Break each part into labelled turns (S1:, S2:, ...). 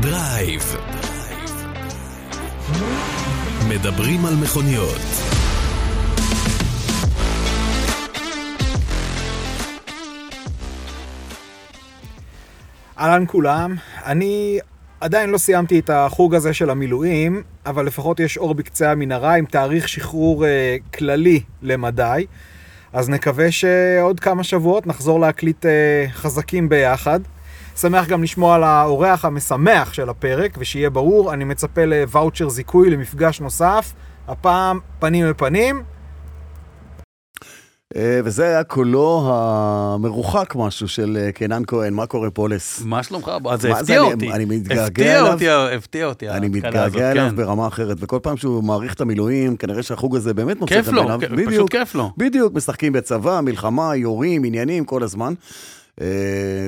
S1: דרייב. מדברים על מכוניות.
S2: אהלן כולם, אני עדיין לא סיימתי את החוג הזה של המילואים, אבל לפחות יש אור בקצה המנהרה עם תאריך שחרור אה, כללי למדי, אז נקווה שעוד כמה שבועות נחזור להקליט אה, חזקים ביחד. שמח גם לשמוע על האורח המשמח של הפרק, ושיהיה ברור, אני מצפה לוואוצ'ר זיכוי למפגש נוסף, הפעם פנים אל פנים.
S3: אה, וזה היה קולו המרוחק משהו של אה, קינן כהן, מה קורה פולס?
S4: מה שלומך? אז זה
S3: מה זה,
S4: הפתיע
S3: אני-
S4: אותי.
S3: אני מתגעגע
S4: הפתיע
S3: אליו.
S4: אותי, ה- הפתיע אותי.
S3: אני
S4: ההתקלה הזאת,
S3: מתגעגע אליו
S4: כן.
S3: ברמה אחרת, וכל פעם שהוא מעריך את המילואים, כנראה שהחוג הזה באמת מוצא
S4: כיף
S3: חן
S4: לו,
S3: בעיניו.
S4: כ-
S3: בדיוק.
S4: פשוט כיף לו.
S3: בדיוק, משחקים בצבא, מלחמה, יורים, עניינים, כל הזמן. אה,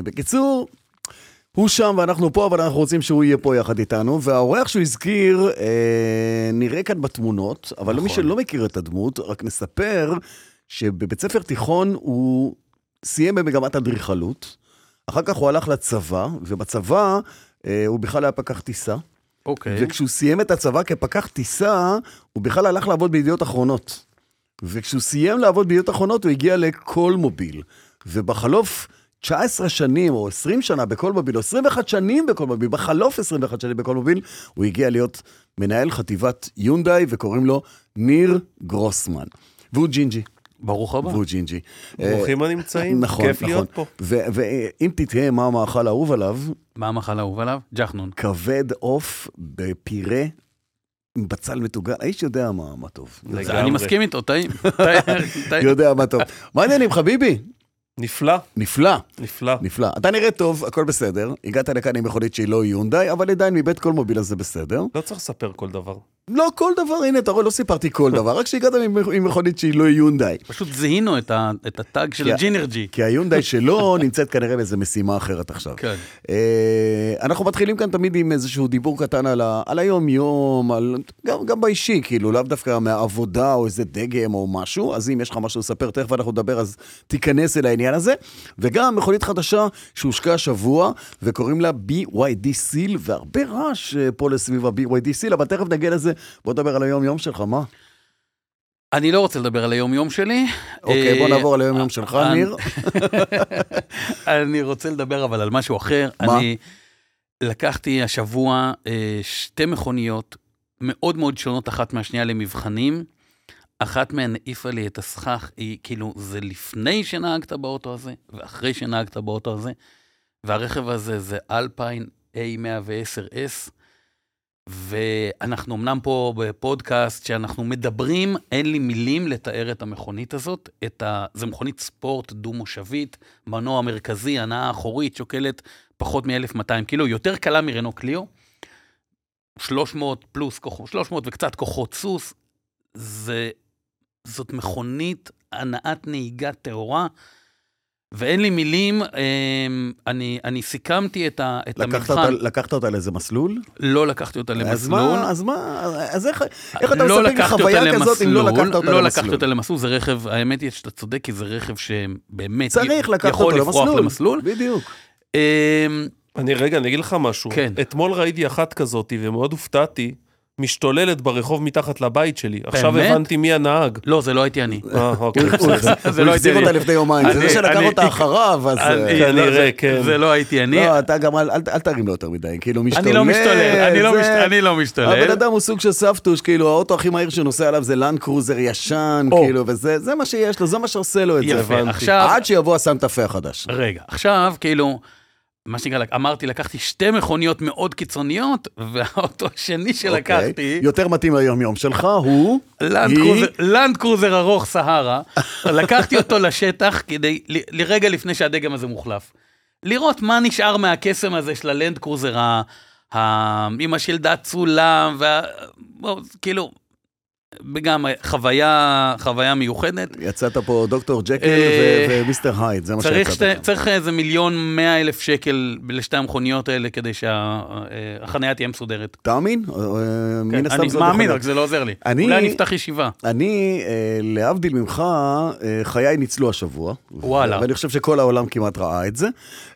S3: בקיצור, הוא שם ואנחנו פה, אבל אנחנו רוצים שהוא יהיה פה יחד איתנו. והאורח שהוא הזכיר אה, נראה כאן בתמונות, אבל נכון. מי שלא מכיר את הדמות, רק נספר שבבית ספר תיכון הוא סיים במגמת אדריכלות, אחר כך הוא הלך לצבא, ובצבא אה, הוא בכלל היה פקח טיסה.
S5: כן.
S4: אוקיי.
S3: וכשהוא סיים את הצבא כפקח טיסה, הוא בכלל הלך לעבוד בידיעות אחרונות. וכשהוא סיים לעבוד בידיעות אחרונות, הוא הגיע לכל מוביל. ובחלוף 19 שנים, או 20 שנה בכל מוביל, או 21 שנים בכל מוביל, בחלוף 21 שנים בכל מוביל, הוא הגיע להיות מנהל חטיבת יונדאי, וקוראים לו ניר גרוסמן. והוא ג'ינג'י,
S4: ברוך הבא.
S3: והוא ג'ינג'י.
S5: ברוכים הנמצאים,
S3: נכון,
S5: כיף
S3: נכון.
S5: להיות פה.
S3: ואם תתהה מה המאכל האהוב עליו,
S4: מה המחל האהוב עליו? ג'חנון.
S3: כבד עוף בפירה עם בצל מטוגן, האיש יודע מה, מה טוב.
S5: לגמרי.
S4: אני מסכים איתו, טעים. טעים, טעים.
S3: יודע מה טוב. מה העניינים, חביבי?
S5: נפלא,
S3: נפלא,
S5: נפלא.
S3: נפלא. אתה נראה טוב, הכל בסדר. הגעת לכאן עם מכונית שהיא לא יונדאי, אבל עדיין מבית כל מוביל הזה בסדר.
S5: לא צריך לספר כל דבר.
S3: לא כל דבר, הנה, אתה רואה, לא סיפרתי כל דבר, רק שהגעת עם- עם מכונית שהיא לא יונדאי.
S4: פשוט זיהינו את ה- את הטאג של
S3: כי ה-
S4: ג'ינרג'י.
S3: כי היונדאי שלו נמצאת כנראה באיזה משימה אחרת עכשיו.
S4: כן.
S3: אה, אנחנו מתחילים כאן תמיד עם איזשהו דיבור קטן על, ה, על היום-יום, על, גם, גם באישי, כאילו, לאו דווקא מהעבודה או איזה דגם או משהו, אז אם יש לך משהו לספר, תכף אנחנו נדבר, אז תיכנס אל העניין הזה. וגם מכונית חדשה שהושקה השבוע, וקוראים לה BYD סיל, והרבה רעש אה, פה לסביב ה-BYD סיל, אבל תכף נגיע לזה. בוא נדבר על היום-יום שלך, מה?
S4: אני לא רוצה לדבר על היום-יום שלי.
S3: אוקיי, בוא
S4: אה,
S3: נעבור על היום-יום שלך,
S4: אני-
S3: ניר.
S4: אני רוצה לדבר אבל על משהו אחר.
S3: מה?
S4: אני לקחתי השבוע אה, שתי מכוניות מאוד מאוד שונות אחת מהשנייה למבחנים. אחת מהן העיפה לי את הסכך, היא כאילו, זה לפני שנהגת באוטו הזה, ואחרי שנהגת באוטו הזה, והרכב הזה זה אלפיין A110S, ואנחנו אמנם פה בפודקאסט שאנחנו מדברים, אין לי מילים לתאר את המכונית הזאת. את ה... זו מכונית ספורט דו-מושבית, מנוע מרכזי, הנעה אחורית, שוקלת פחות מ-1200 קילו, יותר קלה מרנו קליו, 300 פלוס, כוח- 300 וקצת כוחות סוס. זה... זאת מכונית הנעת נהיגה טהורה. ואין לי מילים, אמ, אני, אני סיכמתי את, ה, את
S3: לקחת
S4: המבחן,
S3: אותה- לקחת אותה לאיזה מסלול?
S4: לא לקחתי אותה למסלול.
S3: אז מה, אז מה, אז איך, איך אתה
S4: לא
S3: מספק לי
S4: לקחתי
S3: חוויה
S4: אותה
S3: כזאת אם לא
S4: למסלול,
S3: לקחת אותה
S4: לא לקחתי
S3: למסלול?
S4: אותה למסלול, זה רכב, האמת היא שאתה צודק, כי זה רכב שבאמת
S3: צריך לקחת
S4: יכול
S3: אותו
S4: לפרוח
S3: למסלול.
S4: למסלול.
S3: בדיוק.
S4: אמ,
S5: אני, רגע, אני אגיד לך משהו.
S4: כן.
S5: אתמול ראיתי אחת כזאת, ומאוד הופתעתי, משתוללת ברחוב מתחת לבית שלי. עכשיו
S4: באמת?
S5: הבנתי מי הנהג.
S4: לא, זה לא הייתי אני.
S5: אה, אוקיי,
S3: הוא- הוא-
S5: בסדר.
S4: זה
S3: הוא
S4: לא
S3: החזיר
S4: הגיוני.
S3: אותה לפני יומיים, זה זה
S4: אני-
S3: שלקח
S4: אני-
S3: אותה אחריו, אז... אה,
S4: אני- לא,
S5: כנראה,
S4: זה-
S5: כן.
S4: זה לא הייתי אני.
S3: לא, אתה גם, אל- אל אל תרים לו יותר מדי, כאילו משתולל.
S4: אני לא משתולל, אני לא
S3: זה-
S4: משת- אני לא משתולל.
S3: הבן אדם הוא סוג של סבתוש, כאילו האוטו הכי מהיר שנוסע עליו זה לנד קרוזר ישן,
S4: או.
S3: כאילו, וזה זה מה שיש לו, זה מה שעושה לו את זה.
S4: יפה,
S5: הבנתי.
S4: עכשיו,
S3: עד שיבוא הסנטה פה החדש.
S4: רגע, עכשיו, כאילו, מה שנקרא, אמרתי, לקחתי שתי מכוניות מאוד קיצוניות, והאוטו השני
S3: אוקיי.
S4: שלקחתי,
S3: יותר מתאים ליום-יום שלך, הוא...
S4: לנד
S3: היא-
S4: קרוזר- לנד קרוזר ארוך סהרה, לקחתי אותו לשטח כדי, ל- לרגע לפני שהדגם הזה מוחלף. לראות מה נשאר מהקסם הזה של הלנד קרוזר, ה- ה- עם השלדה צולם, וה... בוא, כאילו, וגם חוויה, חוויה מיוחדת.
S3: יצאת פה דוקטור ג'קל
S4: אה,
S3: ו- ומיסטר הייד, זה מה
S4: צריך,
S3: שיצאת.
S4: שתי, צריך איזה מיליון מאה אלף שקל לשתי המכוניות האלה כדי שהחניה תהיה מסודרת.
S3: תאמין? אה, אה, מן
S4: כן,
S3: הסתם
S4: אני
S3: זה לא
S4: מאמין,
S3: יכול
S4: רק זה לא עוזר לי.
S3: אני-
S4: אולי אני אפתח ישיבה.
S3: אני, אה, להבדיל ממך, אה, חיי ניצלו השבוע.
S4: וואלה.
S3: ואני חושב שכל העולם כמעט ראה את זה.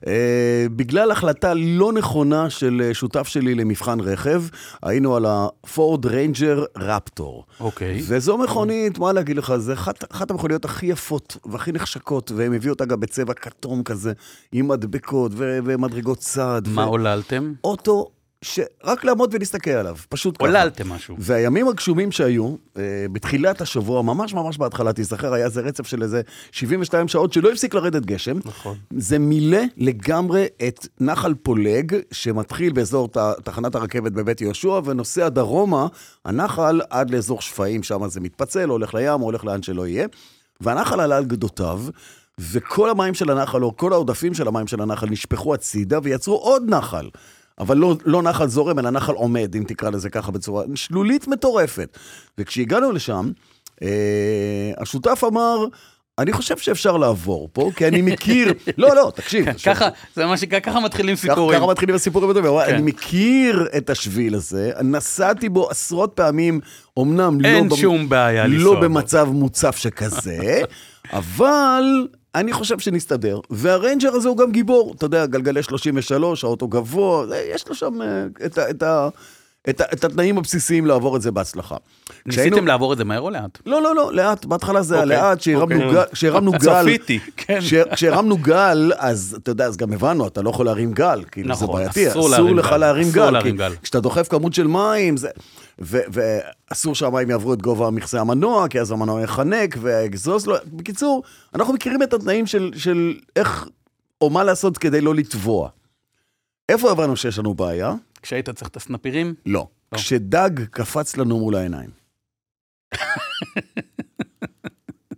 S3: אה, בגלל החלטה לא נכונה של אה, שותף שלי למבחן רכב, היינו על הפורד ריינג'ר רפטור.
S4: אוקיי.
S3: וזו מכונית, מה להגיד לך, זה אחת, אחת המכוניות הכי יפות והכי נחשקות, והם הביאו אותה גם בצבע כתום כזה, עם מדבקות ו- ומדרגות צעד.
S4: מה
S3: ו-
S4: עוללתם?
S3: אוטו שרק לעמוד ולהסתכל עליו, פשוט ככה.
S4: עוללתם משהו.
S3: והימים הגשומים שהיו, אה, בתחילת השבוע, ממש ממש בהתחלה, תיזכר, היה איזה רצף של איזה 72 שעות שלא הפסיק לרדת גשם.
S5: נכון.
S3: זה מילא לגמרי את נחל פולג, שמתחיל באזור ת- תחנת הרכבת בבית יהושע, ונוסע דרומה, הנחל עד לאזור שפיים, שם זה מתפצל, הולך לים, הולך לאן שלא יהיה. והנחל עלה על גדותיו, וכל המים של הנחל, או כל העודפים של המים של הנחל, נשפכו הצידה ויצרו עוד נחל. אבל לא, לא נחל זורם, אלא נחל עומד, אם תקרא לזה ככה בצורה שלולית מטורפת. וכשהגענו לשם, אה, השותף אמר, אני חושב שאפשר לעבור פה, כי אני מכיר... לא, לא, תקשיב. עכשיו-
S4: ככה, זה מה שככה מתחילים סיפורים.
S3: ככה מתחילים הסיפורים הטובים. הוא אמר,
S4: כן.
S3: אני מכיר את השביל הזה, נסעתי בו עשרות פעמים, אמנם לא...
S4: אין
S3: במ-
S4: שום בעיה לנסוע
S3: לא
S4: בו.
S3: במצב מוצף שכזה, אבל... אני חושב שנסתדר, והריינג'ר הזה הוא גם גיבור, אתה יודע, גלגלי 33, האוטו גבוה, זה- יש לו שם אה, את, ה, את, ה, את, ה, את התנאים הבסיסיים לעבור את זה בהצלחה. כשהיינו-
S4: ניסיתם לעבור את זה מהר או לאט?
S3: לא, לא, לא, לאט. בהתחלה זה היה
S4: אוקיי,
S3: לאט, כשהרמנו
S5: אוקיי.
S3: גל- כשהרמנו גל...
S5: צפיתי.
S4: כן.
S3: כש- כשהרמנו גל, אז אתה יודע, אז גם הבנו, אתה לא יכול להרים גל, כאילו זה
S4: נכון,
S3: בעייתי,
S4: אסור
S3: אסור
S4: להרים
S3: לך
S4: גל,
S3: להרים
S4: אסור
S3: גל,
S4: להרים
S3: כי
S4: גל.
S3: כשאתה דוחף כמות של מים, זה... ו- ואסור שהמים יעברו את גובה מכסה המנוע, כי אז המנוע יחנק והאגזוז לא... בקיצור, אנחנו מכירים את התנאים של, של איך או מה לעשות כדי לא לטבוע. איפה הבנו שיש לנו בעיה?
S4: כשהיית צריך את הסנפירים?
S3: לא.
S4: לא.
S3: כשדג קפץ לנו מול העיניים.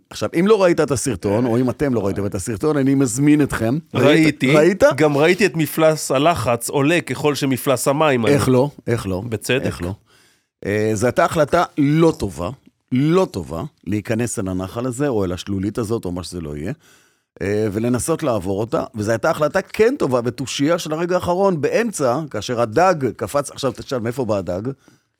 S3: עכשיו, אם לא ראית את הסרטון, או אם אתם לא ראיתם את הסרטון, אני מזמין אתכם.
S5: ראיתי,
S3: ראית?
S5: גם ראיתי את מפלס הלחץ עולה ככל שמפלס המים. עלה.
S3: איך לא? איך לא?
S5: בצדק.
S3: איך לא? אה, זו הייתה החלטה לא טובה, לא טובה, להיכנס אל הנחל הזה, או אל השלולית הזאת, או מה שזה לא יהיה, אה, ולנסות לעבור אותה, וזו הייתה החלטה כן טובה ותושייה של הרגע האחרון, באמצע, כאשר הדג קפץ, עכשיו תשאל מאיפה בא הדג?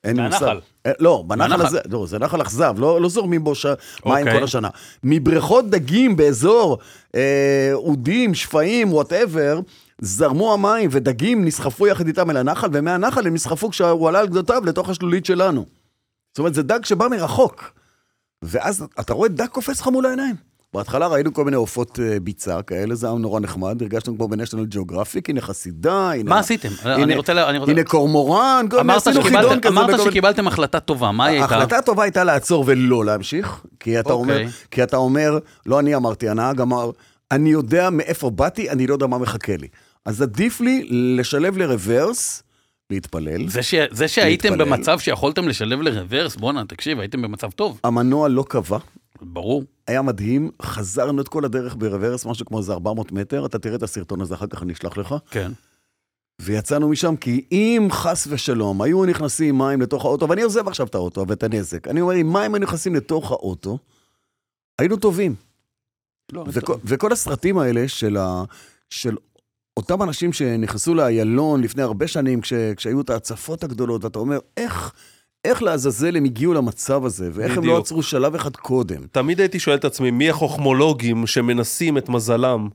S3: אין לי
S4: מהנחל.
S3: מושג. אה, לא, בנחל
S4: מהנחל.
S3: הזה, לא, זה נחל אכזב, לא, לא זורמים בו ש... מים
S4: אוקיי.
S3: כל השנה. מבריכות דגים באזור אה, אודים, שפיים, וואטאבר, זרמו המים ודגים נסחפו יחד איתם אל הנחל, ומהנחל הם נסחפו כשהוא עלה על גדותיו לתוך השלולית שלנו. זאת אומרת, זה דג שבא מרחוק. ואז אתה רואה דג קופץ לך מול העיניים. בהתחלה ראינו כל מיני עופות אה, ביצה כאלה, זה היה נורא נחמד, הרגשנו כמו בנשנל ג'אוגרפיק, הנה חסידה, הנה...
S4: מה עשיתם? אני
S3: הנה-
S4: רוצה ל- אני רוצה-
S3: הנה קורמורן, כל מיני
S4: אמרת
S3: לא, עשינו
S4: שקיבלת-
S3: חידון כזה.
S4: אמרת
S3: בכל מיני-
S4: שקיבלתם החלטה טובה, מה אה, היא הייתה?
S3: ההחלטה הטובה הייתה לעצור ולא להמשיך, כי אתה, okay.
S4: אוקיי.
S3: אומר, כי אתה אומר, לא אני אמרתי, הנהג אמר, אני יודע מאיפה באתי, אני לא יודע מה מחכה לי. אז עדיף לי לשלב לרוורס, להתפלל.
S4: זה ש- זה שהייתם
S3: להתפלל.
S4: במצב שיכולתם לשלב לרוורס, בואנה, תקשיב, הייתם במצב טוב,
S3: המנוע לא קבע,
S4: ברור.
S3: היה מדהים, חזרנו את כל הדרך ברוורס, משהו כמו איזה 400 מטר, אתה תראה את הסרטון הזה, אחר כך אני אשלח לך.
S4: כן.
S3: ויצאנו משם, כי אם חס ושלום היו נכנסים מים לתוך האוטו, ואני עוזב עכשיו את האוטו ואת הנזק, אני אומר, אם מים היו נכנסים לתוך האוטו, היינו טובים.
S4: לא,
S3: וכו- וכל הסרטים האלה של, ה, של אותם אנשים שנכנסו לאיילון לפני הרבה שנים, כש, כשהיו את ההצפות הגדולות, ואתה אומר, איך, איך לעזאזל הם הגיעו למצב הזה, ואיך הם לא
S5: בדיוק.
S3: עצרו שלב אחד קודם.
S5: תמיד הייתי שואל את עצמי, מי החוכמולוגים שמנסים את מזלם?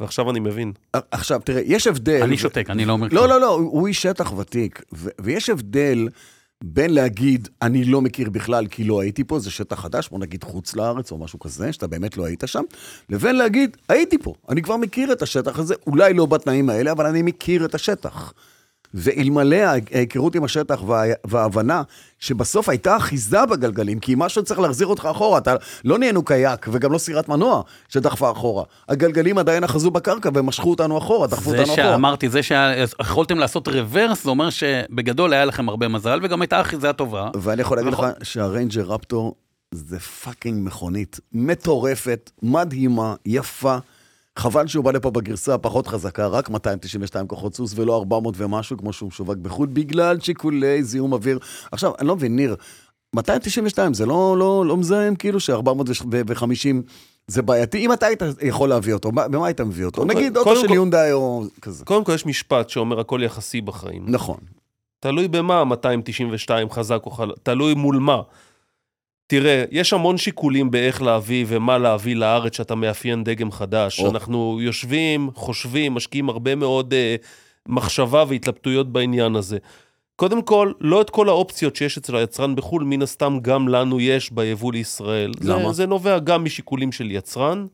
S5: ועכשיו אני מבין.
S3: ע- עכשיו, תראה, יש הבדל...
S4: אני שותק, אני לא אומר
S3: לא,
S4: כלום.
S3: לא, לא, הוא הוא איש שטח ותיק, ו- ויש הבדל בין להגיד, אני לא מכיר בכלל כי לא הייתי פה, זה שטח חדש, בוא נגיד חוץ לארץ או משהו כזה, שאתה באמת לא היית שם, לבין להגיד, הייתי פה, אני כבר מכיר את השטח הזה, אולי לא בתנאים האלה, אבל אני מכיר את השטח. ואלמלא ההיכרות עם השטח וה... וההבנה שבסוף הייתה אחיזה בגלגלים, כי משהו צריך להחזיר אותך אחורה, אתה לא נהיינו קייק וגם לא סירת מנוע שדחפה אחורה. הגלגלים עדיין אחזו בקרקע ומשכו אותנו אחורה, דחפו אותנו
S4: זה
S3: אחורה.
S4: שאמרתי, זה שיכולתם לעשות רוורס, זה אומר שבגדול היה לכם הרבה מזל, וגם הייתה אחיזה טובה.
S3: ואני יכול להגיד לך
S4: נכון.
S3: שהריינג'ר רפטור זה פאקינג מכונית מטורפת, מדהימה, יפה. חבל שהוא בא לפה בגרסה הפחות חזקה, רק 292 כוחות סוס ולא 400 ומשהו, כמו שהוא משווק בחו"ל, בגלל שיקולי זיהום אוויר. עכשיו, אני לא מבין, ניר, 292, זה לא, לא, לא מזהם כאילו ש-450 זה בעייתי. אם אתה היית יכול להביא אותו, מה- במה היית מביא אותו?
S5: קודם
S3: נגיד
S5: כל-
S3: אוטו
S5: קודם
S3: של
S5: כל-
S3: יונדאי או כזה.
S5: קודם כל יש משפט שאומר הכל יחסי בחיים.
S3: נכון.
S5: תלוי במה ה-292 חזק או חלק, תלוי מול מה. תראה, יש המון שיקולים באיך להביא ומה להביא לארץ שאתה מאפיין דגם חדש.
S3: או.
S5: או. אנחנו יושבים, חושבים, משקיעים הרבה מאוד אה, מחשבה והתלבטויות בעניין הזה. קודם כל, לא את כל האופציות שיש אצל היצרן בחו"ל, מן הסתם גם לנו יש ביבוא לישראל.
S3: למה?
S5: זה, זה נובע גם משיקולים של יצרן,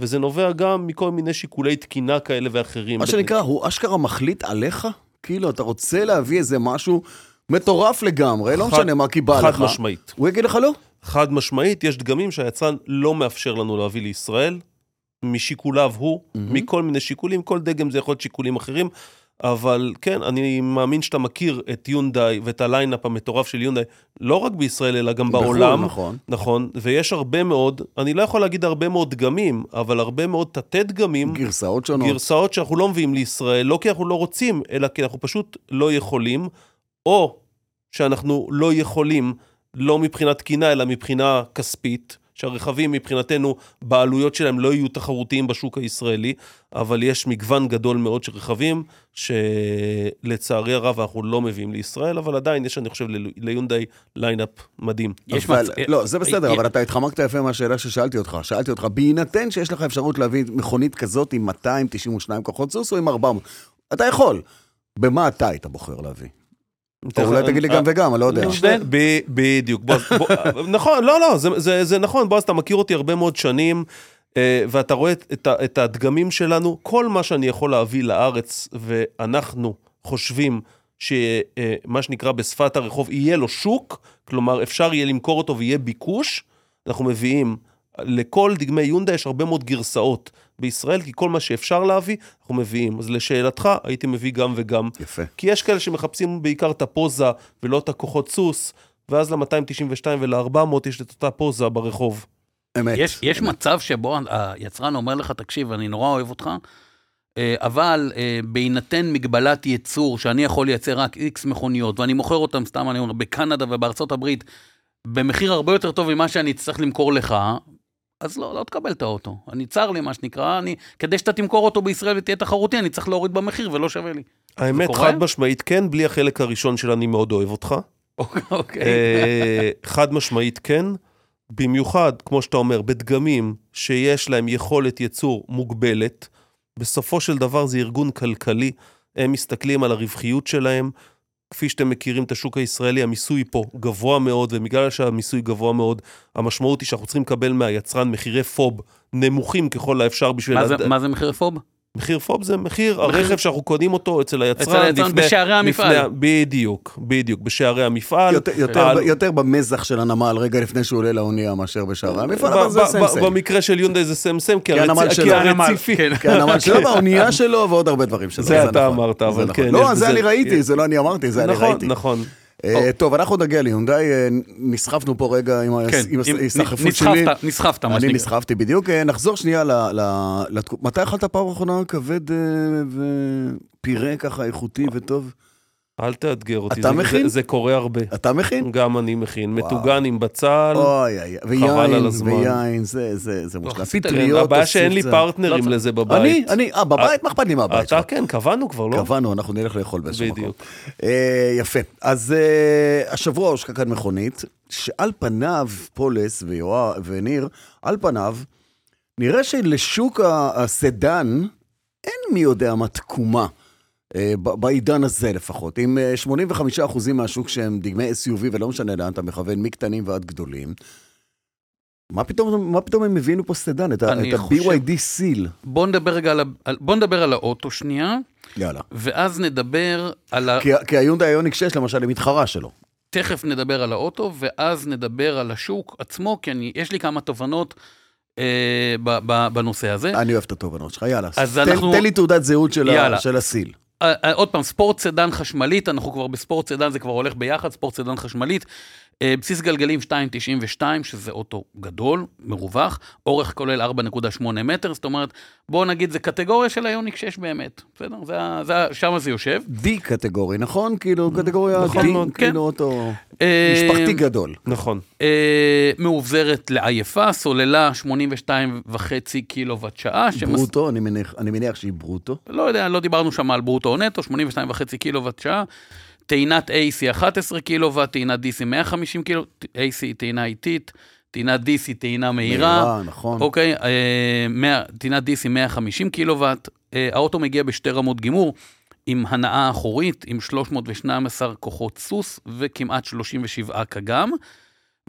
S5: וזה נובע גם מכל מיני שיקולי תקינה כאלה ואחרים.
S3: מה שנקרא, הוא אשכרה מחליט עליך? כאילו, אתה רוצה להביא איזה משהו מטורף לגמרי, לא
S5: חד-
S3: משנה מה כי בא לך.
S5: חד משמעית.
S3: הוא יגיד לך לא?
S5: חד משמעית, יש דגמים שהיצרן לא מאפשר לנו להביא לישראל, משיקוליו הוא, mm-hmm. מכל מיני שיקולים, כל דגם זה יכול להיות שיקולים אחרים, אבל כן, אני מאמין שאתה מכיר את יונדאי ואת הליינאפ המטורף של יונדאי, לא רק בישראל, אלא גם
S3: בחו"ל,
S5: בעולם.
S3: נכון.
S5: נכון, ויש הרבה מאוד, אני לא יכול להגיד הרבה מאוד דגמים, אבל הרבה מאוד תתי דגמים.
S3: גרסאות שונות.
S5: גרסאות שאנחנו לא מביאים לישראל, לא כי אנחנו לא רוצים, אלא כי אנחנו פשוט לא יכולים, או שאנחנו לא יכולים, לא מבחינת תקינה, אלא מבחינה כספית, שהרכבים מבחינתנו, בעלויות שלהם לא יהיו תחרותיים בשוק הישראלי, אבל יש מגוון גדול מאוד של רכבים, שלצערי הרב אנחנו לא מביאים לישראל, אבל עדיין יש, אני חושב, ל- ליונדאי ליינאפ מדהים.
S4: יש
S3: אבל-
S4: מצב-
S3: לא, זה בסדר,
S4: אה,
S3: אבל אתה התחמקת יפה מהשאלה ששאלתי אותך. שאלתי אותך, בהינתן שיש לך אפשרות להביא מכונית כזאת עם 292 כוחות סוס או עם 400, אתה יכול. במה אתה היית בוחר להביא? או אולי תגיד לי גם וגם, אני לא יודע.
S5: אה, שני- ב- בדיוק, בוא, בוא, נכון, לא, לא, זה, זה, זה נכון, בועז, אתה מכיר אותי הרבה מאוד שנים, אה, ואתה רואה את, את, ה- את הדגמים שלנו, כל מה שאני יכול להביא לארץ, ואנחנו חושבים שמה אה, שנקרא בשפת הרחוב, יהיה לו שוק, כלומר, אפשר יהיה למכור אותו ויהיה ביקוש, אנחנו מביאים. לכל דגמי יונדה יש הרבה מאוד גרסאות בישראל, כי כל מה שאפשר להביא, אנחנו מביאים. אז לשאלתך, הייתי מביא גם וגם.
S3: יפה.
S5: כי יש כאלה שמחפשים בעיקר את הפוזה ולא את הכוחות סוס, ואז ל-292 ול-400 יש את אותה פוזה ברחוב.
S3: אמת.
S4: יש, יש מצב שבו היצרן אומר לך, תקשיב, אני נורא אוהב אותך, אה, אבל אה, בהינתן מגבלת ייצור, שאני יכול לייצר רק איקס מכוניות, ואני מוכר אותן, סתם אני אומר, בקנדה ובארצות הברית, במחיר הרבה יותר טוב ממה שאני אצטרך למכור לך, אז לא, לא תקבל את האוטו. אני צר לי, מה שנקרא, אני, כדי שאתה תמכור אותו בישראל ותהיה תחרותי, אני צריך להוריד במחיר ולא שווה לי.
S5: האמת,
S4: קורה?
S5: חד משמעית, כן, בלי החלק הראשון של אני מאוד אוהב אותך.
S4: אוקיי.
S5: אה, חד משמעית כן, במיוחד, כמו שאתה אומר, בדגמים שיש להם יכולת ייצור מוגבלת, בסופו של דבר זה ארגון כלכלי, הם מסתכלים על הרווחיות שלהם. כפי שאתם מכירים את השוק הישראלי, המיסוי פה גבוה מאוד, ובגלל שהמיסוי גבוה מאוד, המשמעות היא שאנחנו צריכים לקבל מהיצרן מחירי פוב נמוכים ככל האפשר בשביל...
S4: מה, זה,
S5: הד-
S4: מה זה מחיר פוב?
S5: מחיר פוב זה מחיר הרכב שאנחנו קונים אותו אצל היצרן.
S4: אצל היצרן
S5: לפני-
S4: בשערי המפעל.
S5: לפני ה- בדיוק, בדיוק, בשערי המפעל.
S3: יותר- יותר
S5: העל-
S3: ב- יותר במזח של הנמל רגע לפני שהוא עולה לאונייה מאשר בשער המפעל,
S5: ב-
S3: אבל זה
S5: ב- ב-
S3: סמסם.
S5: במקרה של יונדאי זה סמסם, כי
S3: כי
S5: הרצי-
S3: הנמל
S5: כי
S3: שלו.
S5: הרציפים.
S3: כן, הנמל שלו והאונייה שלו ועוד הרבה דברים שלו.
S5: אוקיי. זה אתה
S3: נכון.
S5: אמרת,
S3: זה
S5: אבל
S3: נכון.
S5: כן,
S3: לא,
S5: יש
S3: זה
S5: בזה-
S3: אני ראיתי, זה לא אני אמרתי, זה אני
S5: נכון,
S3: ראיתי.
S5: נכון.
S3: אה, טוב, אנחנו נגיע ליונדאי, אה, נסחפנו פה רגע עם
S4: כן, אם-
S3: ההסחפות שלי.
S4: נסחפת, נסחפת, מה
S3: אני
S4: שנקרא.
S3: נסחפתי בדיוק. אה, נחזור שנייה ל... ל- לתקו- מתי אכלת פעם אחרונה כבד אה, ופירה ככה איכותי וטוב?
S5: אל תאתגר אותי.
S3: אתה
S5: זה-
S3: מכין?
S5: זה- זה קורה הרבה.
S3: אתה מכין?
S5: גם אני מכין.
S3: וואו.
S5: מטוגן עם בצל.
S3: אוי, אוי,
S5: חבל על
S3: ויין,
S5: הזמן.
S3: ויין, זה, זה, זה מושלם.
S4: עשית לי,
S5: כן,
S3: פטריות,
S5: הבעיה שאין לי
S3: תוסיף קצת.
S5: פרטנרים
S4: לא
S5: לזה
S3: אני,
S5: בבית.
S3: אני, אה, בבית? מה אכפת לי מהבית שלך?
S5: אתה כן, קבענו כבר, לא?
S3: קבענו, אנחנו נלך לאכול באיזשהו מקום.
S5: בדיוק.
S3: אה, יפה. אז אה, השבוע הושקה כאן מכונית, שעל פניו, פולס ויואב וניר, על פניו, נראה שלשוק ה- הסדן אין מי יודע מה תקומה. אה, ב- בעידן הזה לפחות, עם אה, 85% מהשוק שהם דגמי SUV, ולא משנה לאן אתה מכוון, מקטנים ועד גדולים, מה פתאום, מה פתאום הם הבינו פה סדן? את
S4: אני
S3: ה-BYD סיל.
S4: בוא נדבר רגע על, ה- על, בוא נדבר על האוטו שנייה,
S3: יאללה.
S4: ואז נדבר על ה...
S3: כי, ה- כי היונדאי איוניק 6 למשל היא מתחרה שלו.
S4: תכף נדבר על האוטו, ואז נדבר על השוק עצמו, כי אני, יש לי כמה תובנות אה, ב, ב, בנושא הזה.
S3: אה, אני אוהב את התובנות שלך, יאללה.
S4: אז
S3: תן,
S4: אנחנו-
S3: תן לי תעודת זהות של, ה...
S4: יאללה.
S3: של הסיל.
S4: אה, אה, עוד פעם, ספורט סדן חשמלית, אנחנו כבר בספורט סדן, זה כבר הולך ביחד, ספורט סדן חשמלית. אה, בסיס גלגלים 2.92, שזה אוטו גדול, מרווח, אורך כולל 4.8 מטר, זאת אומרת, בואו נגיד, זה קטגוריה של היוניק 6 באמת, בסדר? זה, ה- זה, ה- שמה זה יושב.
S3: D קטגורי, נכון? כאילו, קטגוריה,
S4: נכון
S3: D,
S4: מאוד, כן.
S3: כאילו אותו...
S4: אה,
S3: משפחתי גדול.
S5: נכון.
S4: אה, מאובזרת לעייפה, סוללה 82.5 קילוואט שעה. שמס-
S3: ברוטו, אני מניח- אני מניח שהיא ברוטו.
S4: לא יודע, לא דיברנו שם על ברוטו או נטו, 82.5 קילוואט שעה. טעינת AC 11 קילוואט, טעינת DC 150 קילוואט, AC היא טעינה איטית, טעינת DC טעינה מהירה.
S3: מהירה, נכון.
S4: אוקיי, אה, 100 טעינת DC 150 קילוואט, אה, האוטו מגיע בשתי רמות גימור, עם הנאה אחורית, עם 312 כוחות סוס וכמעט 37 קגם,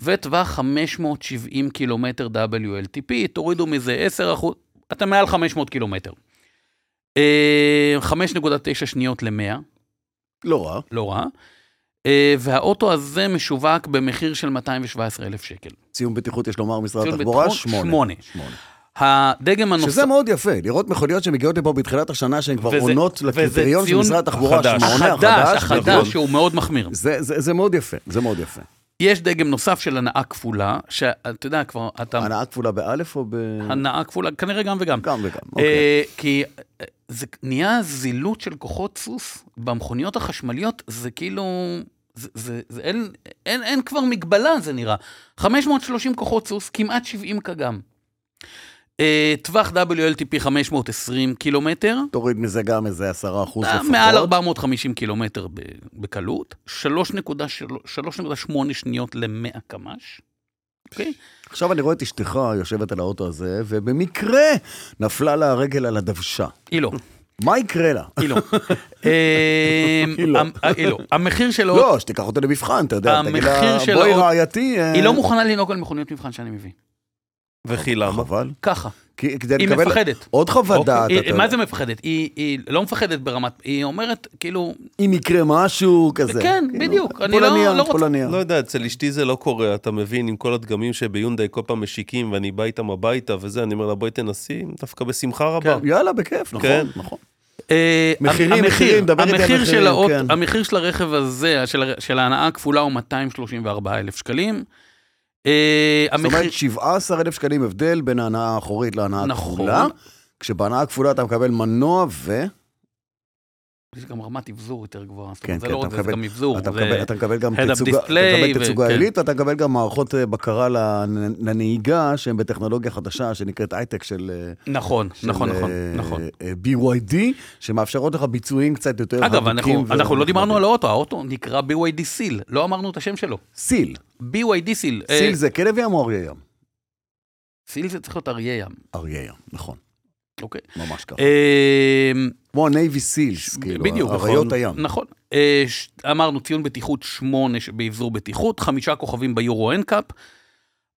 S4: וטווח 570 קילומטר WLTP, תורידו מזה 10 אחוז, אתה מעל 500 קילומטר. אה, 5.9 שניות ל-100,
S3: לא רע.
S4: לא רע. אה, והאוטו הזה משווק במחיר של 217,000 שקל.
S3: ציון בטיחות, יש לומר, משרד
S4: ציון
S3: לא, התחבורה,
S4: בטיחות,
S3: שמונה.
S4: שמונה. הדגם הנוסף...
S3: שזה מאוד יפה, לראות מכוניות שמגיעות לפה בתחילת השנה, שהן כבר
S4: וזה-
S3: עונות
S4: וזה
S3: לקריטריון של
S4: ציון
S3: משרד התחבורה,
S5: חדש.
S3: שמונה
S4: החדש,
S3: נכון.
S4: החדש, שהוא מאוד מחמיר.
S3: זה- זה זה מאוד יפה, זה מאוד יפה.
S4: יש דגם נוסף של הנאה כפולה, שאתה יודע כבר, אתה...
S3: הנאה כפולה באלף או ב...
S4: הנאה כפולה, כנראה גם וגם.
S3: גם וגם, אוקיי.
S4: אה, כי אה, זה נהיה זילות של כוחות סוס במכוניות החשמליות, זה כאילו... זה, זה, זה, אין, אין, אין כבר מגבלה, זה נראה. 530 כוחות סוס, כמעט 70 קגם. אה, טווח WLTP 520 קילומטר,
S3: תוריד מזה גם איזה עשרה אחוז
S4: אה,
S3: לפחות.
S4: מעל 450 קילומטר ב- בקלות, 3.8 שניות ל-100 קמ"ש. אוקיי?
S3: עכשיו אני רואה את אשתך יושבת על האוטו הזה, ובמקרה נפלה לה הרגל על הדוושה.
S4: היא לא,
S3: מה יקרה לה?
S4: היא לא. אה,
S3: היא לא.
S4: המ- אה, היא לא. המחיר של האוטו,
S3: לא, שתיקח אותה למבחן, אתה יודע, תגיד
S4: המחיר
S3: לה,
S4: של
S3: בואי
S4: האוטו-
S3: רעייתי. אה,
S4: היא לא מוכנה לנהוג על מכוניות מבחן שאני מביא.
S5: וכי למה?
S3: חבל.
S4: ככה.
S3: כי- כדי
S4: היא
S3: כן, לקבל
S4: מפחדת. אוקיי,
S3: עוד חוות דעת,
S4: היא-
S3: אתה יודע.
S4: מה זה מפחדת? היא- היא לא מפחדת ברמת, היא אומרת, כאילו,
S3: אם יקרה משהו כזה.
S4: כן,
S3: כאילו,
S4: בדיוק, אני
S3: פולניה,
S4: לא- לא רוצה-
S3: פולניה.
S5: לא יודע, אצל אשתי זה לא קורה, אתה מבין, עם כל הדגמים שביונדאי כל פעם משיקים, ואני בא איתם הביתה וזה, אני אומר לה, בואי תנסי, דווקא בשמחה רבה.
S3: יאללה, בכיף, נכון,
S5: כן.
S3: נכון.
S4: אה,
S3: מחירים,
S4: המחיר-
S3: מחירים, דבר איתי על
S4: המחיר
S3: מחירים,
S4: של האות,
S3: כן.
S4: המחיר של הרכב הזה, של, הר- של ההנאה הכפולה, הוא 234 אלף שקלים. אה,
S3: זאת
S4: המחיר,
S3: אומרת, 17,000 שקלים הבדל בין ההנאה האחורית להנאה
S4: נכון.
S3: הכפולה. כשבהנאה הכפולה אתה מקבל מנוע ו...
S4: יש גם רמת אבזור יותר גבוהה, זאת
S3: כן,
S4: אומרת, זה
S3: כן,
S4: לא
S3: אתה
S4: רק זה, זה
S3: מקבל-
S4: גם אבזור.
S3: אתה
S4: זה-
S3: מקבל, אתה מקבל גם
S4: head-up
S3: תצוגה, אתה
S4: display
S3: מקבל
S4: ו-
S3: תצוגה
S4: כן.
S3: עילית, ואתה מקבל גם מערכות אה, בקרה לנ- לנהיגה שהן בטכנולוגיה חדשה שנקראת הייטק של, אה,
S4: נכון,
S3: של
S4: נכון, נכון,
S3: אה,
S4: נכון.
S3: אה, BYD, שמאפשרות לך ביצועים קצת יותר
S4: אגב,
S3: הדוקים
S4: אנחנו,
S3: ו-
S4: אנחנו לא דיברנו על האוטו, האוטו נקרא BYD סיל, לא אמרנו את השם שלו.
S3: סיל,
S4: BYD סיל. אה,
S3: סיל זה כלב ים או אריה ים?
S4: סיל זה צריך להיות אריה ים,
S3: אריה ים, נכון,
S4: אוקיי.
S3: ממש ככה.
S4: אה,
S3: כמו נייבי סילס, כאילו,
S4: בדיוק, נכון.
S3: אריות הים.
S4: נכון. אה, ש- אמרנו ציון בטיחות 8 באבזור בטיחות, חמישה כוכבים ביורו אנקאפ.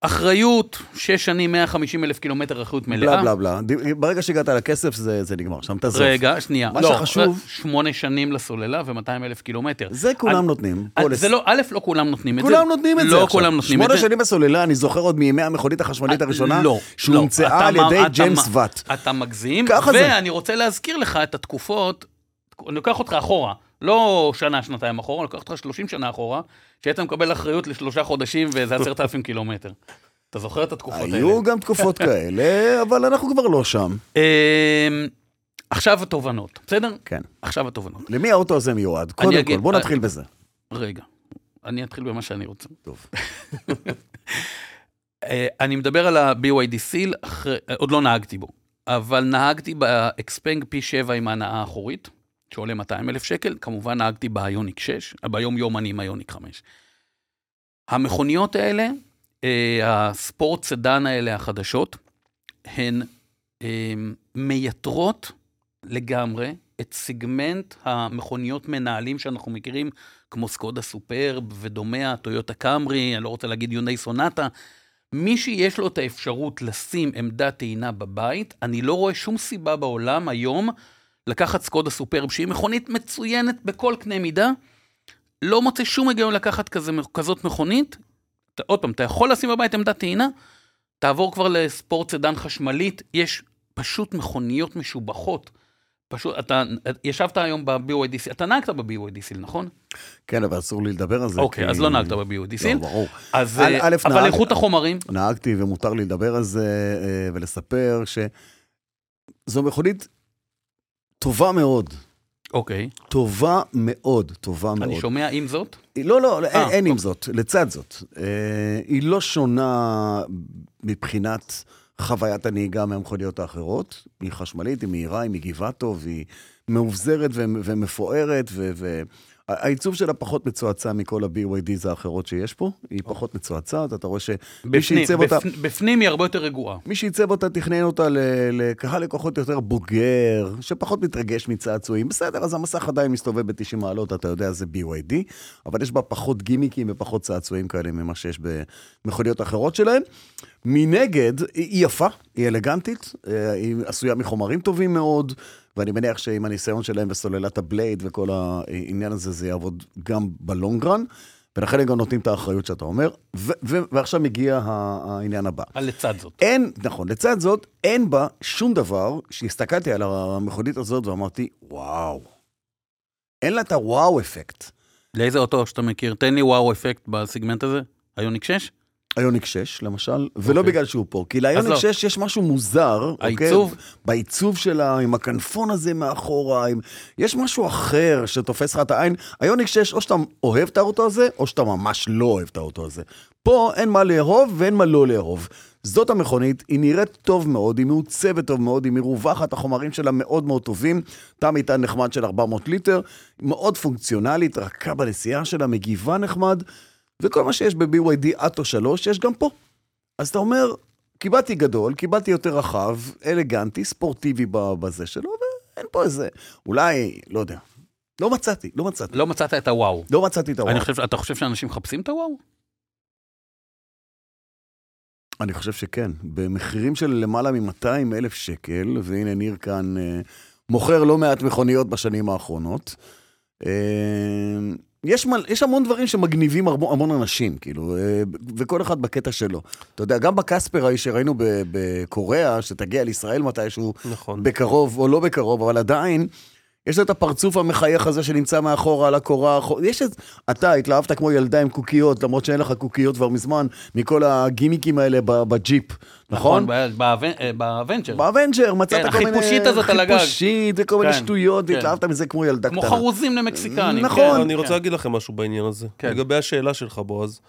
S4: אחריות, 6 שנים, 150 אלף קילומטר אחריות
S3: בלה
S4: מלאה.
S3: בלה בלה. ד- ברגע שהגעת לכסף זה זה נגמר, שם תעזוב.
S4: רגע, שנייה.
S3: מה
S4: לא,
S3: שחשוב-
S4: 8 שנים לסוללה ו-200 אלף קילומטר.
S3: זה
S4: אני-
S3: כולם נותנים.
S4: אה,
S3: פוליס.
S4: זה לא, א', לא כולם נותנים את זה.
S3: כולם נותנים את זה
S4: לא
S3: עכשיו.
S4: כולם נותנים את זה.
S3: שמונה שנים בסוללה, אני זוכר עוד מימי המכונית החשמלית הראשונה,
S4: לא,
S3: שהומצאה
S4: לא.
S3: על
S4: אתה אה, מ-
S3: ידי
S4: אתה
S3: ג'יימס
S4: מ-
S3: ואט.
S4: אתה מגזים,
S3: ככה זה.
S4: ואני רוצה להזכיר לך את התקופות, אני לוקח אותך אחורה, לא שנה, שנתיים אחורה, אני לוקח אותך 30 שנה אחורה, שהיית מקבל אחריות לשלושה חודשים ואיזה 10,000 קילומטר. אתה זוכר את התקופות האלה?
S3: היו גם תקופות כאלה, אבל אנחנו כבר לא שם.
S4: אמ, עכשיו התובנות, בסדר?
S3: כן.
S4: עכשיו התובנות.
S3: למי האוטו הזה מיועד? קודם
S4: אגיד-
S3: כל, בוא
S4: אה,
S3: נתחיל בזה.
S4: רגע, אני אתחיל במה שאני רוצה.
S3: טוב.
S4: אה, אני מדבר על ה-BYD סיל, אחרי- אה, עוד לא נהגתי בו, אבל נהגתי באקספנג פי 7 עם ההנאה האחורית, שעולה 200 אלף שקל, כמובן נהגתי באיוניק 6, אה, ביום יום אני עם איוניק 5. המכוניות האלה, אה, הספורט סדן האלה החדשות, הן אה, מייתרות לגמרי את סגמנט המכוניות מנהלים שאנחנו מכירים, כמו סקודה סופרב ודומיה, טויוטה קאמרי, אני לא רוצה להגיד יונאי סונטה. מי שיש לו את האפשרות לשים עמדת טעינה בבית, אני לא רואה שום סיבה בעולם היום לקחת סקודה סופרב, שהיא מכונית מצוינת בכל קנה מידה, לא מוצא שום היגיון לקחת כזה, כזאת מכונית. אתה- עוד פעם, אתה יכול לשים בבית עמדת טעינה, תעבור כבר לספורט סדן חשמלית, יש פשוט מכוניות משובחות. פשוט, אתה ישבת היום ב-BYDC, אתה נהגת ב-BYDC, נכון?
S3: כן, אבל אסור לי לדבר על זה.
S4: אוקיי,
S3: כי-
S4: אז לא נהגת ב-BYDC.
S3: לא, ברור.
S4: אז,
S3: א',
S4: אה,
S3: א',
S4: אבל
S3: נהג-
S4: איכות החומרים,
S3: נהגתי ומותר לי לדבר על זה אה, ולספר שזו מכונית טובה מאוד.
S4: אוקיי,
S3: טובה מאוד, טובה מאוד.
S4: אני שומע עם זאת,
S3: היא- לא, לא, אין, אין עם
S4: אוקיי.
S3: זאת, לצד זאת. אה, היא לא שונה מבחינת חוויית הנהיגה מהמכוניות האחרות. היא חשמלית, היא מהירה, היא מגיבה טוב, היא מאובזרת ו- ומפוארת, ו... ו- ה- העיצוב שלה פחות מצועצע מכל ה-BYDs האחרות שיש פה, היא פחות מצועצעת, אתה רואה שמי
S4: בפנים,
S3: שעיצב אותה...
S4: בפנים- בפנים היא הרבה יותר רגועה.
S3: מי שעיצב אותה תכנן אותה ל- לקהל לקוחות יותר בוגר, שפחות מתרגש מצעצועים. בסדר, אז המסך עדיין מסתובב ב-90 מעלות, אתה יודע, זה BYD, אבל יש בה פחות גימיקים ופחות צעצועים כאלה ממה שיש במכוניות אחרות שלהם. מנגד, היא היא יפה, היא אלגנטית, אה, היא עשויה מחומרים טובים מאוד, ואני מניח שעם הניסיון שלהם וסוללת הבלייד וכל העניין הזה, זה יעבוד גם בלונגרן. ולכן הם גם נותנים את האחריות שאתה אומר, ו- ו- ועכשיו מגיע ה- העניין הבא.
S4: אבל לצד זאת.
S3: אין, נכון, לצד זאת, אין בה שום דבר שהסתכלתי על המכונית הזאת ואמרתי, וואו. אין לה את הוואו אפקט. אה-
S4: לאיזה אוטו שאתה מכיר, תן לי וואו אפקט בסגמנט הזה, היוניק 6?
S3: איוניק 6, למשל, ולא
S4: אוקיי.
S3: בגלל שהוא פה, כי לאיוניק
S4: לא.
S3: 6 יש משהו מוזר,
S4: העיצוב?
S3: אוקיי? בעיצוב שלה, עם הכנפון הזה מאחורה, עם... יש משהו אחר שתופס לך את העין. איוניק 6, או שאתה אוהב את האוטו הזה, או שאתה ממש לא אוהב את האוטו הזה. פה אין מה לאהוב ואין מה לא לאהוב. זאת המכונית, היא נראית טוב מאוד, היא מעוצבת טוב מאוד, היא מרווחת, החומרים שלה מאוד מאוד טובים, תא מטען נחמד של 400 ליטר, מאוד פונקציונלית, רכה בנסיעה שלה, מגיבה נחמד. וכל מה שיש ב-BYD אטו 3, יש גם פה. אז אתה אומר, קיבלתי גדול, קיבלתי יותר רחב, אלגנטי, ספורטיבי ב- בזה שלו, ואין פה איזה... אולי, לא יודע. לא מצאתי, לא מצאתי.
S4: לא מצאת את הוואו.
S3: לא מצאתי את הוואו.
S4: אני
S3: אני,
S4: חושב, אתה חושב שאנשים מחפשים את הוואו?
S3: אני חושב שכן. במחירים של למעלה מ-200 אלף שקל, והנה ניר כאן אה, מוכר לא מעט מכוניות בשנים האחרונות. אה, יש, מל, יש המון דברים שמגניבים המון, המון אנשים, כאילו, אה, וכל אחד בקטע שלו. אתה יודע, גם בקספר ההיא שראינו ב- בקוריאה, שתגיע לישראל מתישהו,
S5: נכון.
S3: בקרוב או לא בקרוב, אבל עדיין, יש לו את הפרצוף המחייך הזה שנמצא מאחורה על הקורה. האחור- יש את... אתה התלהבת כמו ילדה עם קוקיות, למרות שאין לך קוקיות כבר מזמן, מכל הגימיקים האלה ב- בג'יפ, נכון?
S4: ב- באבנ- אה, באבנצ'ר.
S3: באבנג'ר מצאת
S4: כן,
S3: כל מיני...
S4: החיפושית הזאת על הגג.
S3: חיפושית וכל מיני
S4: כן,
S3: שטויות,
S4: כן.
S3: והתלהבת מזה כמו ילדה
S4: כמו
S3: קטנה.
S4: חרוזים למקסיקנים.
S3: נכון.
S4: כן,
S5: אני רוצה
S4: כן.
S5: להגיד לכם משהו בעניין הזה.
S4: כן.
S5: לגבי השאלה שלך, בועז,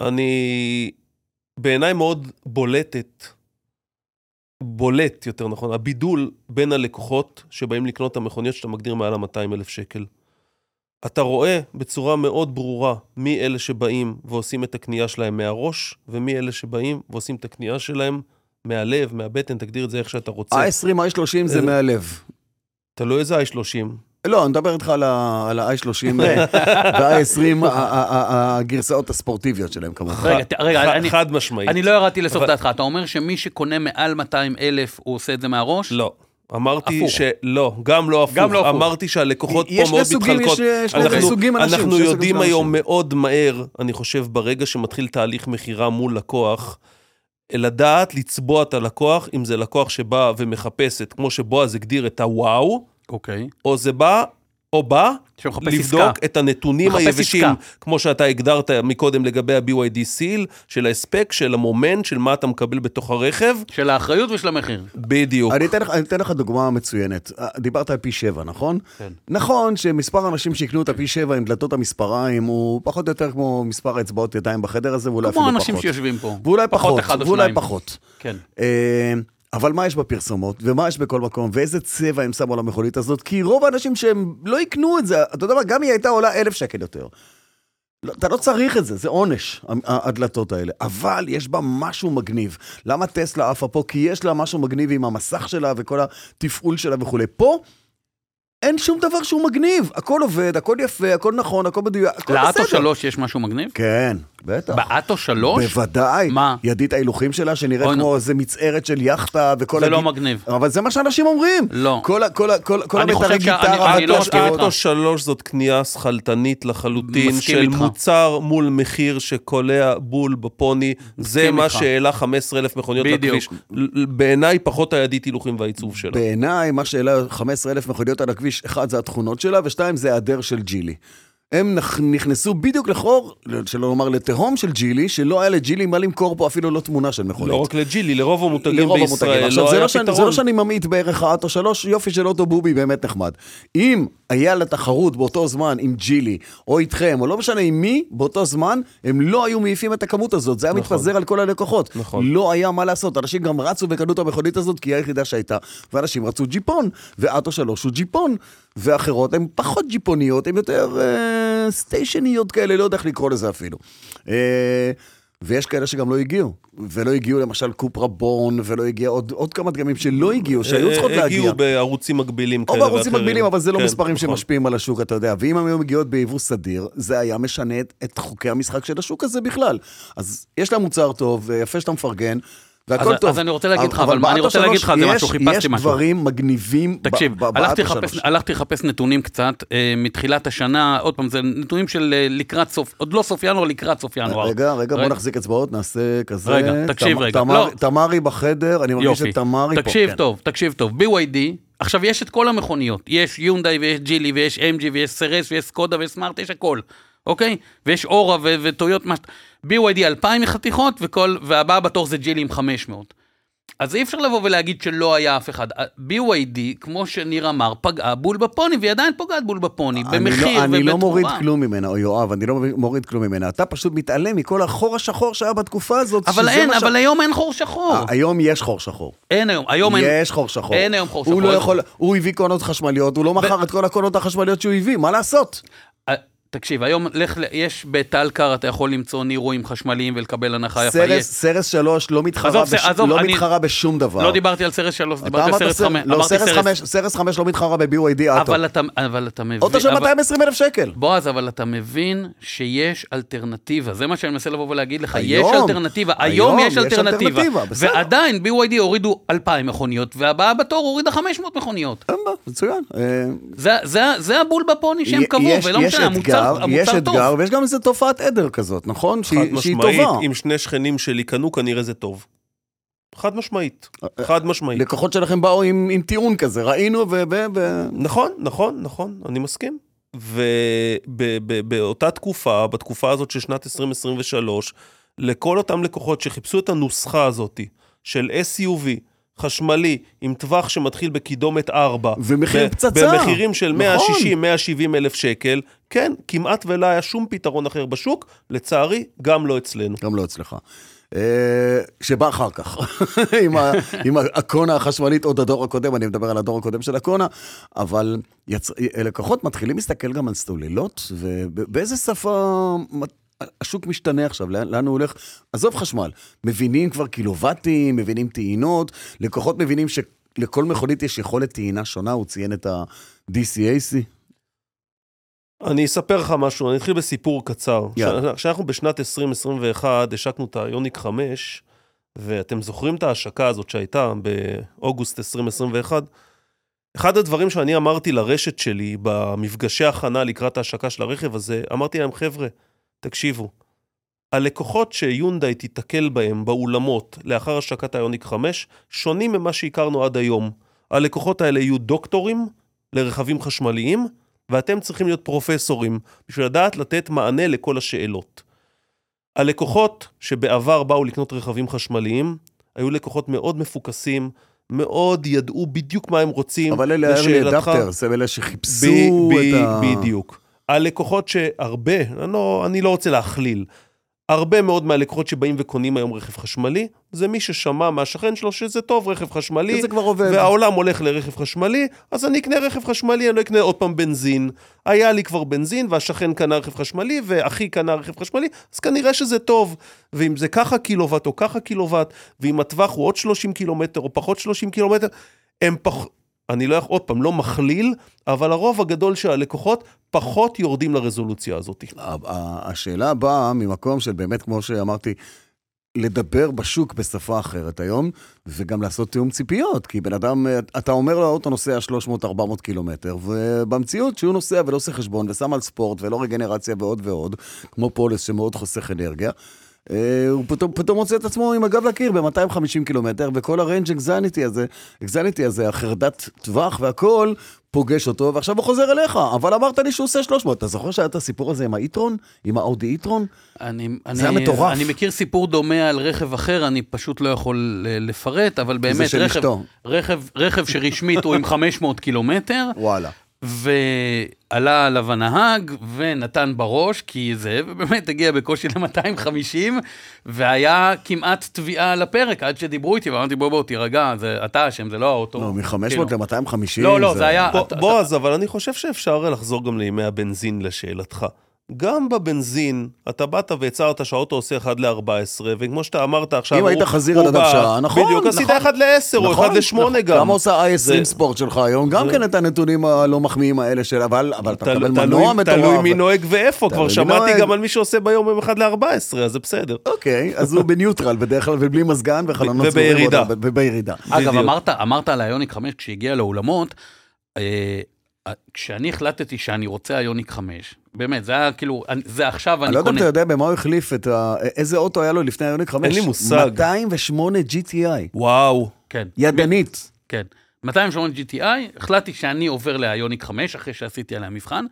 S5: אני... בעיניי מאוד בולטת, בולט, יותר נכון, הבידול בין הלקוחות שבאים לקנות את המכוניות שאתה מגדיר מעל ה-200 אלף שקל. אתה רואה בצורה מאוד ברורה מי אלה שבאים ועושים את הקנייה שלהם מהראש, ומי אלה שבאים ועושים את הקנייה שלהם מהלב, מהבטן, תגדיר את זה איך שאתה רוצה.
S3: ה-20, ה-30 זה
S5: אה,
S3: מהלב.
S5: תלוי איזה i30.
S3: לא, אני מדבר איתך על ה- על אה, ה-i30 וה-i20, הגרסאות הספורטיביות שלהם כמובן.
S4: רגע, ת- רגע,
S5: ח-
S4: אני-
S5: חד משמעית.
S4: אני לא ירדתי לסוף
S5: אבל-
S4: דעתך, אתה אומר שמי שקונה מעל 200 אלף, הוא עושה את זה מהראש?
S5: לא. אמרתי
S4: הפוך.
S5: שלא, גם לא הפוך.
S4: גם לא הפוך.
S5: אמרתי שהלקוחות פה
S3: יש
S5: מאוד
S3: שני סוגים,
S5: מתחלקות.
S3: יש שני
S5: אנחנו-
S3: סוגים אנשים, שני
S5: אנחנו
S3: סוגים
S5: יודעים
S3: של
S5: היום
S3: אנשים.
S5: מאוד מהר, אני חושב, ברגע שמתחיל תהליך מכירה מול לקוח, לדעת לצבוע את הלקוח, אם זה לקוח שבא ומחפש את, כמו שבועז הגדיר, את הוואו,
S4: אוקיי.
S5: או זה בא, או בא,
S4: שמחפש עסקה.
S5: לבדוק את הנתונים
S4: מחפש
S5: היבשים,
S4: עסקה.
S5: כמו שאתה הגדרת מקודם לגבי ה-BYD סיל, של ההספק, של המומנט, של מה אתה מקבל בתוך הרכב,
S4: של האחריות ושל המחיר.
S5: בדיוק.
S3: אני אתן, לך, אני אתן לך דוגמה מצוינת. אה, דיברת על פי שבע, נכון?
S4: כן.
S3: נכון שמספר האנשים שיקנו את הפי שבע עם דלתות המספריים הוא פחות או יותר כמו מספר האצבעות ידיים בחדר הזה, ואולי אפילו
S4: כמו
S3: פחות.
S4: האנשים שיושבים פה.
S3: ואולי פחות,
S4: אחד או
S3: ואולי
S4: שניים.
S3: פחות.
S4: כן.
S3: אה, אבל מה יש בפרסומות, ומה יש בכל מקום, ואיזה צבע הם שמו על המכונית הזאת, כי רוב האנשים שהם לא יקנו את זה, אתה יודע מה, גם היא הייתה עולה אלף שקל יותר. לא, אתה לא צריך את זה, זה עונש, ה- ה- הדלתות האלה. אבל יש בה משהו מגניב. למה טסלה עפה פה? כי יש לה משהו מגניב עם המסך שלה וכל התפעול שלה וכולי. פה, אין שום דבר שהוא מגניב. הכל עובד, הכל יפה, הכל נכון, הכל מדויק, הכל
S4: לאטו
S3: בסדר.
S4: שלוש יש משהו מגניב?
S3: כן, בטח.
S4: באטו שלוש?
S3: בוודאי.
S4: מה?
S3: ידית ההילוכים שלה, שנראית
S4: אוי, נו.
S3: כמו איזה מצערת של יאכטה וכל...
S4: זה
S3: הגיט-
S4: לא מגניב.
S3: אבל זה מה שאנשים אומרים.
S4: לא.
S3: כל ה- כל ה- כל- כל
S4: אני
S3: המיתרי
S4: חושב שאני-
S3: גיטרה,
S4: אני לא
S3: הטוש-
S4: מסכים איתך.
S5: אטו שלוש זאת קנייה שכלתנית לחלוטין
S4: מסכים
S5: של
S4: איתך.
S5: מוצר מול מחיר שקולע בול בפוני. זה מה
S4: איתך.
S5: שהעלה 15 אלף מכוניות
S4: בדיוק.
S5: לכביש. ל- ל- בעיניי פחות הידית הילוכים והעיצוב שלה.
S3: בעיניי, מה שהעלה 15 אלף מכוניות על הכביש, אחד זה התכונות שלה, ושתיים זה היעדר של ג'ילי. הם נכ- נכנסו בדיוק לחור, שלא לומר לתהום של ג'ילי, שלא היה לג'ילי מה למכור פה אפילו לא תמונה של מכונית.
S5: לא רק לג'ילי, לרוב המותגים
S3: לרוב המותגים.
S5: בישראל
S3: עכשיו,
S5: לא
S3: זה,
S5: היה
S3: לא שאני, זה לא
S5: פתרון.
S3: שאני ממעיט בערך האטו שלוש, יופי של אוטו בובי, באמת נחמד. אם היה לה תחרות באותו זמן עם ג'ילי, או איתכם, או לא משנה עם מי, באותו זמן, הם לא היו מעיפים את הכמות הזאת, זה היה מתפזר על כל הלקוחות.
S5: נכון.
S3: לא היה מה לעשות, אנשים גם רצו וקנו את המכונית הזאת, כי היא היחידה שהייתה, ואנשים רצו ג'יפון, ואטו שלוש הוא ג'יפון, ואחרות הן פחות ג'יפוניות, הן יותר אה, סטיישניות כאלה, לא יודע איך לקרוא לזה אפילו. אה, ויש כאלה שגם לא הגיעו, ולא הגיעו למשל קופרה בורן, ולא הגיע עוד, עוד כמה דגמים שלא הגיעו, שהיו צריכות
S5: אה,
S3: להגיע.
S5: הגיעו בערוצים מקבילים
S3: או
S5: כאלה
S3: בערוצים מקבילים, אבל זה לא
S5: כן,
S3: מספרים
S5: נכון.
S3: שמשפיעים על השוק, אתה יודע. ואם הם היו מגיעות ביבוא סדיר, זה היה משנה את- את חוקי המשחק של השוק הזה בכלל. אז יש לה מוצר טוב, ויפה שאתה מפרגן, והכל
S4: אז-
S3: טוב.
S4: אז אני רוצה להגיד לך, אבל מה
S3: באטו
S4: אני רוצה
S3: שלוש
S4: להגיד לך על זה
S3: יש-
S4: משהו, חיפשתי
S3: יש
S4: משהו.
S3: דברים מגניבים ב-
S4: תקשיב,
S3: ב- באטו
S4: הלכתי לחפש-
S3: שלוש.
S4: הלכתי לחפש נתונים קצת אה, מתחילת השנה, עוד פעם, זה נתונים של אה, לקראת סוף, עוד לא סוף ינואר, לקראת סוף ינואר.
S3: רגע, רגע, בוא נחזיק אצבעות, נעשה כזה.
S4: אה, רגע, תקשיב
S3: תמ-
S4: רגע.
S3: תמר-
S4: לא.
S3: תמרי בחדר, אני מרגיש
S4: יופי.
S3: את תמרי פה.
S4: תקשיב
S3: כן.
S4: טוב, תקשיב טוב. BYD, עכשיו יש את כל המכוניות. יש יונדאי ויש ג'ילי ויש MG ויש סרס ויש סקודה ויש סמארט, יש הכל, אוקיי? ויש אורה ו- וטויוט, מה... ש- BYD 2,000 חתיכות, וכל... והבאה בתור זה ג'ילי עם 500. אז אי אפשר לבוא ולהגיד שלא היה אף אחד. BYD, כמו שניר אמר, פגעה בול בפוני, והיא עדיין פוגעת בול בפוני,
S3: אני
S4: במחיר
S3: לא-
S4: ובתרומה.
S3: אני לא מוריד כלום ממנה, או יואב, אני לא מוריד כלום ממנה. אתה פשוט מתעלם מכל החור השחור שהיה בתקופה הזאת.
S4: אבל
S3: שזה
S4: אין,
S3: מה ש-
S4: אבל היום אין חור שחור.
S3: אה, היום יש חור שחור.
S4: אין היום, היום אין...
S3: יש חור שחור.
S4: אין היום חור
S3: הוא
S4: שחור.
S3: לא יכול, הוא הביא קונות חשמליות, הוא לא מכר את כל הקונות החשמליות שהוא הביא, מה לעשות?
S4: אה, תקשיב, היום לך, ל- יש בטלקר, אתה יכול למצוא נירואים חשמליים ולקבל הנחה יפה.
S3: סרס-
S4: יש.
S3: סרס 3 לא מתחרה
S4: עזוב,
S3: בש-
S4: עזוב,
S3: לא
S4: אני-
S3: מתחרה בשום דבר.
S4: לא דיברתי על סרס 3,
S3: אתה
S4: דיברתי על
S3: אמרת
S4: סרס
S3: סר-
S4: 5.
S3: לא, סרס 5, סרס 5 לא מתחרה ב-BYD אטו.
S4: אבל אתה, אבל אתה מבין...
S3: אוטו של
S4: אבל- אה,
S3: 220 אלף שקל.
S4: בועז, אבל אתה מבין שיש אלטרנטיבה, זה מה שאני מנסה לבוא ולהגיד לך,
S3: היום,
S4: יש אלטרנטיבה, היום, יש אלטרנטיבה,
S3: בסדר.
S4: ועדיין BYD הורידו 2,000 מכוניות, והבאה בתור הורידה 500 מכוניות.
S3: אין בעיה, מצוין. אה,
S4: זה, זה, זה הבול בפוני שהם
S3: י-
S4: קבעו,
S3: יש-
S4: ולא
S3: יש
S4: משנה, המוצר,
S3: אתגר, יש
S4: המוצר טוב.
S3: אתגר, ויש גם איזו תופעת עדר כזאת, נכון?
S5: חד
S3: שהיא שהיא
S5: משמעית,
S3: טובה.
S5: אם שני שכנים שלי קנו, כנראה זה טוב. חד משמעית,
S3: אה,
S5: חד משמעית.
S3: לקוחות שלכם באו עם עם טיעון כזה, ראינו ו... ו- ו-
S5: נכון, נכון, נכון, אני מסכים. ובאותה תקופה, בתקופה הזאת של שנת 2023, לכל אותם לקוחות שחיפשו את הנוסחה הזאת של SUV חשמלי עם טווח שמתחיל בקידומת 4,
S3: ומחיר
S5: ב-
S3: פצצה.
S5: במחירים של
S3: נכון.
S5: 160-170 אלף שקל, כן, כמעט ולא היה שום פתרון אחר בשוק, לצערי, גם לא אצלנו.
S3: גם לא אצלך. אה, שבא אחר כך, עם, ה, עם הקונה החשמלית, עוד הדור הקודם, אני מדבר על הדור הקודם של הקונה, אבל יצ... לקוחות מתחילים להסתכל גם על סוללות, ובאיזה שפה מת- השוק משתנה עכשיו, לאן, לאן הוא הולך? עזוב חשמל, מבינים כבר קילובטים, מבינים טעינות, לקוחות מבינים שלכל מכונית יש יכולת טעינה שונה, הוא ציין את ה-DCAC.
S5: אני אספר לך משהו, אני אתחיל בסיפור קצר.
S3: יאללה.
S5: כש- כשאנחנו בשנת 2021 השקנו את היוניק 5, ואתם זוכרים את ההשקה הזאת שהייתה באוגוסט 2021? אחד הדברים שאני אמרתי לרשת שלי במפגשי הכנה לקראת ההשקה של הרכב הזה, אמרתי להם, חבר'ה, תקשיבו, הלקוחות שיונדאי תיתקל בהם באולמות לאחר השקת היוניק 5, שונים ממה שהכרנו עד היום. הלקוחות האלה יהיו דוקטורים לרכבים חשמליים, ואתם צריכים להיות פרופסורים בשביל לדעת לתת מענה לכל השאלות. הלקוחות שבעבר באו לקנות רכבים חשמליים, היו לקוחות מאוד מפוקסים, מאוד ידעו בדיוק מה הם רוצים.
S3: אבל אלה early
S5: לשאלתך-
S3: adapters, הם אלה שחיפשו
S5: ב-
S3: את
S5: ב-
S3: ה...
S5: בדיוק. הלקוחות שהרבה, אני לא, אני לא רוצה להכליל, הרבה מאוד מהלקוחות שבאים וקונים היום רכב חשמלי, זה מי ששמע מהשכן שלו שזה טוב, רכב חשמלי,
S3: זה כבר עובד.
S5: והעולם הולך לרכב חשמלי, אז אני אקנה רכב חשמלי, אני לא אקנה עוד פעם בנזין. היה לי כבר בנזין, והשכן קנה רכב חשמלי, ואחי קנה רכב חשמלי, אז כנראה שזה טוב. ואם זה ככה קילוואט או ככה קילוואט, ואם הטווח הוא עוד 30 קילומטר או פחות 30 קילומטר, הם פח... אני לא, יכול- עוד פעם, לא מכליל, אבל הרוב הגדול של הלקוחות פחות יורדים לרזולוציה הזאת.
S3: ה- ה- השאלה באה ממקום של באמת, כמו שאמרתי, לדבר בשוק בשפה אחרת היום, וגם לעשות תיאום ציפיות. כי בן אדם, אה, אתה אומר לו, אתה נוסע 300-400 קילומטר, ובמציאות שהוא נוסע ולא עושה חשבון, ושם על ספורט, ולא רגנרציה ועוד ועוד, כמו פולס שמאוד חוסך אנרגיה, אה, הוא פתאום, פתאום מוצא את עצמו עם הגב לקיר ב-250 קילומטר, וכל הריינג' אנגזניטי הזה, אנגזניטי הזה, החרדת טווח והכל, פוגש אותו, ועכשיו הוא חוזר אליך. אבל אמרת לי שהוא עושה 300. אתה זוכר שהיה את הסיפור הזה עם האיטרון? עם האאודי איטרון?
S4: אני,
S3: זה
S4: אני,
S3: היה מטורף.
S4: אני מכיר סיפור דומה על רכב אחר, אני פשוט לא יכול אה, לפרט, אבל באמת,
S3: של
S4: רכב,
S3: אשתו.
S4: רכב, רכב שרשמית הוא עם 500 קילומטר,
S3: וואלה.
S4: ועלה עליו הנהג ונתן בראש, כי זה, ובאמת הגיע בקושי ל-250, והיה כמעט תביעה על הפרק עד שדיברו איתי, ואמרתי, בוא, בוא, תירגע, זה אתה אשם, זה לא האוטו.
S3: לא,
S4: כאילו.
S3: מ-500 ל-250.
S4: לא, לא, זה
S3: אה,
S4: היה...
S5: בוא-
S4: אתה-
S5: בועז, אבל אני חושב שאפשר לחזור גם לימי הבנזין לשאלתך. גם בבנזין, אתה באת והצהרת שהאוטו עושה 1 ל-14, וכמו שאתה אמרת עכשיו,
S3: אם
S5: הוא-
S3: היית חזיר
S5: הוא
S3: על אדם
S5: בא-
S3: שעה, נכון,
S5: בדיוק, עשית
S3: נכון.
S5: 1 ל-10 או 1 ל-8 גם.
S3: כמה עושה i20
S5: זה-
S3: ספורט שלך היום? גם כן את הנתונים הלא מחמיאים האלה של... אבל אבל אתה
S5: תל-
S3: מקבל
S5: תלוי
S3: מנוע מטורף.
S5: תלוי מי נוהג ואיפה,
S3: תלוי
S5: כבר
S3: מי
S5: שמעתי
S3: נוהג.
S5: גם על מי שעושה ביום יום 1 ל-14, אז זה בסדר.
S3: אוקיי, אז הוא בניוטרל בדרך כלל, ובלי מזגן וחלונות סגורים.
S5: ובירידה.
S3: עוד- ובירידה.
S4: אגב,
S5: בדיוק.
S4: אמרת, אמרת על היוניק 5 כשהגיע לאולמות, אה, אה, כשאני החלטתי שאני רוצה היוניק 5, באמת, זה היה כאילו, אני- זה עכשיו
S3: אני לא
S4: אני
S3: יודע אם אתה
S4: קונה.
S3: יודע במה הוא החליף את ה... איזה אוטו היה לו לפני היוניק 5.
S5: לי מושג.
S3: 208 GTI.
S5: וואו.
S4: כן,
S3: ידנית.
S4: כן. 208 GTI, החלטתי שאני עובר ליוניק 5 אחרי שעשיתי עליה מבחן,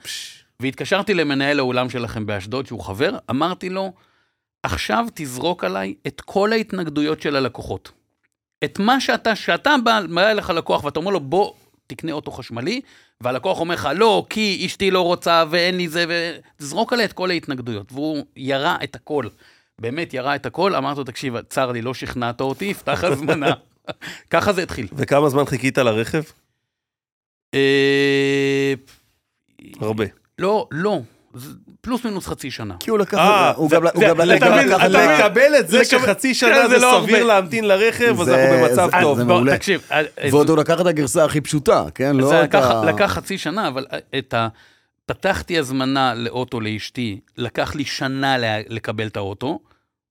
S4: והתקשרתי למנהל האולם שלכם באשדוד, שהוא חבר, אמרתי לו, עכשיו תזרוק עליי את כל ההתנגדויות של הלקוחות. את מה שאתה, שאתה בא, מראה אליך לקוח ואתה אומר לו, בוא, תקנה אוטו חשמלי, והלקוח אומר לך, לא, כי אשתי לא רוצה ואין לי זה, ו... תזרוק עליה את כל ההתנגדויות. והוא ירה את הכל, באמת ירה את הכל, אמרתי לו, תקשיב, צר לי, לא שכנעת אותי, פתח הזמנה. ככה זה התחיל.
S5: וכמה זמן חיכית לרכב?
S4: אה,
S5: הרבה.
S4: לא, לא, זה פלוס מינוס חצי שנה.
S3: כי הוא לקח...
S5: אה,
S3: הוא גם- הוא גם
S5: אתה
S3: לקח...
S5: מבין,
S3: לקח-
S5: אתה
S3: לקח-
S5: מקבל את זה
S4: לקבל-
S5: שחצי
S4: כן,
S5: שנה
S4: זה
S5: זה
S4: לא
S5: סביר
S4: הרבה.
S5: להמצין לרכב, אז
S3: זה-
S5: אנחנו במצב
S3: זה-
S5: טוב.
S3: זה
S4: בוא,
S3: מעולה.
S4: תקשיב, אה, אה,
S3: ועוד הוא לקח את הגרסה הכי פשוטה, כן?
S4: זה
S3: לא את
S4: לקח,
S3: ה...
S4: לקח חצי שנה, אבל אה, את ה... פתחתי הזמנה לאוטו לאשתי, לקח לי שנה לה- לקבל את האוטו,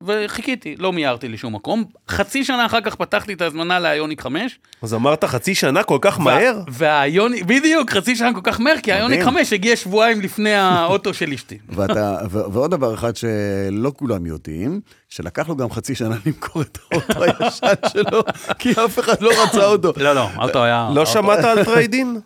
S4: וחיכיתי, לא מיהרתי לשום מקום. חצי שנה אחר כך פתחתי את ההזמנה לאיוניק 5.
S5: אז אמרת חצי שנה כל כך מהר?
S4: והאיוניק, בדיוק, חצי שנה כל כך מהר, כי האיוניק 5 הגיע שבועיים לפני האוטו של אשתי.
S3: ואתה, ו- ועוד דבר אחד שלא כולם יודעים, שלקח לו גם חצי שנה למכור את האוטו הישן שלו, כי אף אחד לא רצה אותו.
S4: לא, לא, האוטו היה...
S5: לא
S4: האוטו-
S5: שמעת על טריידין?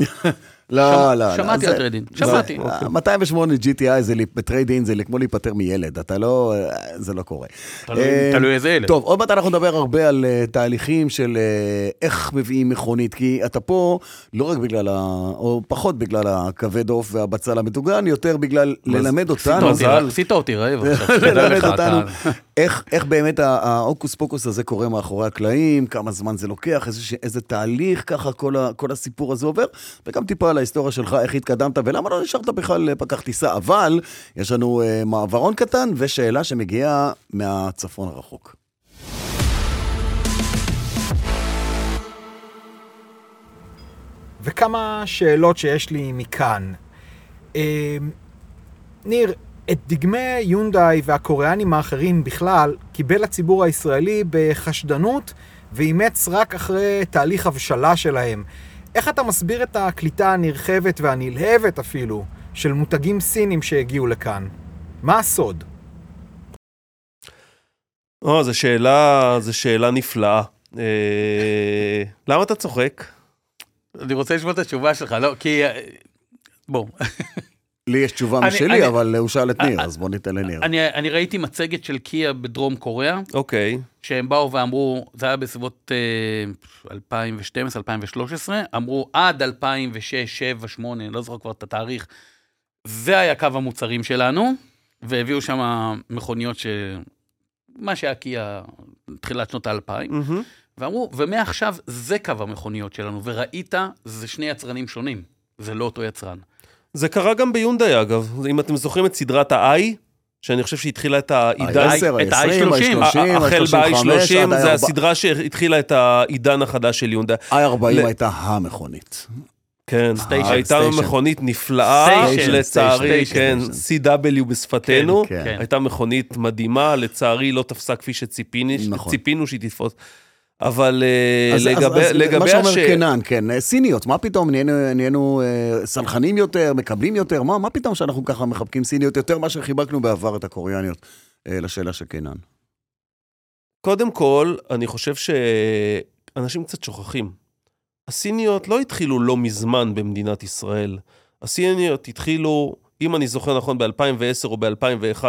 S3: לא, לא, לא.
S4: שמעתי
S3: זה-
S4: על טריידין,
S3: זה-
S4: שמעתי.
S3: אה, 208 GTI זה לי- בטריידין זה לי- כמו להיפטר מילד, אתה לא, אה, זה לא קורה.
S4: תלוי-
S3: אה,
S4: תלוי איזה ילד.
S3: טוב, עוד מעט אנחנו נדבר הרבה על אה, תהליכים של אה, איך מביאים מכונית, כי אתה פה לא רק בגלל, ה- או פחות בגלל הכבד עוף והבצל המטוגן, יותר בגלל ללמד
S4: עשית
S3: אותנו.
S4: אותי- עשית אותי רעב עכשיו, שתדע
S3: ללמד
S4: לך,
S3: אותנו
S4: אתה-
S3: איך, איך באמת ה- ההוקוס פוקוס הזה קורה מאחורי הקלעים, כמה זמן זה לוקח, איזה, ש- איזה תהליך ככה כל, ה, כל הסיפור הזה עובר, וגם טיפה על ההיסטוריה שלך, איך התקדמת ולמה לא נשארת בכלל אה, פקח טיסה, אבל יש לנו אה, מעברון קטן ושאלה שמגיעה מהצפון הרחוק.
S2: וכמה שאלות שיש לי מכאן. אה, ניר, את דגמי יונדאי והקוריאנים האחרים בכלל קיבל הציבור הישראלי בחשדנות ואימץ רק אחרי תהליך הבשלה שלהם. איך אתה מסביר את הקליטה הנרחבת והנלהבת אפילו של מותגים סינים שהגיעו לכאן? מה הסוד?
S5: או, לא, זו שאלה, זו שאלה נפלאה. אה, למה אתה צוחק?
S4: אני רוצה לשמוע את התשובה שלך, לא, כי... אה, בוא,
S3: לי יש תשובה
S4: אני-
S3: משלי,
S4: אני-
S3: אבל אה, הוא שאל את ניר,
S4: אה,
S3: אז בוא ניתן לניר.
S4: אני, אני ראיתי מצגת של קיה בדרום קוריאה,
S5: אוקיי.
S4: שהם באו ואמרו, זה היה בסביבות אה, 2012-2013, אמרו עד 2006, 2007, 2008, אני לא זוכר כבר את התאריך, זה היה קו המוצרים שלנו, והביאו שם מכוניות ש... מה שהיה קיה תחילת שנות האלפיים.
S5: מהמם.
S4: ואמרו, ומעכשיו זה קו המכוניות שלנו, וראית, זה שני יצרנים שונים, זה לא אותו יצרן.
S5: זה קרה גם ביונדאי, אגב. אם אתם זוכרים את סדרת ה-i, שאני חושב שהתחילה את העידן...
S3: ה-10,
S4: את ה-
S3: ה-20,
S4: ה-i30,
S3: ה-30,
S5: החל
S3: ה-35,
S5: ב-i30, זה
S3: עד
S5: הסדרה שהתחילה את העידן החדש של יונדה.
S3: ה-i40
S5: ל-
S3: הייתה המכונית.
S5: כן,
S4: סטיישן,
S5: הייתה
S3: סטיישן.
S5: מכונית נפלאה,
S4: סטיישן,
S5: לצערי, כן,
S3: סטיישן,
S5: CW בשפתנו,
S3: כן, כן.
S5: הייתה מכונית מדהימה, לצערי לא תפסה כפי שציפינו,
S3: נכון.
S5: ציפינו שהיא תתפוס. אבל אה,
S3: אז- אז-
S5: לגבי-
S3: אז מה
S5: לגבי
S3: שאומר
S5: הש...
S3: קנן, כן, אה, סיניות, מה פתאום, נהיינו- נהיינו אה, סלחנים יותר, מקבלים יותר, מה מה פתאום שאנחנו ככה מחבקים סיניות יותר מאשר חיבקנו בעבר את הקוריאניות, אה, לשאלה של קנן.
S5: קודם כל, אני חושב שאנשים קצת שוכחים. הסיניות לא התחילו לא מזמן במדינת ישראל. הסיניות התחילו, אם אני זוכר נכון, ב-2010 או ב-2011,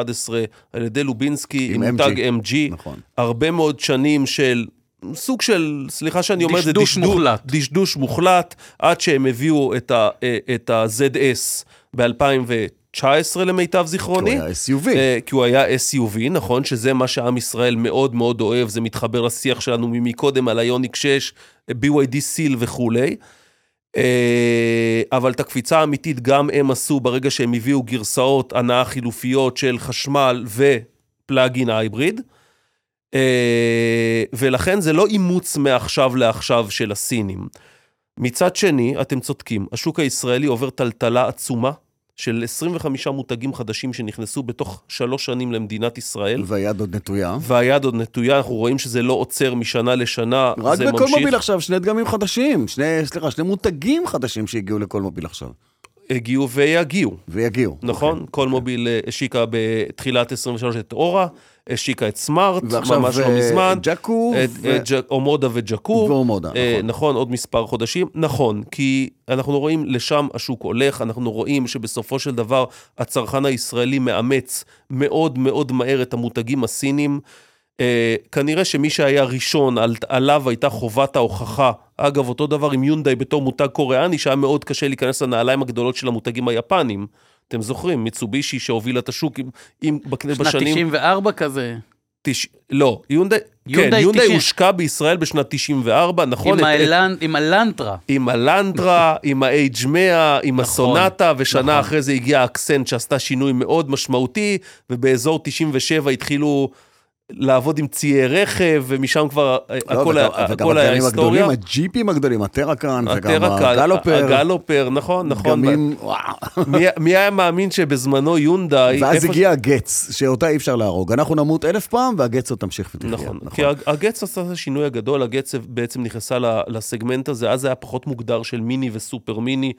S5: על ידי לובינסקי
S3: עם
S5: עם,
S3: MG.
S5: מותג MG.
S3: נכון.
S5: הרבה מאוד שנים של סוג של, סליחה שאני אומר, זה
S4: דשדוש מוחלט.
S5: דשדוש מוחלט, עד שהם הביאו את ה- אה, את ה-ZS ב-2019 למיטב
S3: הוא
S5: זיכרוני.
S3: היה SUV.
S5: אה, כי הוא היה SUV, נכון? שזה מה שעם ישראל מאוד מאוד אוהב, זה מתחבר לשיח שלנו ממקודם על איוניק 6, BYD סיל וכולי. אה, אבל את הקפיצה האמיתית גם הם עשו ברגע שהם הביאו גרסאות הנעה חילופיות של חשמל ופלאגין הייבריד. אה, ולכן זה לא אימוץ מעכשיו לעכשיו של הסינים. מצד שני, אתם צודקים, השוק הישראלי עובר טלטלה עצומה של 25 מותגים חדשים שנכנסו בתוך שלוש שנים למדינת ישראל,
S3: והיד עוד נטויה.
S5: והיד עוד נטויה, אנחנו רואים שזה לא עוצר משנה לשנה,
S3: רק
S5: זה
S3: בכל
S5: ממשיך.
S3: מוביל עכשיו שני דגמים חדשים, שני, סליחה, שני מותגים חדשים שהגיעו לכל מוביל עכשיו,
S5: הגיעו ויגיעו.
S3: ויגיעו.
S5: נכון? כל מוביל אה, השיקה בתחילת 23 את אורה, השיקה את סמארט,
S3: ועכשיו,
S5: ממש לא
S3: אה,
S5: מזמן.
S3: ג'קו
S5: את
S3: ו-
S5: אה, ג'ק- אומודה וג'קור.
S3: ואומודה,
S5: אה,
S3: אוקיי. נכון.
S5: נכון, עוד מספר חודשים. נכון, כי אנחנו רואים לשם השוק הולך, אנחנו רואים שבסופו של דבר הצרכן הישראלי מאמץ מאוד מאוד מהר את המותגים הסינים. אה, כנראה שמי שהיה ראשון, על, עליו הייתה חובת ההוכחה. אגב, אותו דבר עם יונדאי בתור מותג קוריאני, שהיה מאוד קשה להיכנס לנעליים הגדולות של המותגים היפנים. אתם זוכרים, מיצובישי שהובילה את השוק עם, עם, בכ-
S4: שנת
S5: בשנים...
S4: 94 כזה,
S5: תש... לא, יונדאי, כן,
S4: יונדאי
S5: יונדאי
S4: 90.
S5: הושקע בישראל בשנת 94, נכון?
S4: עם
S3: אה,
S5: את- את-
S4: האלנ- עם הלנטרה.
S5: עם הלנדרה, עם ה-H100,
S3: נכון,
S5: עם הסונטה, ושנה
S4: נכון.
S5: אחרי זה הגיעה האקסנט שעשתה שינוי מאוד משמעותי, ובאזור 97 התחילו לעבוד עם ציי רכב, ומשם כבר אה,
S3: לא,
S5: הכל
S3: וגם-
S5: היה-
S3: וגם
S5: הכל היה
S3: הגדולים
S5: היסטוריה.
S3: הגדולים, הג'יפים הגדולים, הטרקן, וגם
S5: הטרקל,
S3: הגלופר,
S5: הגלופר, נכון, נכון.
S3: גם עם, וואו.
S5: מי- מי היה מאמין שבזמנו יונדאי...
S3: ואז
S5: איפה-
S3: הגיע הגץ, שאותה אי אפשר להרוג. אנחנו נמות אלף פעם, והגץ עוד תמשיך ותחיה.
S5: נכון, כי הג- הגץ עשה את השינוי הגדול, הגץ בעצם נכנסה ל- לסגמנט הזה, אז היה פחות מוגדר של מיני וסופר מיני,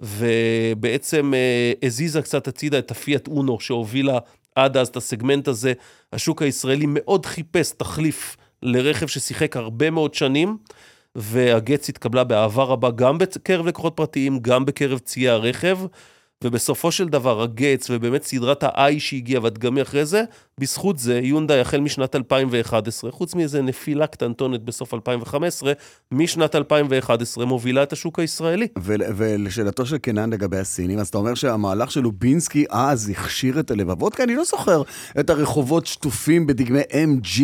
S5: ובעצם אה, הזיזה קצת הצידה את הפיאט אונו שהובילה עד אז את הסגמנט הזה. השוק הישראלי מאוד חיפש תחליף לרכב ששיחק הרבה מאוד שנים, והגץ התקבלה באהבה רבה גם בקרב לקוחות פרטיים, גם בקרב ציי הרכב. ובסופו של דבר הגץ, ובאמת סדרת ה-i שהגיעה והדגמי אחרי זה, בזכות זה יונדאי החל משנת 2011, חוץ מאיזה נפילה קטנטונת בסוף 2015, משנת 2011 מובילה את השוק הישראלי.
S3: ול- ולשאלתו של קנן לגבי הסינים, אז אתה אומר שהמהלך של לובינסקי אז הכשיר את הלבבות? כי אני לא זוכר את הרחובות שטופים בדגמי MG,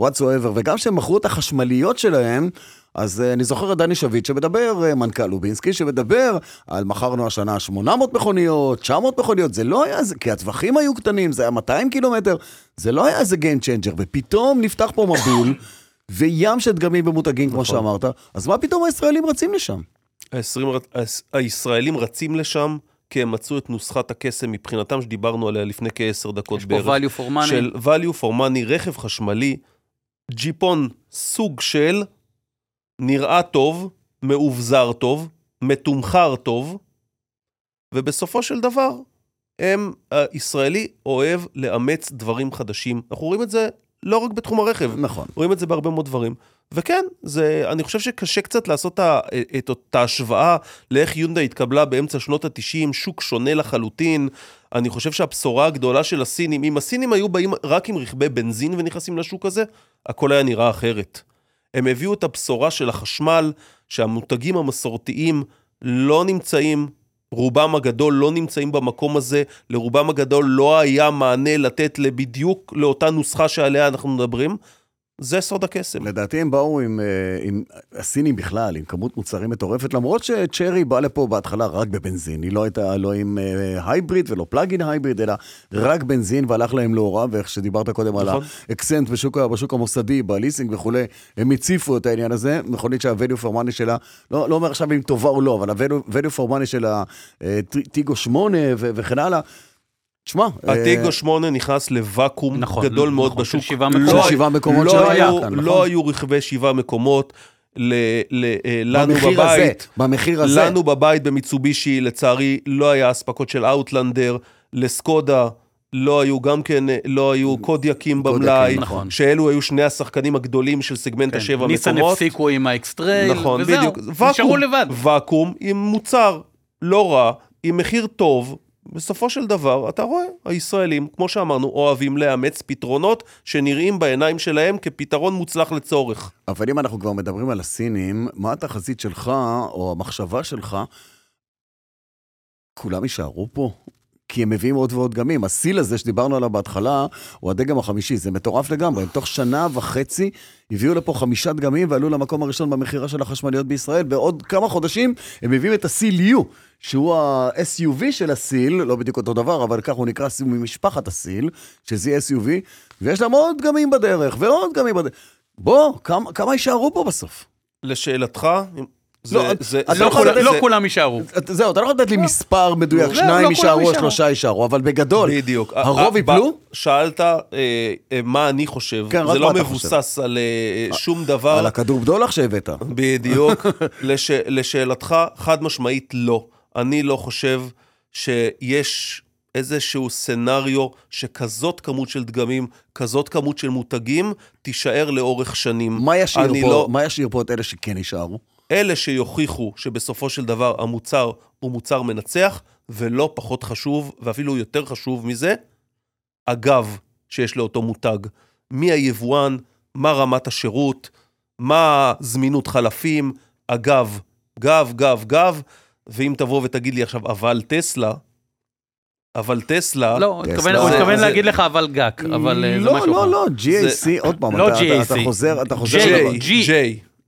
S3: what so ever, וגם כשהם מכרו את החשמליות שלהם, אז אה, אני זוכר את דני שביט שמדבר, אה, מנכ"ל לובינסקי, שמדבר על מכרנו השנה 800 מכוניות, 900 מכוניות, זה לא היה, איזה- כי הטווחים היו קטנים, זה היה 200 קילומטר, זה לא היה איזה Game Changer, ופתאום נפתח פה מבול. וים של דגמים ומותגים, כמו שאמרת, אז מה פתאום הישראלים רצים לשם?
S5: ה-20 ר- היס- הישראלים רצים לשם, כי הם מצאו את נוסחת הקסם מבחינתם, שדיברנו עליה לפני כעשר דקות
S4: יש פה
S5: בערך.
S4: value for money.
S5: של value for money, רכב חשמלי, ג'יפון סוג של נראה טוב, מאובזר טוב, מתומחר טוב, ובסופו של דבר, הם, הישראלי אוהב לאמץ דברים חדשים. אנחנו רואים את זה לא רק בתחום הרכב,
S3: נכון.
S5: רואים את זה בהרבה מאוד דברים. וכן, זה, אני חושב שקשה קצת לעשות את ה- את אותה ההשוואה לאיך יונדה התקבלה באמצע שנות ה-90, שוק שונה לחלוטין. אני חושב שהבשורה הגדולה של הסינים, אם הסינים היו באים רק עם רכבי בנזין ונכנסים לשוק הזה, הכל היה נראה אחרת. הם הביאו את הבשורה של החשמל, שהמותגים המסורתיים לא נמצאים, רובם הגדול לא נמצאים במקום הזה, לרובם הגדול לא היה מענה לתת בדיוק לאותה נוסחה שעליה אנחנו מדברים. זה סוד הקסם.
S3: לדעתי הם באו עם, אה, עם הסינים בכלל, עם כמות מוצרים מטורפת, למרות שצ'רי בא לפה בהתחלה רק בבנזין, היא לא הייתה לא עם אה, הייבריד ולא פלאגין הייבריד, אלא רק בנזין, והלך להם לא רע, ואיך שדיברת קודם על
S5: נכון.
S3: האקסנט בשוק, ה- בשוק המוסדי, בליסינג וכולי, הם הציפו את העניין הזה, מכונית שה-value for money שלה, לא, לא אומר עכשיו אם טובה או לא, אבל ה-value for money של אה, הטיגו 8 ו- וכן הלאה, תשמע, אה,
S5: הטיגו 8 נכנס לוואקום
S4: נכון,
S5: גדול
S4: נכון,
S5: מאוד
S4: של
S5: בשוק.
S4: שבעה
S5: לא
S4: מקומות.
S5: היו-
S3: שבעה מקומות
S5: לא
S3: שלא היה
S5: היו-
S3: כאן,
S5: לא
S3: נכון.
S5: היו רכבי שבעה מקומות ל- ל- אה, לנו
S3: במחיר הזה,
S5: בבית.
S3: במחיר הזה,
S5: לנו בבית במיצובישי, לצערי, לא היה אספקות של אאוטלנדר, לסקודה. לא היו גם כן, אה, לא היו
S3: קודיאקים,
S5: קודיאקים במלאי,
S4: נכון.
S5: שאלו היו שני השחקנים הגדולים של סגמנט
S4: כן.
S5: השבע
S4: ניסן
S5: מקומות.
S4: הפסיקו עם האקסטרייל,
S5: נכון,
S4: וזהו,
S5: בדיוק.
S4: נשארו לבד.
S5: ואקום עם מוצר לא רע, עם מחיר טוב. בסופו של דבר, אתה רואה, הישראלים, כמו שאמרנו, אוהבים לאמץ פתרונות שנראים בעיניים שלהם כפתרון מוצלח לצורך.
S3: אבל אם אנחנו כבר מדברים על הסינים, מה התחזית שלך, או המחשבה שלך, כולם יישארו פה? כי הם מביאים עוד ועוד דגמים. הסיל הזה שדיברנו עליו בהתחלה, הוא הדגם החמישי, זה מטורף לגמרי. הם תוך שנה וחצי הביאו לפה חמישה דגמים ועלו למקום הראשון במכירה של החשמליות בישראל. בעוד כמה חודשים הם הביאו את הסיל-U, שהוא ה-SUV של הסיל, לא בדיוק אותו דבר, אבל כך הוא נקרא סיל ממשפחת הסיל, שזה יהיה SUV, ויש להם עוד דגמים בדרך, ועוד דגמים בדרך. בוא, כמה, כמה יישארו פה בסוף?
S5: לשאלתך, זה...
S3: לא,
S5: זה,
S3: אתה
S5: זה-
S4: לא
S3: יכול
S4: כולם-
S3: לתת-
S5: זה-
S4: לא כולם יישארו.
S3: אתה- זהו, אתה לא יכול לתת לי מספר מדויק,
S4: לא, לא
S3: שניים
S4: כולם
S3: יישארו,
S4: יישארו.
S3: שלושה יישארו, אבל בגדול,
S5: בדיוק.
S3: הרוב
S5: אה,
S3: יפלו?
S5: ב- שאלת אה, אה, מה אני חושב,
S3: כן, רק
S5: זה
S3: מה
S5: לא
S3: אתה
S5: מבוסס על אה, שום
S3: על
S5: דבר.
S3: הכדור בדולח שהבאת.
S5: בדיוק. לש, לשאלתך, חד משמעית לא. אני לא חושב שיש איזשהו סנאריו שכזאת כמות של דגמים, כזאת כמות של מותגים, תישאר לאורך שנים.
S3: מה ישאיר
S5: אני
S3: פה-
S5: לא-
S3: מה ישאיר פה את אלה שכן יישארו?
S5: אלה שיוכיחו שבסופו של דבר המוצר הוא מוצר מנצח, ולא פחות חשוב, ואפילו יותר חשוב מזה, הגב שיש לאותו מותג. מי היבואן, מה רמת השירות, מה זמינות חלפים, הגב. גב, גב, גב, ואם תבוא ותגיד לי עכשיו, אבל טסלה, אבל טסלה,
S4: לא, הוא
S3: טסלה.
S4: התכוון- הוא
S5: זה-
S4: התכוון
S5: זה-
S4: להגיד לך אבל גק, אבל אה, זה
S3: אה, לא,
S4: משהו אחר.
S3: לא, לא, GAC, עוד פעם,
S4: לא
S3: אתה- אתה-
S4: GAC.
S3: אתה חוזר, אתה חוזר,
S4: J.
S3: לדבר.
S5: J,
S4: G.
S5: J,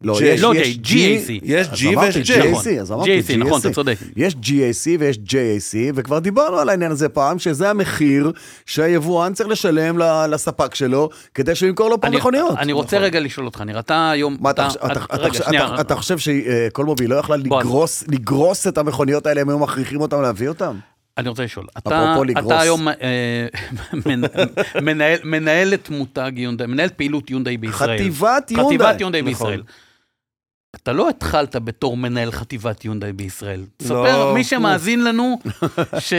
S3: לא,
S5: J.
S3: יש-
S4: לא
S3: יש
S4: J,
S3: G,
S4: GAC.
S5: יש
S3: אז
S5: G
S3: אמרתי
S5: ויש J.
S3: GAC, אז אמרתי
S4: GAC, נכון, אתה צודק.
S3: יש GAC ויש JAC, וכבר דיברנו על העניין הזה פעם, שזה המחיר שהיבואן צריך לשלם ל- לספק שלו, כדי שהוא ימכור לו פה
S4: אני-
S3: מכוניות.
S4: אני רוצה רגע לשאול אותך, נראית היום...
S3: נכון. מה, אתה
S4: אתה-
S3: חושב- אתה- אתה
S4: רגע,
S3: חושב-
S4: שנייה. אה,
S3: אתה- אתה חושב שקולמובי לא יכלה
S4: בוא, אז-
S3: לגרוס- לגרוס את המכוניות האלה, הם היו מכריחים אותם להביא אותם?
S4: אני רוצה לשאול, אתה,
S3: אפרופו לגרוס.
S4: אתה היום אה, מנ- מנהל, מנהלת מותג יונדאי, מנהלת פעילות יונדאי בישראל.
S3: חטיבת
S4: חטיבת
S3: יונדאי.
S4: יונדאי
S5: נכון.
S4: בישראל. אתה לא התחלת בתור מנהל חטיבת יונדאי בישראל.
S5: לא.
S4: תספר, מי שמאזין לנו, ש...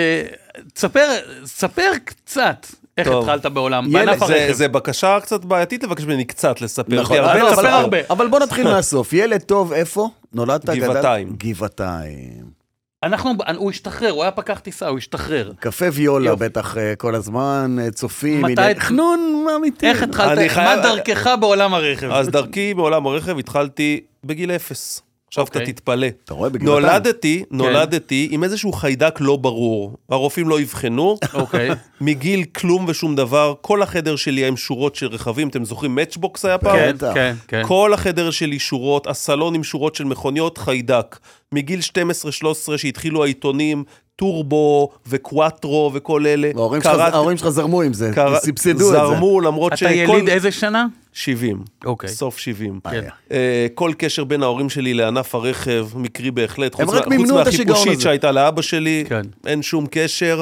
S4: תספר, תספר קצת איך
S5: טוב.
S4: התחלת בעולם,
S3: ילד,
S4: בענף
S5: זה,
S4: הרכב.
S5: זה בקשה קצת בעייתית לבקש ממני קצת לספר.
S3: נכון,
S5: כי הרבה
S4: לא,
S5: לספר.
S4: אבל- הרבה.
S3: אבל בוא נתחיל מהסוף. ילד טוב, איפה? נולדת? גדלת?
S5: גבעתיים.
S3: גבעתיים.
S4: אנחנו, הוא השתחרר, הוא היה פקח טיסה, הוא השתחרר.
S3: קפה ויולה
S4: יופי.
S3: בטח אה, כל הזמן, אה, צופים,
S4: מתי-
S3: עניין- חנון אמיתי.
S4: איך התחלת,
S5: אני
S4: מה
S5: חייב-
S4: דרכך בעולם הרכב?
S5: אז דרכי בעולם הרכב התחלתי בגיל אפס. עכשיו אתה
S4: אוקיי. כן.
S5: תתפלא.
S3: אתה רואה, בגבעתיים.
S5: נולדתי, נולדתי עם איזשהו חיידק לא ברור. הרופאים לא אבחנו,
S4: אוקיי.
S5: כן, מגיל כלום ושום דבר, כל החדר שלי היה עם שורות של רכבים, אתם זוכרים מאצ'בוקס היה פעם?
S4: כן,
S3: בטח.
S4: כן, כן.
S5: כל החדר שלי שורות, הסלון עם שורות של מכוניות, חיידק. מגיל 12-13 שהתחילו העיתונים, טורבו וקוואטרו וכל אלה.
S3: לא, ההורים שלך-
S5: קראתי-
S3: ההורים שלך זרמו עם זה,
S5: קרא-
S3: סבסדו את זה.
S5: זרמו למרות
S4: אתה יליד איזה שנה?
S5: 70.
S4: אוקיי.
S5: סוף 70.
S4: כן.
S5: אה, כל קשר בין ההורים שלי לענף הרכב, מקרי בהחלט.
S3: הם
S5: חוץ
S3: רק
S5: מה- חוץ
S3: מימנו את השיגעון
S5: מהחיפושית
S3: הזה.
S5: שהייתה לאבא שלי,
S4: כן.
S5: אין שום קשר.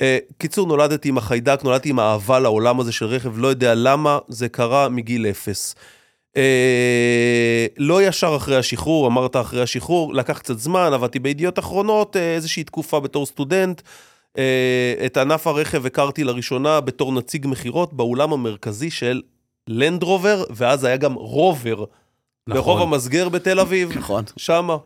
S5: אה, קיצור, נולדתי עם החיידק, נולדתי עם האהבה לעולם הזה של רכב, לא יודע למה, זה קרה מגיל אפס. אה, לא ישר אחרי השחרור, אמרת אחרי השחרור, לקח קצת זמן, עבדתי בידיעות אחרונות, אה, איזושהי תקופה בתור סטודנט. אה, את ענף הרכב הכרתי לראשונה בתור נציג מכירות באולם המרכזי של לנדרובר, ואז היה גם רובר.
S4: נכון.
S5: ברחוב המסגר בתל אביב,
S3: נכון.
S5: שמה.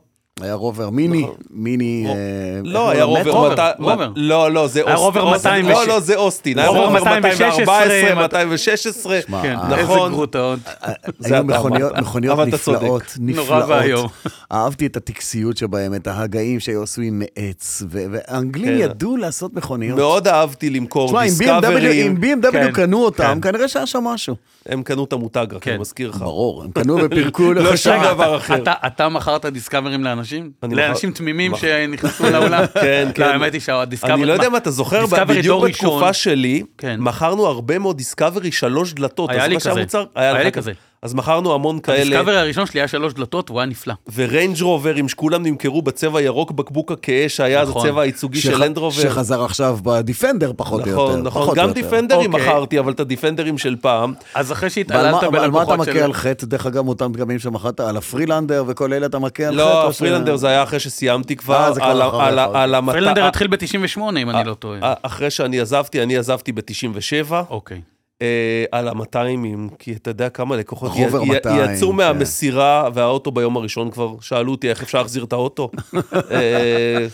S3: היה רובר מיני,
S5: נכון.
S3: מיני...
S5: רוב-
S3: אה, איך
S5: לא, היה
S3: קוראים לו?
S5: רובר
S4: רובר,
S5: 200...
S4: רובר.
S5: לא, לא, זה
S6: היה
S5: אוסט-
S6: רובר
S5: אוסט-
S6: 206.
S5: לא, לא, זה אוסטין. היה
S6: רובר
S5: רובר
S6: 216,
S5: 214, 216.
S3: שמע,
S4: כן,
S3: אה,
S4: איזה
S5: נכון.
S4: גרוטאות. אה,
S5: זה
S3: היו
S5: אתה
S3: מכוניות,
S5: אמרת.
S3: מכוניות
S5: אבל אתה צודק.
S3: נפלאות, נפלאות.
S4: ואיום.
S3: אהבתי את הטקסיות שבהם, את ההגאים שהיו עשויים מעץ, ו- והאנגלים
S5: כן.
S3: ידעו לעשות מכוניות.
S5: מאוד אהבתי למכור
S3: תשמע, אם BMW,
S5: דיסקאברים.
S3: אם BMW
S6: כן,
S3: קנו אותם,
S6: כן.
S3: כנראה שהיה שם משהו.
S5: הם קנו את המותג, רק אני
S6: כן.
S5: מזכיר לך.
S3: ברור, הם קנו ופירקו
S5: נכון. לא
S3: לחשב.
S5: שום
S4: רגע,
S5: דבר
S4: אה, אתה-
S5: אחר.
S4: אתה- אתה מכרת דיסקאברים לאנשים?
S5: אני
S4: לאנשים
S5: מכר-
S4: תמימים
S5: מכר-
S4: שנכנסו לאולם?
S5: כן, כן.
S4: לא, האמת היא שהדיסקאברים...
S5: אני לא יודע אם אתה זוכר,
S4: דיסקאברי
S5: בדיוק
S4: דור
S5: בתקופה
S4: ראשון.
S5: שלי,
S4: כן.
S5: מכרנו הרבה מאוד דיסקאברי שלוש דלתות.
S4: היה
S5: אתה
S4: לי
S5: זוכר
S4: כזה.
S5: שהמוצר-
S4: היה
S5: לך
S4: לי כזה.
S5: אז מכרנו המון כאלה,
S4: הדיסקאברי הראשון שלי היה שלוש דלתות, והוא היה נפלא.
S5: וריינג' רוברים שכולם נמכרו בצבע ירוק בקבוק הכהה שהיה, זה
S4: נכון.
S5: צבע הייצוגי
S3: שח-
S5: של לנד רובר.
S3: שחזר עכשיו בדיפנדר פחות או יותר.
S5: נכון, נכון,
S3: פחות או
S5: גם
S3: יותר.
S5: דיפנדרים
S4: אוקיי.
S5: מכרתי, אבל את הדיפנדרים של פעם.
S4: אז אחרי
S3: ועל
S4: שהתעללת
S3: מה- אבל על מה אתה
S4: בלקוחות
S3: מכה
S4: של...
S3: על חטא? דרך אגב, אותם דגמים שמכרת, על הפרילנדר וכל אלה אתה מכה על חטא?
S5: לא,
S3: או ש-
S5: הפרילנדר זה היה אחרי שסיימתי כבר,
S3: אה, זה כבר
S5: על ה-
S3: אחרי,
S5: על
S3: אחרי.
S5: ה- על המטה...
S4: פרילנדר התחיל ב-98, אם אני לא טועה.
S5: אחרי שאני עזבתי, אני עזבתי ב-97,
S4: אוקיי.
S5: אה, על ה-200, כי אתה יודע כמה לקוחות י-
S3: חובר
S5: י-
S3: 200,
S5: יצאו
S3: כן.
S5: מהמסירה והאוטו ביום הראשון כבר, שאלו אותי איך אפשר להחזיר את האוטו. אה,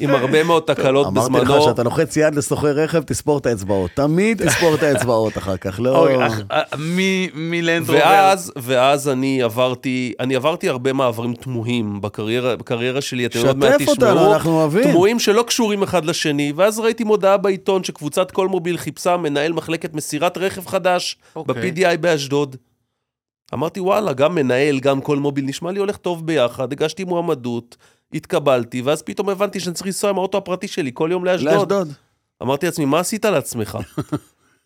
S5: עם הרבה מאוד תקלות
S3: אמרתי לך
S5: בזמנו.
S3: שאתה לוחץ יד לסוחר רכב, תספור את האצבעות. תמיד תספור את האצבעות אחר כך, לא...
S4: אוי, אח- אה, מי- מלנד רובר.
S5: ואז,
S3: כן.
S5: ואז אני עברתי, אני עברתי הרבה מעברים תמוהים בקריירה, בקריירה שלי, אתם
S3: שתף
S5: עוד מעט
S3: אותנו,
S5: תשמעו,
S3: אנחנו אוהבים.
S5: תמוהים שלא קשורים אחד לשני, ואז ראיתי מודעה בעיתון שקבוצת כל מוביל חיפשה מנהל מחלקת מסירת רכב חדש,
S4: אוקיי.
S5: ב-PDI באשדוד. אמרתי, וואלה, גם מנהל, גם כל מוביל, נשמע לי הולך טוב ביחד, הגשתי מועמדות, התקבלתי, ואז פתאום הבנתי שאני צריך לנסוע עם האוטו הפרטי שלי כל יום לאשדוד.
S3: לאשדוד.
S5: אמרתי לעצמי, מה עשית לעצמך?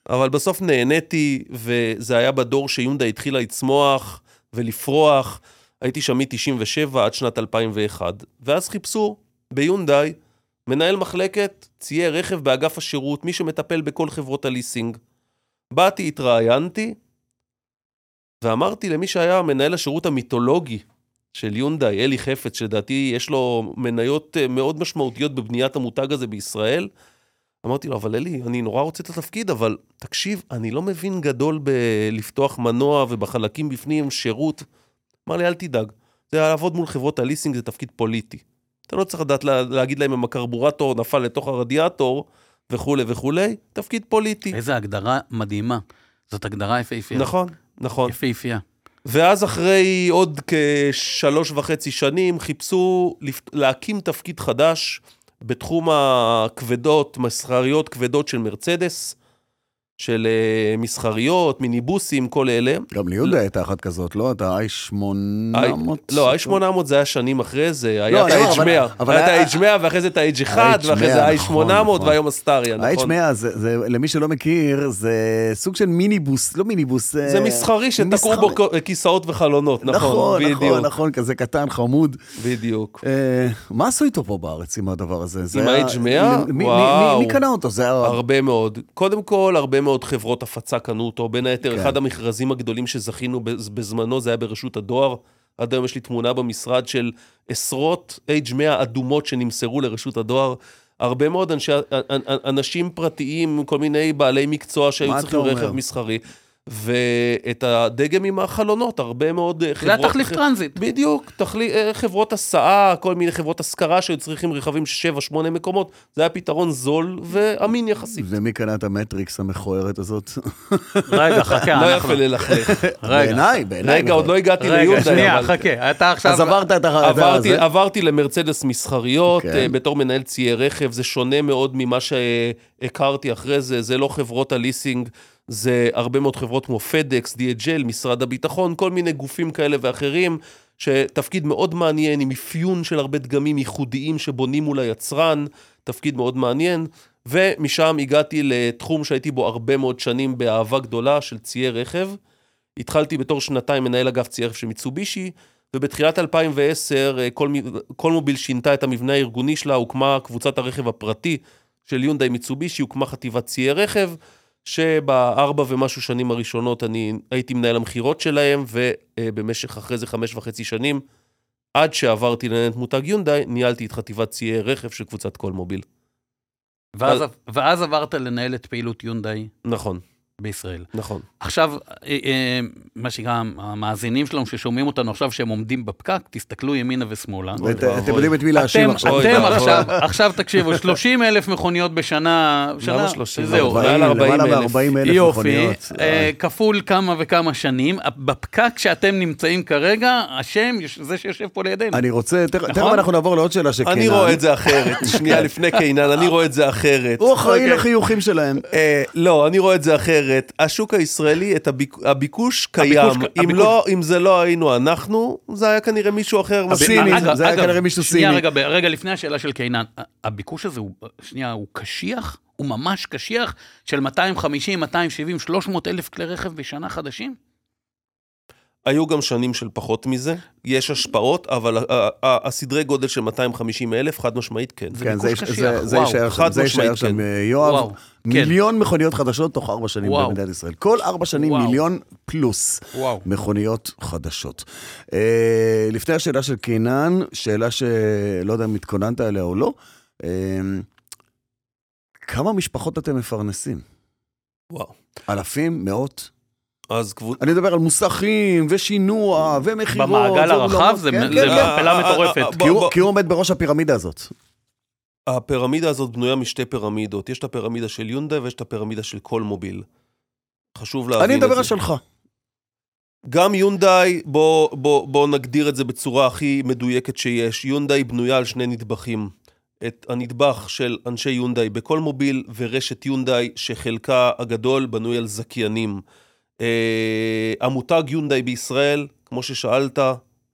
S5: אבל בסוף נהניתי, וזה היה בדור שיונדה התחילה לצמוח ולפרוח. הייתי שם מ-97 עד שנת 2001, ואז חיפשו ביונדאי מנהל מחלקת, צייר רכב באגף השירות, מי שמטפל בכל חברות הליסינג. באתי, התראיינתי, ואמרתי למי שהיה מנהל השירות המיתולוגי של יונדאי, אלי חפץ, שלדעתי יש לו מניות אה, מאוד משמעותיות בבניית המותג הזה בישראל, אמרתי לו, אבל אלי, אני נורא רוצה את התפקיד, אבל תקשיב, אני לא מבין גדול בלפתוח מנוע ובחלקים בפנים, שירות. אמר לי, אל תדאג, זה לעבוד מול חברות הליסינג זה תפקיד פוליטי. אתה לא צריך לדעת לה- להגיד להם אם הקרבורטור נפל לתוך הרדיאטור וכולי וכולי, תפקיד פוליטי.
S4: איזה הגדרה מדהימה. זאת הגדרה יפהפייה.
S5: נכון, נכון.
S4: יפהפייה.
S5: ואז אחרי עוד כשלוש וחצי שנים חיפשו לפ- להקים תפקיד חדש בתחום הכבדות, מסחריות כבדות של מרצדס, של אה, מסחריות, מיניבוסים, כל אלה.
S3: גם ליהודה הייתה אחת כזאת, לא? אתה
S5: I-
S3: i800?
S5: לא, ה-800 זה היה שנים אחרי זה, היה
S3: לא,
S5: את
S3: אני אומר,
S5: ה-H100, היה את
S3: אבל היה-
S5: ה-H100 ואחרי זה את ה-H1
S3: ה-H100,
S5: ואחרי זה
S3: נכון,
S5: ה-H800 והיום הסטאריה, נכון?
S3: ה-H100, זה- זה- למי שלא מכיר, זה סוג של מיניבוס, לא מיניבוס.
S5: זה
S3: אה,
S5: מסחרי שתקעו
S3: מסחרי.
S5: בו כ- כיסאות וחלונות, נכון,
S3: נכון, נכון,
S5: בדיוק,
S3: נכון, כזה קטן, חמוד.
S5: בדיוק.
S3: אה, מה עשו איתו פה בארץ עם הדבר הזה? זה
S5: עם
S3: היה-
S5: ה-H100?
S3: מי- מי-
S5: וואו.
S3: מי מי קנה אותו? זה היה...
S5: הרבה מאוד. קודם כל, הרבה מאוד חברות הפצה קנו אותו. בין היתר,
S3: כן.
S5: אחד המכרזים הגדולים שזכינו בז- בזמנו, זה היה ברשות הדואר. עד היום יש לי תמונה במשרד של עשרות H100 אדומות שנמסרו לרשות הדואר. הרבה מאוד אנשי, אנ- אנ- אנשים פרטיים, כל מיני בעלי מקצוע שהיו
S3: מה אתה
S5: צריכים
S3: אומר?
S5: רכב מסחרי. ואת הדגם עם החלונות, הרבה מאוד אה,
S4: זה
S5: חברות...
S4: היה תחליף
S5: ח-
S4: טרנזיט.
S5: בדיוק, תחלי, אה, חברות הסעה, כל מיני חברות השכרה שהיו צריכים רכבים של 7-8 מקומות, זה היה פתרון זול ואמין יחסית.
S3: ומי קנה את המטריקס המכוערת הזאת?
S4: רגע, חכה,
S5: לא
S4: כן, אנחנו...
S5: יפה ללכלך.
S4: רגע,
S3: בעיניי, בעיניי.
S5: רגע, עוד לא הגעתי
S4: רגע,
S5: ליונדאי,
S4: שנייה,
S5: אבל
S4: חכה. אתה עכשיו...
S3: אז עברת את ה...
S5: עברתי-
S3: זה.
S5: עברתי למרצדס מסחריות,
S3: כן.
S5: אה, בתור מנהל ציי רכב, זה שונה מאוד ממה שהכרתי אחרי זה, זה לא חברות הליסינג, זה הרבה מאוד חברות כמו פדקס, DHL, משרד הביטחון, כל מיני גופים כאלה ואחרים, שתפקיד מאוד מעניין, עם אפיון של הרבה דגמים ייחודיים שבונים מול היצרן, תפקיד מאוד מעניין. ומשם הגעתי לתחום שהייתי בו הרבה מאוד שנים באהבה גדולה של ציי רכב. התחלתי בתור שנתיים מנהל אגף ציי רכב של מיצובישי, ובתחילת 2010 אה, כל, מ- כל מוביל שינתה את המבנה הארגוני שלה, הוקמה קבוצת הרכב הפרטי של יונדאי מיצובישי, הוקמה חטיבת ציי רכב, שבארבע ומשהו שנים הראשונות אני הייתי מנהל המכירות שלהם, ובמשך אחרי זה חמש וחצי שנים, עד שעברתי לנהל את מותג יונדאי, ניהלתי את חטיבת ציי רכב של קבוצת כל מוביל.
S4: ואז- ואז עברת לנהל את פעילות יונדאי.
S5: נכון.
S4: בישראל.
S5: נכון.
S4: עכשיו, אה, אה, מה שנקרא, המאזינים שלנו ששומעים אותנו עכשיו שהם עומדים בפקק, תסתכלו ימינה ושמאלה.
S3: ואת-
S5: נכון.
S3: אתם יודעים את מי להאשים
S4: אתם,
S3: עכשיו.
S5: אוי,
S4: אתם
S5: ואבוי.
S4: עכשיו, עכשיו תקשיבו, 30 אלף מכוניות בשנה,
S5: למה
S4: שנה,
S5: 30?
S4: זהו,
S5: ארבעים, מעל 40
S3: למעלה
S5: אלף.
S3: מ-40 אלף
S4: יופי,
S3: מכוניות.
S4: אה, כפול כמה וכמה שנים, בפקק שאתם נמצאים כרגע, השם, זה שיושב פה לידינו.
S3: אני רוצה, תכף תכף
S4: נכון?
S3: אנחנו נעבור לעוד שאלה אה, שקינן.
S5: כן. אני רואה את זה אחרת, שנייה לפני קינן, אני רואה את זה אחרת.
S3: הוא אחראי
S5: אוקיי.
S3: לחיוכים שלהם.
S5: אה, לא, אני רואה את זה אחרת. השוק הישראלי, את הביק... הביקוש קיים.
S4: הביקוש-
S5: אם,
S4: הביקוש-
S5: לא, אם זה לא היינו אנחנו, זה היה כנראה מישהו אחר. מה-
S3: סיני,
S4: אגב,
S3: זה היה
S4: אגב,
S3: כנראה מישהו
S4: שנייה,
S3: סיני.
S4: רגע, ב- רגע, לפני השאלה של קינן, ה- הביקוש הזה הוא, שנייה, הוא קשיח, הוא ממש קשיח, של 250, 270, 300 אלף כלי רכב בשנה חדשים?
S5: היו גם שנים של פחות מזה, יש השפעות, אבל ה- ה- ה- הסדרי גודל של 250 אלף, חד משמעית כן.
S4: זה
S3: כן, זה
S4: ביקוש
S3: יש-
S4: קשיח,
S3: זה- זה
S4: וואו,
S3: יישאר שם,
S5: חד
S3: זה יישאר
S5: משמעית,
S3: שם,
S5: כן.
S3: אה,
S4: וואו,
S3: יואב.
S4: כן.
S3: מיליון מכוניות חדשות תוך ארבע שנים
S4: וואו.
S3: במדינת ישראל. כל ארבע שנים
S4: וואו.
S3: מיליון פלוס
S4: וואו.
S3: מכוניות חדשות. אה, לפני השאלה של קינן, שאלה שלא יודע אם התכוננת אליה או לא, אה, כמה משפחות אתם מפרנסים?
S5: וואו.
S3: אלפים? מאות?
S5: אז קבוצ...
S3: אני מדבר על מוסכים, ושינוע, ומכירות.
S4: במעגל הרחב
S3: ואולמות.
S4: זה-
S3: כן,
S4: זה לא-
S3: כן, כן.
S4: מכפלה מטורפת.
S5: אה,
S3: כי הוא-
S5: בוא-
S3: כי הוא עומד בראש הפירמידה הזאת.
S5: הפירמידה הזאת בנויה משתי פירמידות. יש את הפירמידה של יונדאי ויש את הפירמידה של כל מוביל. חשוב להבין את זה.
S3: אני מדבר על שלך.
S5: גם יונדאי, בוא, בוא, בוא נגדיר את זה בצורה הכי מדויקת שיש. יונדאי בנויה על שני נדבכים. את הנדבך של אנשי יונדאי בכל מוביל ורשת יונדאי, שחלקה הגדול בנוי על זכיינים. אה, המותג יונדאי בישראל, כמו ששאלת,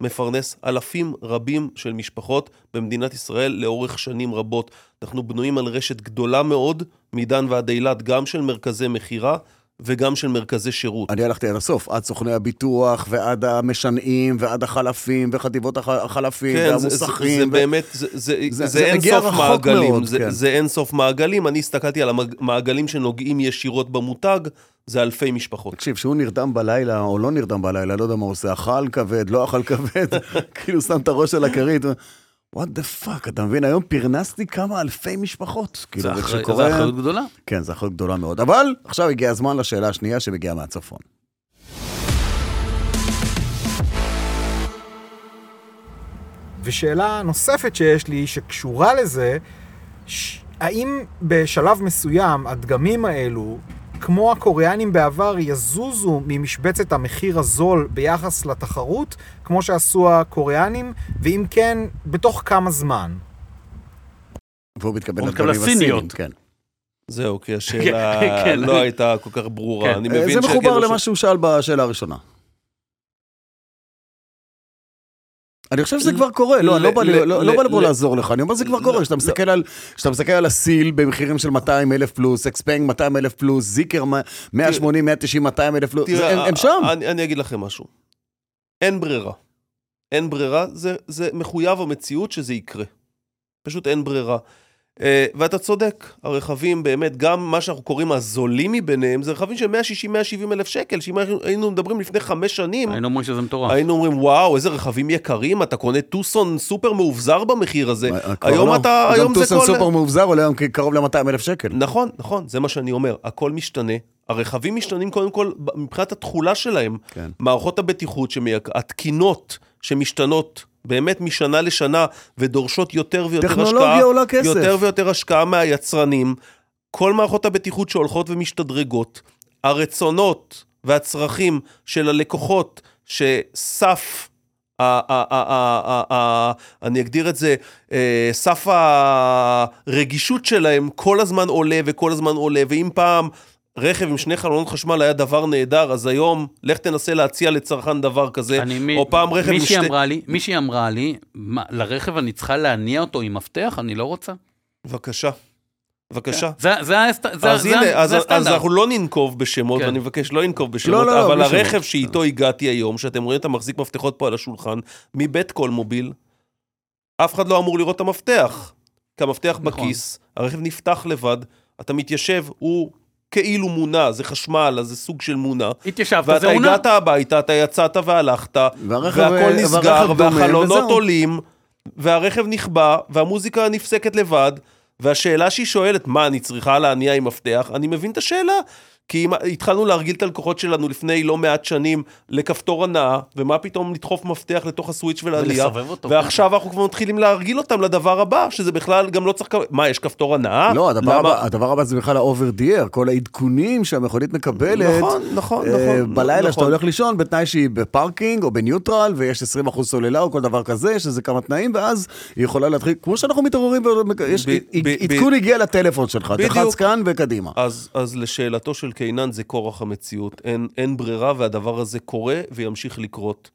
S5: מפרנס אלפים רבים של משפחות במדינת ישראל לאורך שנים רבות. אנחנו בנויים על רשת גדולה מאוד, מדן ועד אילת, גם של מרכזי מכירה וגם של מרכזי שירות.
S3: אני הלכתי עד הסוף, עד סוכני הביטוח, ועד המשנעים, ועד החלפים, וחטיבות הח- החלפים,
S5: כן, זה- זה,
S3: והמוסכים.
S5: זה
S3: ו-
S5: באמת, זה, זה,
S3: זה-
S5: זה,
S3: זה
S5: אין
S3: מגיע
S5: סוף
S3: רחוק
S5: מעגלים,
S3: מאוד,
S5: זה,
S3: כן.
S5: זה אין סוף מעגלים, אני הסתכלתי על המעגלים שנוגעים ישירות במותג, זה אלפי משפחות.
S3: תקשיב, שהוא נרדם בלילה, או לא נרדם בלילה, לא יודע מה הוא עושה, אכל כבד, לא אכל כבד, כאילו שם את הראש על הכרית. וואט דה פאק, אתה מבין? היום פרנסתי כמה אלפי משפחות.
S4: זה
S3: כאילו,
S4: אחריות-
S3: וכשקורה-
S4: זה אחריות גדולה.
S3: כן, זו אחריות גדולה מאוד. אבל עכשיו הגיע הזמן לשאלה השנייה שמגיעה מהצפון.
S2: ושאלה נוספת שיש לי, שקשורה לזה, ש... האם בשלב מסוים הדגמים האלו, כמו הקוריאנים בעבר, יזוזו ממשבצת המחיר הזול ביחס לתחרות, כמו שעשו הקוריאנים, ואם כן, בתוך כמה זמן?
S3: והוא מתכוון
S4: הוא מתכוון
S3: לדגמים
S4: לסיניות.
S3: הסינים, כן.
S5: זהו, כי
S4: כן,
S5: השאלה
S4: כן.
S5: לא הייתה כל כך ברורה.
S4: כן.
S5: אני
S3: אה,
S5: מבין
S3: זה מחובר
S5: שהגבר
S3: למה
S5: ש-
S3: שהוא שאל בשאלה הראשונה. אני חושב שזה כבר קורה, לא,
S5: ל-
S3: לא בא לי-
S5: ל-
S3: לא- לא
S5: ל-
S3: בא לי פה
S5: ל-
S3: לעזור לך, אני אומר זה כבר
S5: לא,
S3: קורה, כשאתה
S5: לא.
S3: מסתכל על- כשאתה מסתכל על הסיל במחירים של 200 אלף פלוס, אקספנג 200 אלף פלוס, זיקר 180, 190, 200 אלף פלוס,
S5: תראה, אה,
S3: זה- הם- הם שם.
S5: אני, אני אגיד לכם משהו. אין ברירה. אין ברירה, זה, זה מחויב המציאות שזה יקרה. פשוט אין ברירה. אה, ואתה צודק, הרכבים באמת, גם מה שאנחנו קוראים הזולים מביניהם, זה רכבים של 160-170 אלף שקל, שאם היינו- היינו מדברים לפני חמש שנים,
S4: היינו אומרים שזה מטורף.
S5: היינו אומרים, וואו, איזה רכבים יקרים, אתה קונה טוסון סופר מאובזר במחיר הזה.
S3: אה, כבר
S5: היום
S3: לא.
S5: אתה, היום
S3: גם
S5: זה
S3: טוסן
S5: כל...
S3: סופר מאובזר עולה היום כ- קרוב ל-200 אלף שקל.
S5: נכון, נכון, זה מה שאני אומר. הכל משתנה. הרכבים משתנים קודם כל ב- מבחינת התכולה שלהם.
S3: כן.
S5: מערכות הבטיחות, שמייק... התקינות שמשתנות באמת משנה לשנה ודורשות יותר ויותר השקעה.
S3: טכנולוגיה עולה כסף.
S5: יותר ויותר השקעה מהיצרנים. כל מערכות הבטיחות שהולכות ומשתדרגות, הרצונות והצרכים של הלקוחות שסף, ה- ה- ה- ה- ה- ה- אה, אני אגדיר את זה, אה, סף הרגישות שלהם כל הזמן עולה וכל הזמן עולה, ואם פעם רכב עם שני חלונות חשמל היה דבר נהדר, אז היום לך תנסה להציע לצרכן דבר כזה,
S4: אני, מי-
S5: או פעם רכב עם
S4: מישהי
S5: שתי...
S4: אמרה לי, מישהי אמרה לי, "מה, לרכב אני צריכה להניע אותו עם מפתח? אני לא רוצה.
S5: בבקשה, בבקשה.
S4: זה זה ההסט- זה-
S5: אז
S4: זה-
S5: הנה,
S4: זה
S5: אז, אז
S4: הסטנדרט.
S5: אנחנו לא ננקוב בשמות,
S4: כן.
S5: ואני מבקש לא לנקוב בשמות,
S3: לא, לא,
S5: אבל
S3: בלי
S5: הרכב
S3: שמות.
S5: שאיתו הגעתי היום, שאתם רואים את המחזיק מפתחות פה על השולחן, מבית כל מוביל, אף אחד לא אמור לראות את המפתח. כי המפתח
S4: נכון.
S5: בכיס, הרכב נפתח לבד, אתה מתיישב, הוא כאילו מונה, זה חשמל, אז זה סוג של מונה.
S4: התיישבת, זה
S5: ואתה
S4: עונה.
S5: הגעת הביתה, אתה יצאת והלכת,
S3: והרכב- אה,
S5: והכל
S3: והרכב
S5: נסגר,
S3: דומם,
S5: והחלונות
S3: וזהו.
S5: עולים, והרכב נכבה, והמוזיקה נפסקת לבד, והשאלה שהיא שואלת, מה, אני צריכה להניע עם מפתח? אני מבין את השאלה, כי אם- התחלנו להרגיל את הלקוחות שלנו לפני לא מעט שנים לכפתור הנאה, ומה פתאום לדחוף מפתח לתוך הסוויץ' ולעלייה.
S4: ולסובב אותו. כן.
S5: ועכשיו אנחנו כבר מתחילים להרגיל אותם לדבר הבא, שזה בכלל גם לא צריך... כ- מה, יש כפתור הנאה?
S3: לא, הדבר
S5: למה-
S3: הבא- הדבר הבא זה בכלל ה-over the air, כל העדכונים שהמכונית מקבלת.
S5: נכון, נכון,
S3: אה,
S5: נכון.
S3: בלילה שאתה
S5: נכון.
S3: הולך לישון, בתנאי שהיא בפארקינג או בניוטרל, ויש 20% סוללה או כל דבר כזה, יש איזה כמה תנאים, ואז היא יכולה להתחיל, כמו שאנחנו מתעוררים, ומק- יש-
S5: ב-
S3: עד-
S5: ב-
S3: עדכון הגיע לטלפון שלך,
S5: בדיוק.
S3: תחץ כאן וקדימה.
S5: אז, אז לשאלתו של קינן, זה כורח המציאות. אין, אין ברירה, והדבר הזה קורה וימשיך לקרות.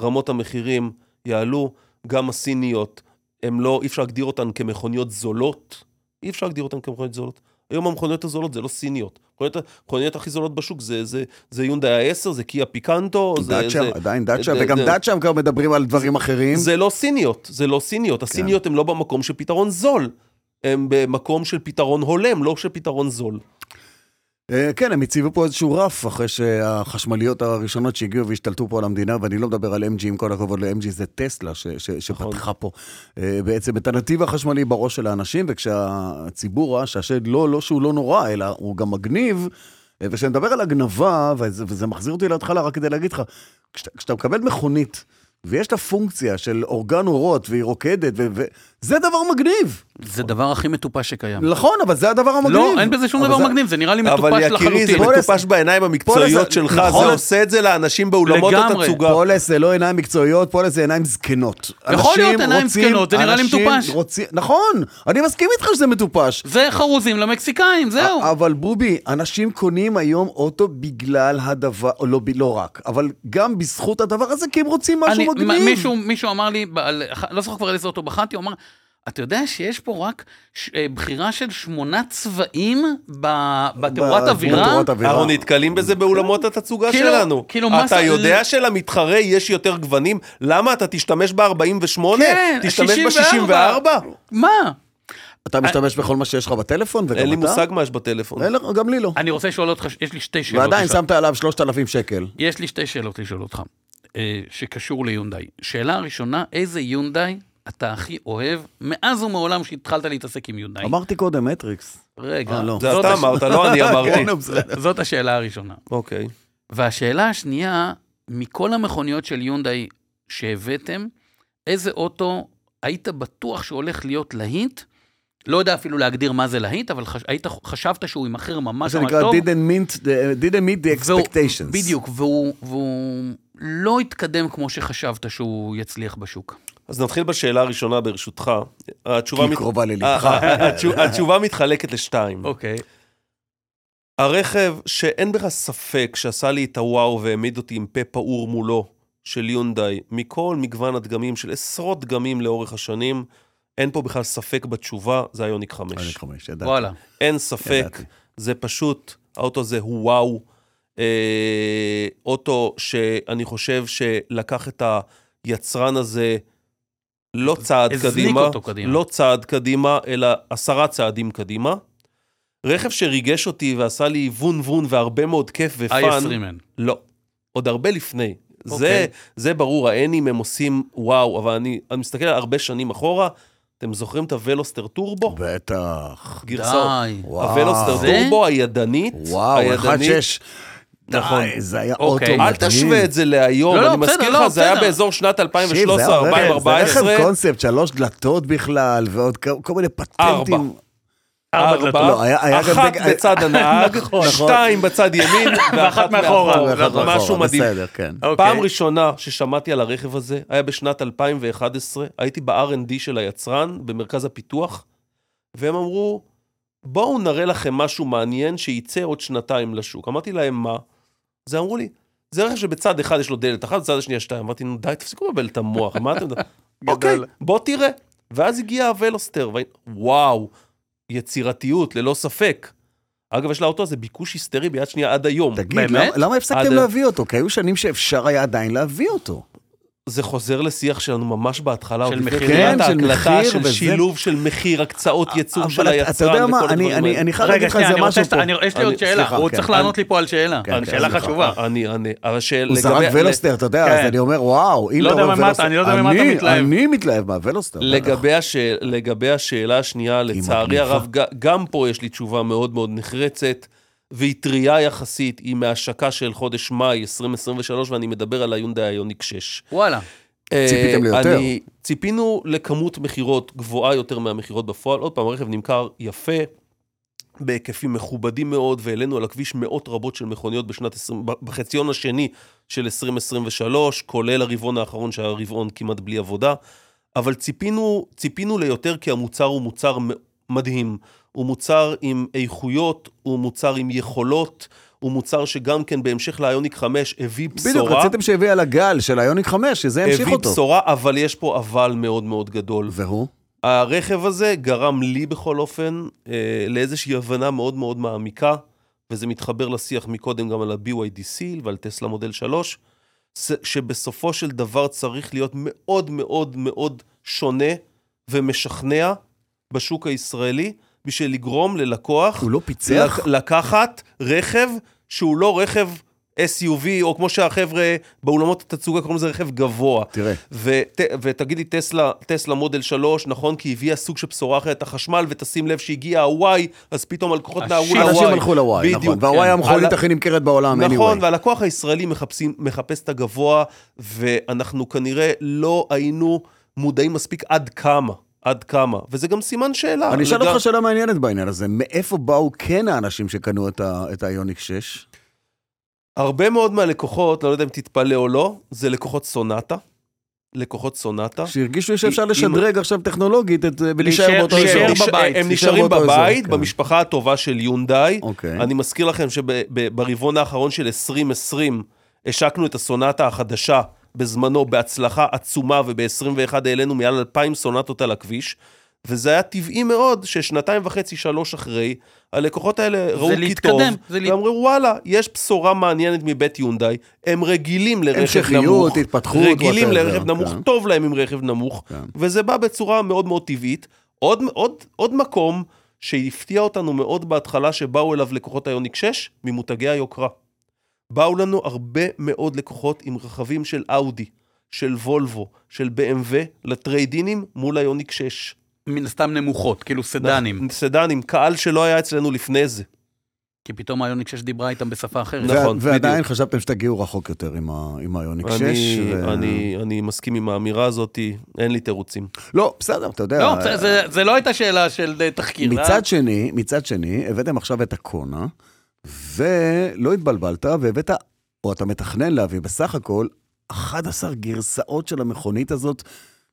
S5: רמות המחירים יעלו, גם הסיניות, הם לא, אי אפשר להגדיר אותן כמכוניות זולות. אי אפשר להגדיר אותן כמכוניות זולות. היום המכוניות הזולות זה לא סיניות. המכוניות- המכוניות הכי זולות בשוק זה, זה, זה יונדאי ה-10, זה קיה פיקנטו, זה,
S3: דאצ'ה,
S5: זה,
S3: עדיין דאצ'ה,
S5: זה-
S3: וגם
S5: זה-
S3: דאצ'ה הם כבר מדברים על דברים אחרים.
S5: זה לא סיניות, זה לא סיניות. הסיניות הן לא במקום של פתרון זול. הן במקום של פתרון הולם, לא של פתרון זול.
S3: אה, כן, הם הציבו פה איזשהו רף אחרי שהחשמליות הראשונות שהגיעו והשתלטו פה על המדינה, ואני לא מדבר על MG, עם כל הכבוד ל-MG, זה טסלה ש- ש-
S4: נכון.
S3: שפתחה פה אה, בעצם את הנתיב החשמלי בראש של האנשים, וכשהציבור ראה שהשד לא, לא שהוא לא נורא, אלא הוא גם מגניב, אה, וכשאני מדבר על הגנבה, וזה, וזה מחזיר אותי להתחלה רק כדי להגיד לך, כשאתה, כשאתה מקבל מכונית, ויש לה פונקציה של אורגן אורות, והיא רוקדת, ו- ו- זה דבר מגניב.
S4: זה דבר הכי מטופש שקיים.
S3: נכון, אבל זה הדבר המגניב.
S4: לא, אין בזה שום
S3: אבל
S4: דבר
S3: זה-
S4: מגניב, זה נראה לי
S5: לא, אבל
S4: מטופש
S5: יקירי, זה
S4: לחלוטין.
S5: מטופש בעיניים המקצועיות
S3: פולס-
S5: שלך,
S3: נכון.
S5: זה עושה את זה לאנשים באולמות
S4: לגמרי.
S5: התצוגה.
S3: פולס זה לא עיניים מקצועיות, פולס זה עיניים זקנות.
S4: יכול להיות
S3: אנשים
S4: עיניים
S3: רוצים-
S4: זקנות, זה נראה לי
S3: אנשים
S4: מטופש.
S3: רוצים- נכון, אני מסכים איתך שזה מטופש.
S4: זה חרוזים למקסיקאים, זהו.
S3: אה, אבל בובי, אנשים קונים היום אוטו בגלל הדבר, או לא, ב- לא רק, אבל גם בזכות הדבר הזה, כי הם רוצים משהו
S4: אני-
S3: מגניב.
S4: מ- מישהו, מישהו אמר לי, בעל, לא זוכר כבר איזה אוטו בחנתי, הוא אמר, אתה יודע שיש פה רק ש, אה, בחירה של שמונה צבעים ב- בתאורת אווירה?
S3: בתאורת אווירה.
S5: אנחנו נתקלים בזה באולמות התצוגה
S4: כאילו-
S5: שלנו.
S4: כאילו
S5: אתה
S4: מסה-
S5: יודע שלמתחרה יש יותר גוונים? למה? אתה תשתמש ב-48?
S4: כן,
S5: תשתמש
S4: 64.
S3: לא,
S5: ב-64?
S4: מה?
S3: אתה
S4: אה-
S3: משתמש בכל מה שיש לך בטלפון, וגם אתה?
S5: אין לי מושג מה יש בטלפון.
S3: אין לך, גם לי לא.
S4: אני רוצה לשאול אותך, יש לי שתי שאלות.
S3: ועדיין
S4: לשאול.
S3: שמת עליו 3,000 שקל.
S4: יש לי שתי שאלות לשאול אותך, אה, שקשור ליונדאי. שאלה ראשונה, איזה יונדאי אתה הכי אוהב מאז ומעולם שהתחלת להתעסק עם יונדאי?
S3: אמרתי קודם, מטריקס.
S4: רגע,
S3: אה, לא.
S5: זה
S4: זאת
S5: אתה
S4: הש-
S5: אמרת, לא אני אמרתי.
S3: כן, בסדר.
S4: זאת השאלה הראשונה.
S5: אוקיי.
S4: והשאלה השנייה, מכל המכוניות של יונדאי שהבאתם, איזה אוטו היית בטוח שהולך להיות להיט? לא יודע אפילו להגדיר מה זה להיט, אבל חש... היית... חשבת שהוא יימכר
S3: מה
S4: ממש ממש
S3: שנקרא,
S4: טוב.
S3: didn't meet the- didn't meet the
S4: והוא-
S3: expectations.
S4: בדיוק, והוא, והוא לא התקדם כמו שחשבת שהוא יצליח בשוק.
S5: אז נתחיל בשאלה הראשונה ברשותך.
S3: כי
S5: התשובה
S3: היא
S5: מת-
S3: קרובה
S5: אה,
S3: ללבך.
S5: אה, התשוב- התשובה מתחלקת לשתיים.
S4: אוקיי.
S5: הרכב שאין בך ספק שעשה לי את הוואו והעמיד אותי עם פה פעור מולו של יונדאי, מכל מגוון הדגמים של עשרות דגמים לאורך השנים, אין פה בכלל ספק בתשובה, זה היוניק 5.
S3: חמש, ידעתי.
S4: וואלה.
S5: אין ספק,
S3: ידעתי.
S5: זה פשוט, האוטו הזה הוא וואו. אה, אוטו שאני חושב שלקח את היצרן הזה לא צעד
S4: הזניק
S5: קדימה,
S4: אותו קדימה.
S5: לא צעד קדימה, אלא עשרה צעדים קדימה. רכב שריגש אותי ועשה לי וון וון והרבה מאוד כיף ופאן.
S4: i20N.
S5: לא. עוד הרבה לפני. זה,
S4: אוקיי.
S5: זה ברור, האנים הם עושים וואו, אבל אני, אני מסתכל על הרבה שנים אחורה, אתם זוכרים את הוולוסטר טורבו?
S3: בטח.
S5: גרסאות.
S4: די.
S3: וואו.
S5: הוולוסטר
S4: זה?
S5: טורבו הידנית,
S3: וואו, אחד
S5: הידנית,
S3: שש.
S5: נכון.
S3: די, זה היה אוטו
S4: אוקיי.
S3: מדהים.
S5: אל תשווה את זה להיום,
S4: לא, לא,
S5: אני
S4: בסדר,
S5: מזכיר
S4: לא,
S5: לך, זה היה
S4: בסדר.
S5: באזור שנת
S3: תקשיב, זה היה רכב-
S5: 2013-2014,
S3: זה רכב קונספט, שלוש דלתות בכלל, ועוד כ- כל מיני פטנטים.
S5: ארבע,
S3: לא, היה- היה גם
S5: אחת
S3: דג-
S5: בצד הנהג,
S3: נכון.
S5: שתיים בצד ימין, ואחת מאחורה,
S3: ואחת מאחורה,
S5: משהו מדהים. אוקיי.
S3: בסדר, כן.
S5: פעם ראשונה ששמעתי על הרכב הזה היה בשנת 2011, הייתי ב-R&D של היצרן במרכז הפיתוח, והם אמרו, בואו נראה לכם משהו מעניין שייצא עוד שנתיים לשוק. אמרתי להם, מה? אז הם אמרו לי, זה רכב שבצד אחד יש לו דלת אחת, בצד השנייה שתיים. אמרתי, נו די, תפסיקו לבלבל את המוח, מה אתם... אוקיי, בוא תראה. ואז הגיע הוולוסטר, והי- וואו, יצירתיות, ללא ספק. אגב, יש לאוטו הזה ביקוש היסטרי ביד שנייה עד היום.
S3: תגיד,
S4: באמת?
S3: למה- למה
S5: עד-
S3: הפסקתם להביא אותו? כי היו שנים שאפשר היה עדיין להביא אותו.
S5: זה חוזר לשיח שלנו ממש בהתחלה,
S4: של
S5: עוד לפני
S4: מחיר.
S5: תחילת
S3: כן, של
S5: ההקלטה,
S3: מחיר
S5: של
S3: וזה.
S5: שילוב של מחיר, הקצאות ייצור של
S3: אבל אתה- אתה
S5: היצרן
S3: יודע מה,
S5: וכל
S3: אני-
S5: הדברים
S3: אני
S5: האלה.
S3: אני חייב להגיד
S4: רגע,
S3: לך איזה
S4: שנייה, אני רוצה
S3: משהו
S4: שאתה,
S3: פה.
S4: אני- יש לי
S3: אני-
S4: עוד שאלה,
S3: סליחה,
S4: הוא
S3: כן,
S4: צריך
S3: אני-
S4: לענות לי פה על שאלה,
S3: כן, כן,
S4: שאלה
S3: סליחה.
S4: חשובה.
S5: אני אענה, אבל השאלה
S3: הוא זרק ולוסטר, אתה יודע, אז
S4: כן.
S3: אני אומר, וואו, אם
S4: לא
S3: אתה
S4: יודע
S3: אומר
S4: ממה אתה-
S3: ולוסטר-
S4: אני לא יודע ממה אתה
S3: אני-
S4: מתלהב.
S3: אני מתלהב מהוולוסטר. בטח.
S5: לגבי, הש... לגבי השאלה השנייה, לצערי
S3: מגניבה.
S5: הרב, ג- גם פה יש לי תשובה מאוד מאוד נחרצת. והיא טריה יחסית, היא מהשקה של חודש מאי 2023, ואני מדבר על היונדאי היוניק 6.
S4: וואלה.
S3: ציפיתם
S5: אה,
S3: ליותר.
S5: אני, ציפינו לכמות מכירות גבוהה יותר מהמכירות בפועל. עוד פעם, הרכב נמכר יפה, בהיקפים מכובדים מאוד, והעלינו על הכביש מאות רבות של מכוניות בשנת 20, ב- בחציון השני של 2023, כולל הרבעון האחרון שהיה רבעון כמעט בלי עבודה. אבל ציפינו, ציפינו ליותר כי המוצר הוא מוצר מ- מדהים. הוא מוצר עם איכויות, הוא מוצר עם יכולות, הוא מוצר שגם כן בהמשך לאיוניק 5 הביא בשורה.
S3: בדיוק, רציתם שיביא על הגל של היוניק 5, שזה ימשיך
S5: הביא
S3: אותו.
S5: בשורה, אבל יש פה אבל מאוד מאוד גדול.
S3: והוא?
S5: הרכב הזה גרם לי בכל אופן אה, לאיזושהי הבנה מאוד מאוד מעמיקה, וזה מתחבר לשיח מקודם גם על ה-BYDC ועל טסלה מודל 3, ש- שבסופו של דבר צריך להיות מאוד מאוד מאוד שונה ומשכנע בשוק הישראלי, בשביל לגרום ללקוח
S3: הוא לא פיצח?
S5: לק- לקחת רכב שהוא לא רכב SUV, או כמו שהחבר'ה באולמות התצוגה קוראים לזה רכב גבוה.
S3: תראה.
S5: ות, ותגידי, טסלה, טסלה מודל 3, נכון? כי הביאה סוג של בשורה אחרת, החשמל, ותשים לב שהגיע ה-Y, אז פתאום הלקוחות נהרו
S4: השיט.
S5: ל-Y.
S3: אנשים הלכו לוואי,
S5: בדיוק,
S3: נכון. והוואי
S5: כן.
S3: המכונית
S5: על-
S3: הכי נמכרת בעולם, anyway.
S5: נכון, והלקוח הישראלי מחפשים, מחפש את הגבוה, ואנחנו כנראה לא היינו מודעים מספיק עד כמה, עד כמה. וזה גם סימן שאלה.
S3: אני אשאל
S5: לגב-
S3: אותך שאלה מעניינת בעניין הזה, מאיפה באו כן האנשים שקנו את ה- את היוניק 6?
S5: הרבה מאוד מהלקוחות, לא יודע אם תתפלא או לא, זה לקוחות סונטה. לקוחות סונטה.
S3: שהרגישו שאפשר
S5: אם-
S3: לשדרג עכשיו טכנולוגית את- אה, ולהישאר
S4: להישאר-
S3: באותו
S4: להישאר
S3: אזור.
S4: ב- בבית,
S5: הם
S3: להישאר
S5: נשארים
S3: באותו אזור,
S5: בבית,
S3: כן.
S5: במשפחה הטובה של יונדאי.
S3: אוקיי.
S5: אני מזכיר לכם שברבעון האחרון של 2020 השקנו את הסונטה החדשה בזמנו בהצלחה עצומה, וב-21 העלינו מעל 2,000 סונטות על הכביש. וזה היה טבעי מאוד ששנתיים וחצי, שלוש אחרי, הלקוחות האלה ראו כי טוב,
S4: להתקדם, זה לה-
S5: ואמרו וואלה, יש בשורה מעניינת מבית יונדאי, הם רגילים לרכב
S3: המשכיות,
S5: נמוך,
S3: התפתחות,
S5: רגילים
S3: whatever,
S5: לרכב נמוך,
S3: כן.
S5: טוב להם עם רכב נמוך,
S3: כן.
S5: וזה בא בצורה מאוד מאוד טבעית. עוד, עוד, עוד מקום שהפתיע אותנו מאוד בהתחלה, שבאו אליו לקוחות היוניק 6, ממותגי היוקרה. באו לנו הרבה מאוד לקוחות עם רכבים של אאודי, של וולבו, של BMW, לטריידינים מול היוניק 6.
S4: מן הסתם נמוכות, כאילו
S3: נכון.
S4: סדנים.
S5: סדנים, קהל שלא היה אצלנו לפני זה.
S4: כי פתאום היוניק 6 דיברה איתם בשפה אחרת.
S5: נכון,
S3: וה- ועדיין
S5: בדיוק.
S3: חשבתם שתגיעו רחוק יותר עם ה- עם היוניק 6.
S5: אני,
S3: ו-
S5: אני, אני מסכים עם האמירה הזאת, אין לי תירוצים.
S3: לא, בסדר, אתה יודע.
S4: לא, זה- זה- זה לא הייתה שאלה של אה, תחקיר. זה היה-
S3: מצד שני, מצד שני, הבאתם עכשיו את הקונה, ולא התבלבלת, והבאת, או אתה מתכנן להביא בסך הכל, 11 גרסאות של המכונית הזאת,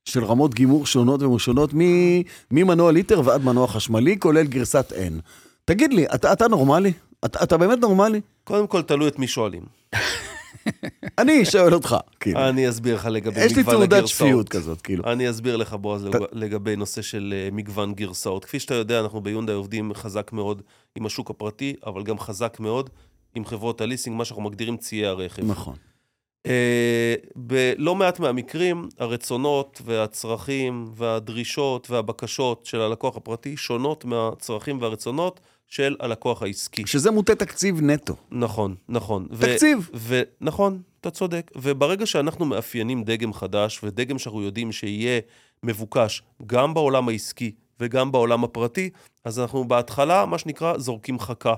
S3: של רמות גימור שונות ומשונות, מ- ממנוע ליטר ועד מנוע חשמלי, כולל גרסת N. תגיד לי, אתה, אתה נורמלי? אתה, אתה באמת נורמלי?
S5: קודם כל, תלוי את מי שואלים.
S3: אני שואל אותך, כאילו.
S5: אני אסביר לך לגבי מגוון
S3: יש
S5: הגרסאות.
S3: לי תעודת שפיות כזאת, כאילו.
S5: אני אסביר לך, בועז, לג- לגבי נושא של אה, מגוון גרסאות. כפי שאתה יודע, אנחנו ביונדאי עובדים חזק מאוד עם השוק הפרטי, אבל גם חזק מאוד עם חברות הליסינג, מה שאנחנו מגדירים ציי הרכב.
S3: נכון.
S5: אה, בלא מעט מהמקרים, הרצונות והצרכים והדרישות והבקשות של הלקוח הפרטי שונות מהצרכים והרצונות של הלקוח העסקי.
S3: שזה מוטה תקציב נטו.
S5: נכון, נכון. ו-
S3: תקציב.
S5: ו- נכון, אתה צודק. וברגע שאנחנו מאפיינים דגם חדש, ודגם שאנחנו יודעים שיהיה מבוקש גם בעולם העסקי וגם בעולם הפרטי, אז אנחנו בהתחלה, מה שנקרא, זורקים חכה.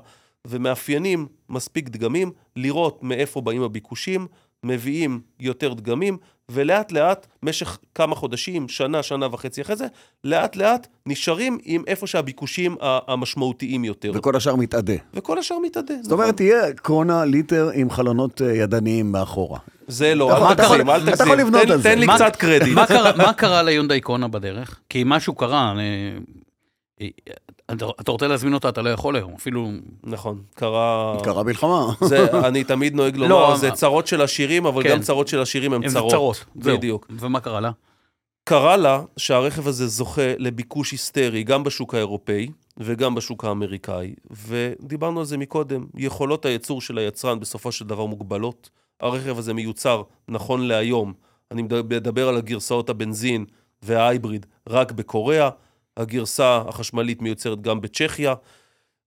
S5: ומאפיינים מספיק דגמים, לראות מאיפה באים הביקושים, מביאים יותר דגמים, ולאט לאט, משך כמה חודשים, שנה, שנה וחצי אחרי זה, לאט לאט נשארים עם איפה שהביקושים ה- המשמעותיים יותר.
S3: וכל השאר מתאדה.
S5: וכל השאר מתאדה.
S3: זאת אומרת, תהיה קרונה ליטר עם חלונות אה, ידניים מאחורה.
S5: זה
S3: אתה
S5: לא,
S3: יכול-
S5: אל
S3: נכון, אתה
S5: תגזים,
S3: יכול-
S5: אל
S3: אתה
S5: תגזים.
S3: יכול לבנות
S5: תן-
S3: על זה.
S5: תן לי
S4: מה-
S5: קצת קרדיט.
S4: מה קרה- מה קרה ליונדאי קונה בדרך? כי משהו קרה. אה, אה, אתה- אתה רוצה להזמין אותה, אתה לא יכול היום, אפילו...
S5: נכון, קרה...
S3: קרה מלחמה.
S5: זה, אני תמיד נוהג
S4: לא,
S5: לומר,
S4: אבל-
S5: זה צרות של עשירים, אבל
S4: כן.
S5: גם צרות של עשירים הן
S4: הן
S5: צרות.
S4: זהו.
S5: בדיוק.
S4: ומה קרה לה?
S5: קרה לה שהרכב הזה זוכה לביקוש היסטרי גם בשוק האירופאי וגם בשוק האמריקאי, ודיברנו על זה מקודם, יכולות הייצור של היצרן בסופו של דבר מוגבלות. הרכב הזה מיוצר נכון להיום, אני מדבר על הגרסאות הבנזין וההייבריד רק בקוריאה, הגרסה החשמלית מיוצרת גם בצ'כיה,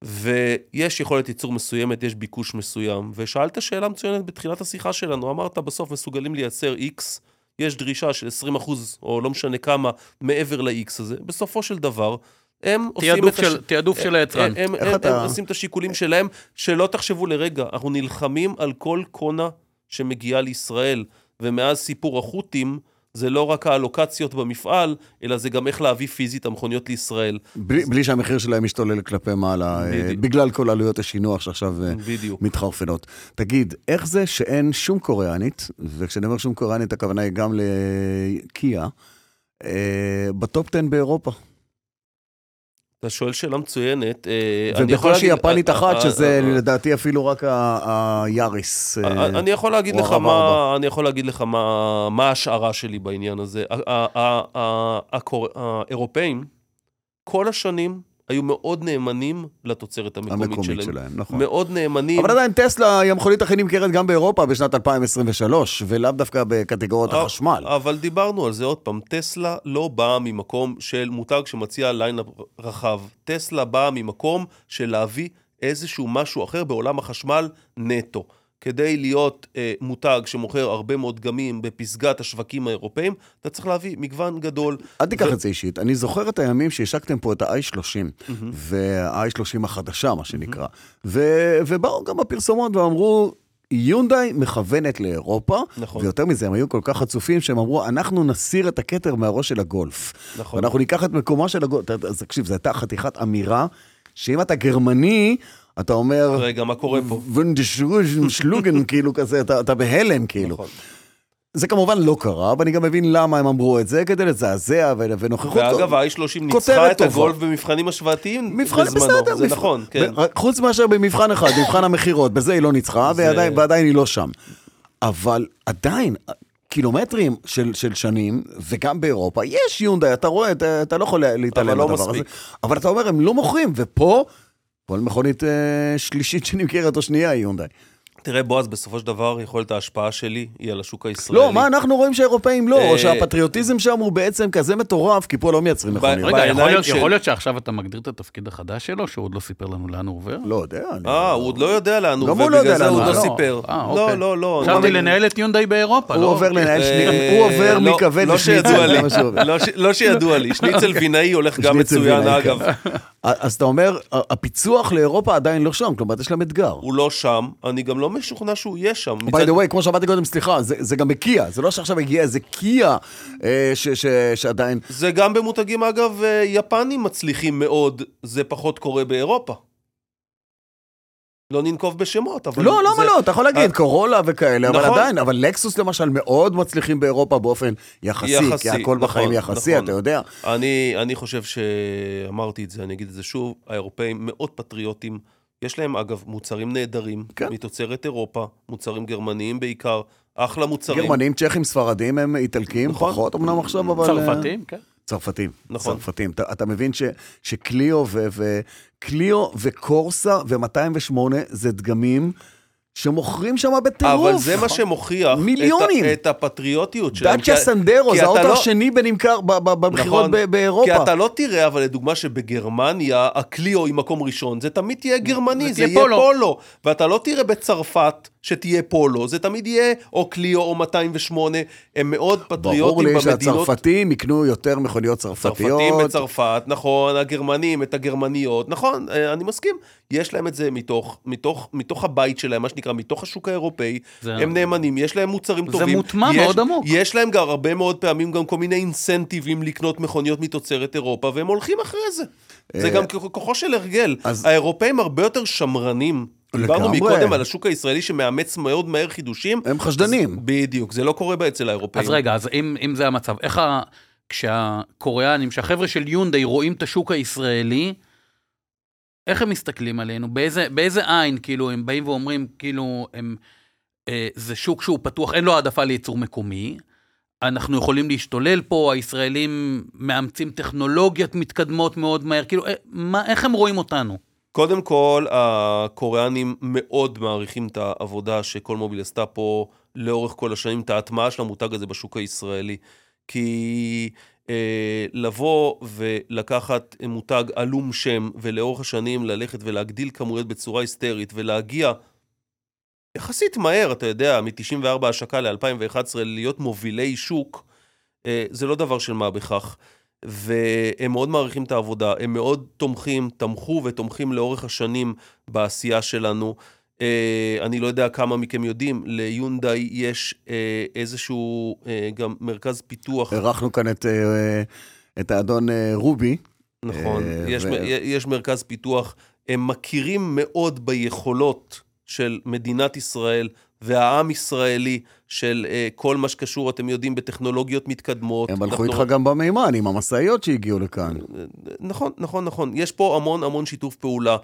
S5: ויש יכולת ייצור מסוימת, יש ביקוש מסוים, ושאלת שאלה מצוינת בתחילת השיחה שלנו, אמרת בסוף מסוגלים לייצר X, יש דרישה של 20 אחוז, או לא משנה כמה, מעבר ל-X הזה, בסופו של דבר, הם עושים
S4: תעדוף
S5: את הש... אה,
S4: של- תעדוף של היצרן.
S5: הם,
S3: איך
S5: הם,
S3: אתה-
S5: הם עושים את השיקולים שלהם, שלא תחשבו לרגע, אנחנו נלחמים על כל קונה שמגיעה לישראל, ומאז סיפור החות'ים, זה לא רק האלוקציות במפעל, אלא זה גם איך להביא פיזית המכוניות לישראל.
S3: בלי, בלי שהמחיר שלהם משתולל כלפי מעלה, אה,
S5: בדיוק.
S3: בגלל כל עלויות השינוע שעכשיו אה,
S5: בדיוק.
S3: מתחרפנות. תגיד, איך זה שאין שום קוריאנית, וכשאני אומר שום קוריאנית הכוונה היא גם לקיה, אה, בטופ 10 באירופה?
S5: אתה שואל שאלה מצוינת. אה, אני יכול
S3: ובקושי
S5: להגיד-
S3: יפנית
S5: אה,
S3: אחת,
S5: אה,
S3: שזה
S5: אה,
S3: לדעתי אפילו רק ה- היאריס. אה,
S5: אה, אני יכול להגיד
S3: הוא
S5: לך
S3: הרב
S5: מה, אני יכול להגיד לך מה, מה ההשערה שלי בעניין הזה. ה- ה- ה- ה- הקור- האירופאים, כל השנים היו מאוד נאמנים לתוצרת המקומית
S3: המקומית
S5: שלהם.
S3: שלהם, נכון.
S5: מאוד נאמנים.
S3: אבל עדיין טסלה היא המכונית הכי נמכרת גם באירופה בשנת 2023, ולאו דווקא בקטגוריית
S5: אה,
S3: החשמל.
S5: אבל דיברנו על זה עוד פעם, טסלה לא באה ממקום של מותג שמציע ליינאפ רחב. טסלה באה ממקום של להביא איזשהו משהו אחר בעולם החשמל נטו. כדי להיות אה, מותג שמוכר הרבה מאוד דגמים בפסגת השווקים האירופאים, אתה צריך להביא מגוון גדול.
S3: אל תיקח
S5: ו-
S3: את זה אישית. אני זוכר את הימים שהשקתם פה את ה-i30, וה-i30 החדשה, מה שנקרא. ו- ובאו גם הפרסומות ואמרו... יונדאי מכוונת לאירופה,
S5: נכון.
S3: ויותר מזה, הם היו כל כך חצופים שהם אמרו, אנחנו נסיר את הכתר מהראש של הגולף.
S5: נכון.
S3: ואנחנו ניקח את מקומה של הגולף. אתה- אז תקשיב, זו הייתה חתיכת אמירה, שאם אתה גרמני, אתה אומר...
S5: רגע, מה קורה פה?
S3: וונדשרוז'ן שלוגן, כאילו כזה, אתה, אתה בהלם, כאילו.
S5: נכון.
S3: זה כמובן לא קרה, ואני גם מבין למה הם אמרו את זה, כדי לזעזע ו- ונוכחות...
S5: ואגב, ה-i30 ניצחה
S3: כותרת
S5: את
S3: טובה.
S5: הגולף במבחנים השוואתיים
S3: מבחן
S5: בזמנו.
S3: בסדר,
S5: זה
S3: מבחן-
S5: נכון, כן.
S3: ב- חוץ מאשר במבחן אחד, מבחן המכירות, בזה היא לא ניצחה,
S5: זה-
S3: ועדיין, ועדיין היא לא שם. אבל עדיין, קילומטרים של, של שנים, וגם באירופה, יש יונדאי, אתה רואה, אתה, אתה לא יכול להתעלם
S5: אבל לא
S3: מהדבר הזה.
S5: מספיק.
S3: אבל אתה אומר, הם לא מוכרים, ופה, כל מכונית אה, שלישית שנמכרת או שנייה היא יונדאי.
S5: תראה, בועז, בסופו של דבר, יכולת ההשפעה שלי היא על השוק הישראלי.
S3: לא, מה אנחנו רואים שהאירופאים לא, או
S5: אה,
S3: שהפטריוטיזם שם הוא בעצם כזה מטורף, כי פה לא מייצרים מכוניות.
S4: רגע, יכול
S5: בעיניים
S4: להיות-
S5: של-
S4: יכול להיות שעכשיו אתה מגדיר את התפקיד החדש שלו, שהוא עוד לא סיפר לנו לאן הוא עובר?
S3: לא יודע. אני-
S5: אה, הוא עוד לא יודע לאן הוא,
S3: גם הוא לא יודע
S5: ובגלל זה
S3: לאן
S5: הוא
S3: הוא
S5: עוד לא
S3: הולך.
S5: סיפר.
S4: אה,
S5: לא,
S4: אוקיי.
S5: לא, לא.
S4: חשבתי
S5: אני-
S4: לנהל את יונדאי באירופה,
S3: הוא
S4: לא?
S3: עובר לנהל שני...
S5: אה,
S3: הוא עובר
S5: לא-
S3: מכבד
S5: לא שידוע
S3: לשניצל,
S5: לי,
S3: זה מה שהוא עובר. אוקיי.
S5: לא ש- לא שידוע לי. שניצל וינאי הולך גם
S3: שניצל
S5: מצוין,
S3: וינאי,
S5: אגב.
S3: כן. אז אתה אומר, ה- הפיצוח לאירופה עדיין לא שם, כלומר, יש להם אתגר. Oh,
S5: הוא לא שם, אני גם לא משוכנע שהוא יהיה שם.
S3: by
S5: מצד-
S3: the way, כמו שאמרתי קודם, סליחה, זה, זה גם בקיה, זה לא שעכשיו הגיע איזה קיה אה, ש, ש, שעדיין...
S5: זה גם במותגים, אגב, אה, יפנים מצליחים מאוד, זה פחות קורה באירופה. לא ננקוב בשמות, אבל...
S3: לא, למה
S5: זה-
S3: לא? אתה יכול להגיד,
S5: אה,
S3: קורולה וכאלה, אבל
S5: נכון.
S3: עדיין, אבל לקסוס למשל מאוד מצליחים באירופה באופן יחסי,
S5: יחסי,
S3: כי הכל
S5: נכון,
S3: בחיים יחסי,
S5: נכון.
S3: אתה יודע.
S5: אני, אני חושב שאמרתי את זה, אני אגיד את זה שוב, האירופאים מאוד פטריוטים. יש להם, אגב, מוצרים נהדרים,
S3: כן.
S5: כן. מתוצרת אירופה, מוצרים גרמניים בעיקר, אחלה מוצרים.
S3: גרמנים, צ'כים, ספרדים, הם איטלקים,
S5: נכון.
S3: פחות אמנם עכשיו, אבל... אה,
S4: צרפתים, כן.
S3: צרפתים, נכון.
S5: נכון.
S3: צרפתים. אתה, אתה מבין ש, שקליו, ו, ו, קליו וקורסה ו-208 זה דגמים שמוכרים שם בטירוף. נכון.
S5: אבל זה מה שמוכיח
S3: מיליונים.
S5: את, ה- את הפטריוטיות שלהם.
S3: דאצ'ה
S5: כי-
S3: סנדרו,
S5: כי
S3: זה
S5: אתה
S3: האוטו
S5: לא-
S3: השני בנמכר ב- ב- במכירות
S5: נכון.
S3: ב- באירופה.
S5: כי אתה לא תראה, אבל לדוגמה שבגרמניה הקליו היא מקום ראשון, זה תמיד תהיה
S4: זה
S5: גרמני, זה,
S4: תהיה
S5: יהיה
S4: פולו.
S5: פולו. ואתה לא תראה בצרפת שתהיה פולו, זה תמיד יהיה או קליו או 208, הם מאוד
S3: ברור
S5: פטריוטים
S3: לי
S5: במדינות.
S3: שהצרפתים יקנו יותר מכוניות צרפתיות.
S5: צרפתים בצרפת, נכון, הגרמנים, את הגרמניות, נכון, אה, אני מסכים. יש להם את זה מתוך, מתוך, מתוך הבית שלהם, מה שנקרא, מתוך השוק האירופאי.
S4: זה- נכון.
S5: הם נאמנים, יש להם מוצרים
S4: זה
S5: טובים.
S4: מוטמע
S5: יש-
S4: מאוד עמוק.
S5: יש להם גם הרבה מאוד פעמים גם כל מיני אינסנטיבים לקנות מכוניות מתוצרת אירופה, והם הולכים אחרי זה.
S4: אה,
S5: זה גם כ- כוחו של הרגל.
S3: אז-
S5: האירופאים הרבה יותר שמרנים. דיברנו
S3: לגמרי.
S5: מקודם על השוק הישראלי שמאמץ מאוד מהר חידושים.
S3: הם חשדנים.
S5: אז- בדיוק, זה לא קורה אצל האירופאים.
S4: אה, אז רגע, אז אם, אם זה המצב, איך ה... כשהקוריאנים, כשהחבר'ה של יונדאי רואים את השוק הישראלי, איך הם מסתכלים עלינו? באיזה, באיזה עין, כאילו, הם באים ואומרים, כאילו, הם, אה, זה שוק שהוא פתוח, אין לו העדפה לייצור מקומי, אנחנו יכולים להשתולל פה, הישראלים מאמצים טכנולוגיות מתקדמות מאוד מהר, כאילו, אה, מה, איך הם רואים אותנו?
S5: קודם כל, הקוריאנים מאוד מעריכים את העבודה שכל מוביל עשתה פה לאורך כל השנים, את ההטמעה של המותג הזה בשוק הישראלי. כי אה, לבוא ולקחת מותג עלום שם, ולאורך השנים ללכת ולהגדיל כמויות בצורה היסטרית, ולהגיע יחסית מהר, אתה יודע, מ-94 השקה ל-2011, להיות מובילי שוק, אה, זה לא דבר של מה בכך. והם מאוד מעריכים את העבודה, הם מאוד תומכים, תמכו ותומכים לאורך השנים בעשייה שלנו. אה, אני לא יודע כמה מכם יודעים, ליונדאי יש אה, איזשהו אה, גם מרכז פיתוח.
S3: אירחנו כאן את, אה, את האדון אה, רובי.
S5: נכון,
S3: אה,
S5: יש,
S3: ו-
S5: ו... יש מרכז פיתוח, הם מכירים מאוד ביכולות של מדינת ישראל והעם ישראלי, של אה, כל מה שקשור, אתם יודעים, בטכנולוגיות מתקדמות.
S3: הם הלכו
S5: אנחנו-
S3: איתך גם במימן, עם המשאיות שהגיעו לכאן.
S5: נכון, נכון, נכון. יש פה המון המון שיתוף פעולה.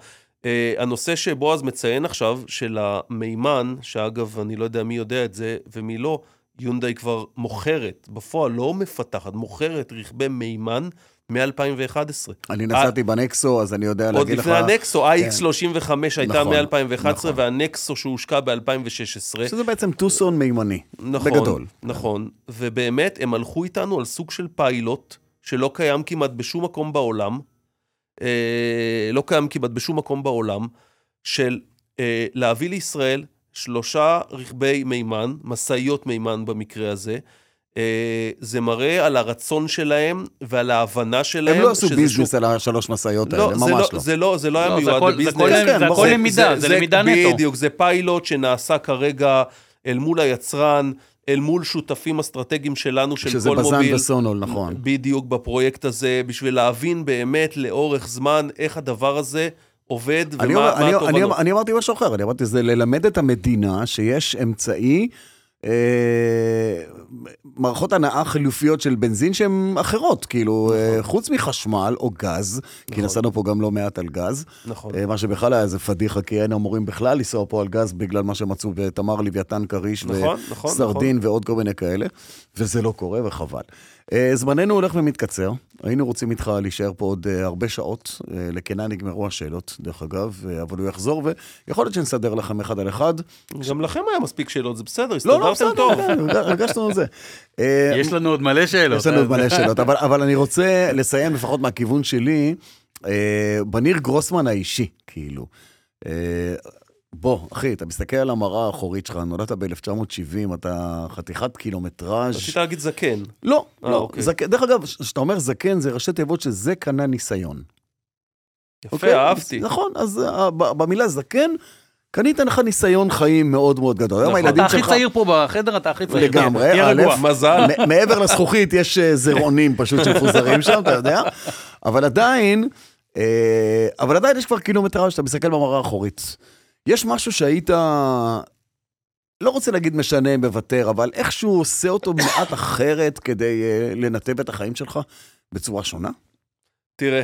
S5: אה, הנושא שבועז מציין עכשיו, של המימן, שאגב, אני לא יודע מי יודע את זה ומי לא, יונדאי כבר מוכרת, בפועל לא מפתחת, מוכרת רכבי מימן מ-2011.
S3: אני נסעתי בנקסו, אז אני יודע
S5: עוד
S3: להגיד לך... כן.
S5: לפני הנקסו, ה-X35 הייתה
S3: נכון,
S5: מ-2011,
S3: נכון.
S5: והנקסו שהושקע ב-2016.
S3: שזה בעצם טוסון מימני.
S5: נכון,
S3: בגדול.
S5: נכון, ובאמת, הם הלכו איתנו על סוג של פיילוט, שלא קיים כמעט בשום מקום בעולם, אה, לא קיים כמעט בשום מקום בעולם, של אה, להביא לישראל שלושה רכבי מימן, משאיות מימן במקרה הזה. אה, זה מראה על הרצון שלהם ועל ההבנה שלהם.
S3: הם לא עשו
S5: שזה
S3: ביזנס על השלוש משאיות האלה,
S5: זה
S3: ממש לא.
S5: זה לא, זה לא היה
S4: לא, זה
S5: מיועד
S4: הכל- זה
S5: לביזנס.
S4: הכל-
S3: כן, כן,
S4: זה
S3: ברור.
S4: הכל למידה, זה למידה נטו.
S5: בדיוק, זה פיילוט שנעשה כרגע אל מול היצרן, אל מול שותפים אסטרטגיים שלנו, של
S3: שזה
S5: כל
S3: בזן
S5: מוביל.
S3: וסונול, נכון.
S5: בדיוק בפרויקט הזה, בשביל להבין באמת לאורך זמן איך הדבר הזה עובד ומה
S3: אני,
S5: מה
S3: אומר, אני, אני,
S5: התובנות.
S3: אני אמרתי משהו אחר, אני אמרתי, זה ללמד את המדינה שיש אמצעי, אה, מערכות הנעה חלופיות של בנזין שהן אחרות, כאילו, אה,
S5: נכון.
S3: חוץ מחשמל או גז, כי נסענו פה גם לא מעט על גז,
S5: נכון.
S3: אה, מה שבכלל היה איזה פדיחה, כי היינו אמורים בכלל לנסוע פה על גז בגלל מה שמצאו בתמר, לוויתן, כריש,
S5: נכון, נכון,
S3: וסרדין ועוד כל מיני כאלה, וזה לא קורה וחבל. אה, זמננו הולך ומתקצר, היינו רוצים איתך להישאר פה עוד אה, הרבה שעות, אה, לקנן נגמרו השאלות, דרך אגב, אה, אבל הוא יחזור, ויכול להיות שנסדר לכם אחד על אחד.
S5: גם לכם היה מספיק שאלות, זה בסדר,
S3: לא, לא,
S5: הסתדרתם
S3: בסדר,
S5: טוב.
S3: הרגש- הרגשנו את זה. אה,
S4: יש לנו עוד מלא שאלות. אה,
S3: יש לנו
S5: אה?
S3: עוד מלא שאלות, אבל, אבל אני רוצה לסיים לפחות מהכיוון שלי, אה, בניר גרוסמן האישי, כאילו. אה, בוא, אחי, אתה מסתכל על המראה האחורית שלך, נולדת ב-1970, אתה חתיכת קילומטראז'.
S5: רצית להגיד זקן.
S3: לא,
S5: אה,
S3: לא.
S5: אוקיי.
S3: זק... דרך אגב, כש- כשאתה אומר זקן, זה ראשי תיבות שזה קנה ניסיון.
S5: יפה, אהבתי.
S3: נכון, אז אה, ב- במילה זקן, קנית לך ניסיון חיים מאוד מאוד גדול. היום
S5: נכון.
S3: הילדים
S4: אתה הכי
S3: שלך...
S4: צעיר פה בחדר, אתה
S5: כן.
S4: הכי צעיר.
S3: לגמרי,
S4: תהיה
S3: א',
S4: רגוע.
S5: מזל.
S3: מ- מעבר לזכוכית יש אה, זרעונים פשוט שמפוזרים שם, אתה יודע? אבל עדיין, אה, אבל עדיין יש כבר קילומטראז' שאתה מסתכל במראה האחורית. יש משהו שהיית, לא רוצה להגיד משנה, מוותר, אבל איכשהו עושה אותו מעט אחרת כדי אה, לנתב את החיים שלך בצורה שונה?
S5: תראה.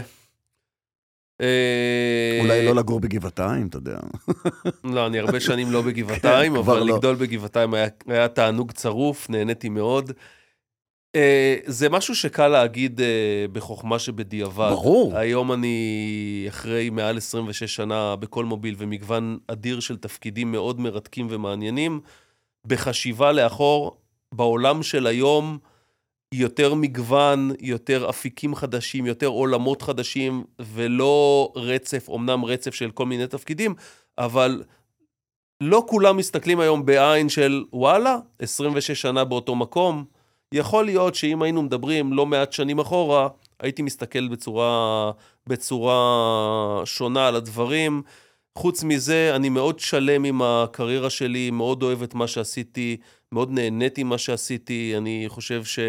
S5: אה,
S3: אולי לא לגור בגבעתיים, אתה יודע.
S5: לא, אני הרבה שנים לא בגבעתיים,
S3: כן, כבר
S5: אבל
S3: לא.
S5: לגדול בגבעתיים היה- היה תענוג צרוף, נהניתי מאוד. אה, זה משהו שקל להגיד אה, בחוכמה שבדיעבד.
S3: ברור.
S5: היום אני, אחרי מעל 26 שנה בכל מוביל ומגוון אדיר של תפקידים מאוד מרתקים ומעניינים, בחשיבה לאחור, בעולם של היום, יותר מגוון, יותר אפיקים חדשים, יותר עולמות חדשים, ולא רצף, אמנם רצף של כל מיני תפקידים, אבל לא כולם מסתכלים היום בעין של וואלה, 26 שנה באותו מקום. יכול להיות שאם היינו מדברים לא מעט שנים אחורה, הייתי מסתכל בצורה, בצורה שונה על הדברים. חוץ מזה, אני מאוד שלם עם הקריירה שלי, מאוד אוהב את מה שעשיתי, מאוד נהניתי ממה שעשיתי. אני חושב ש...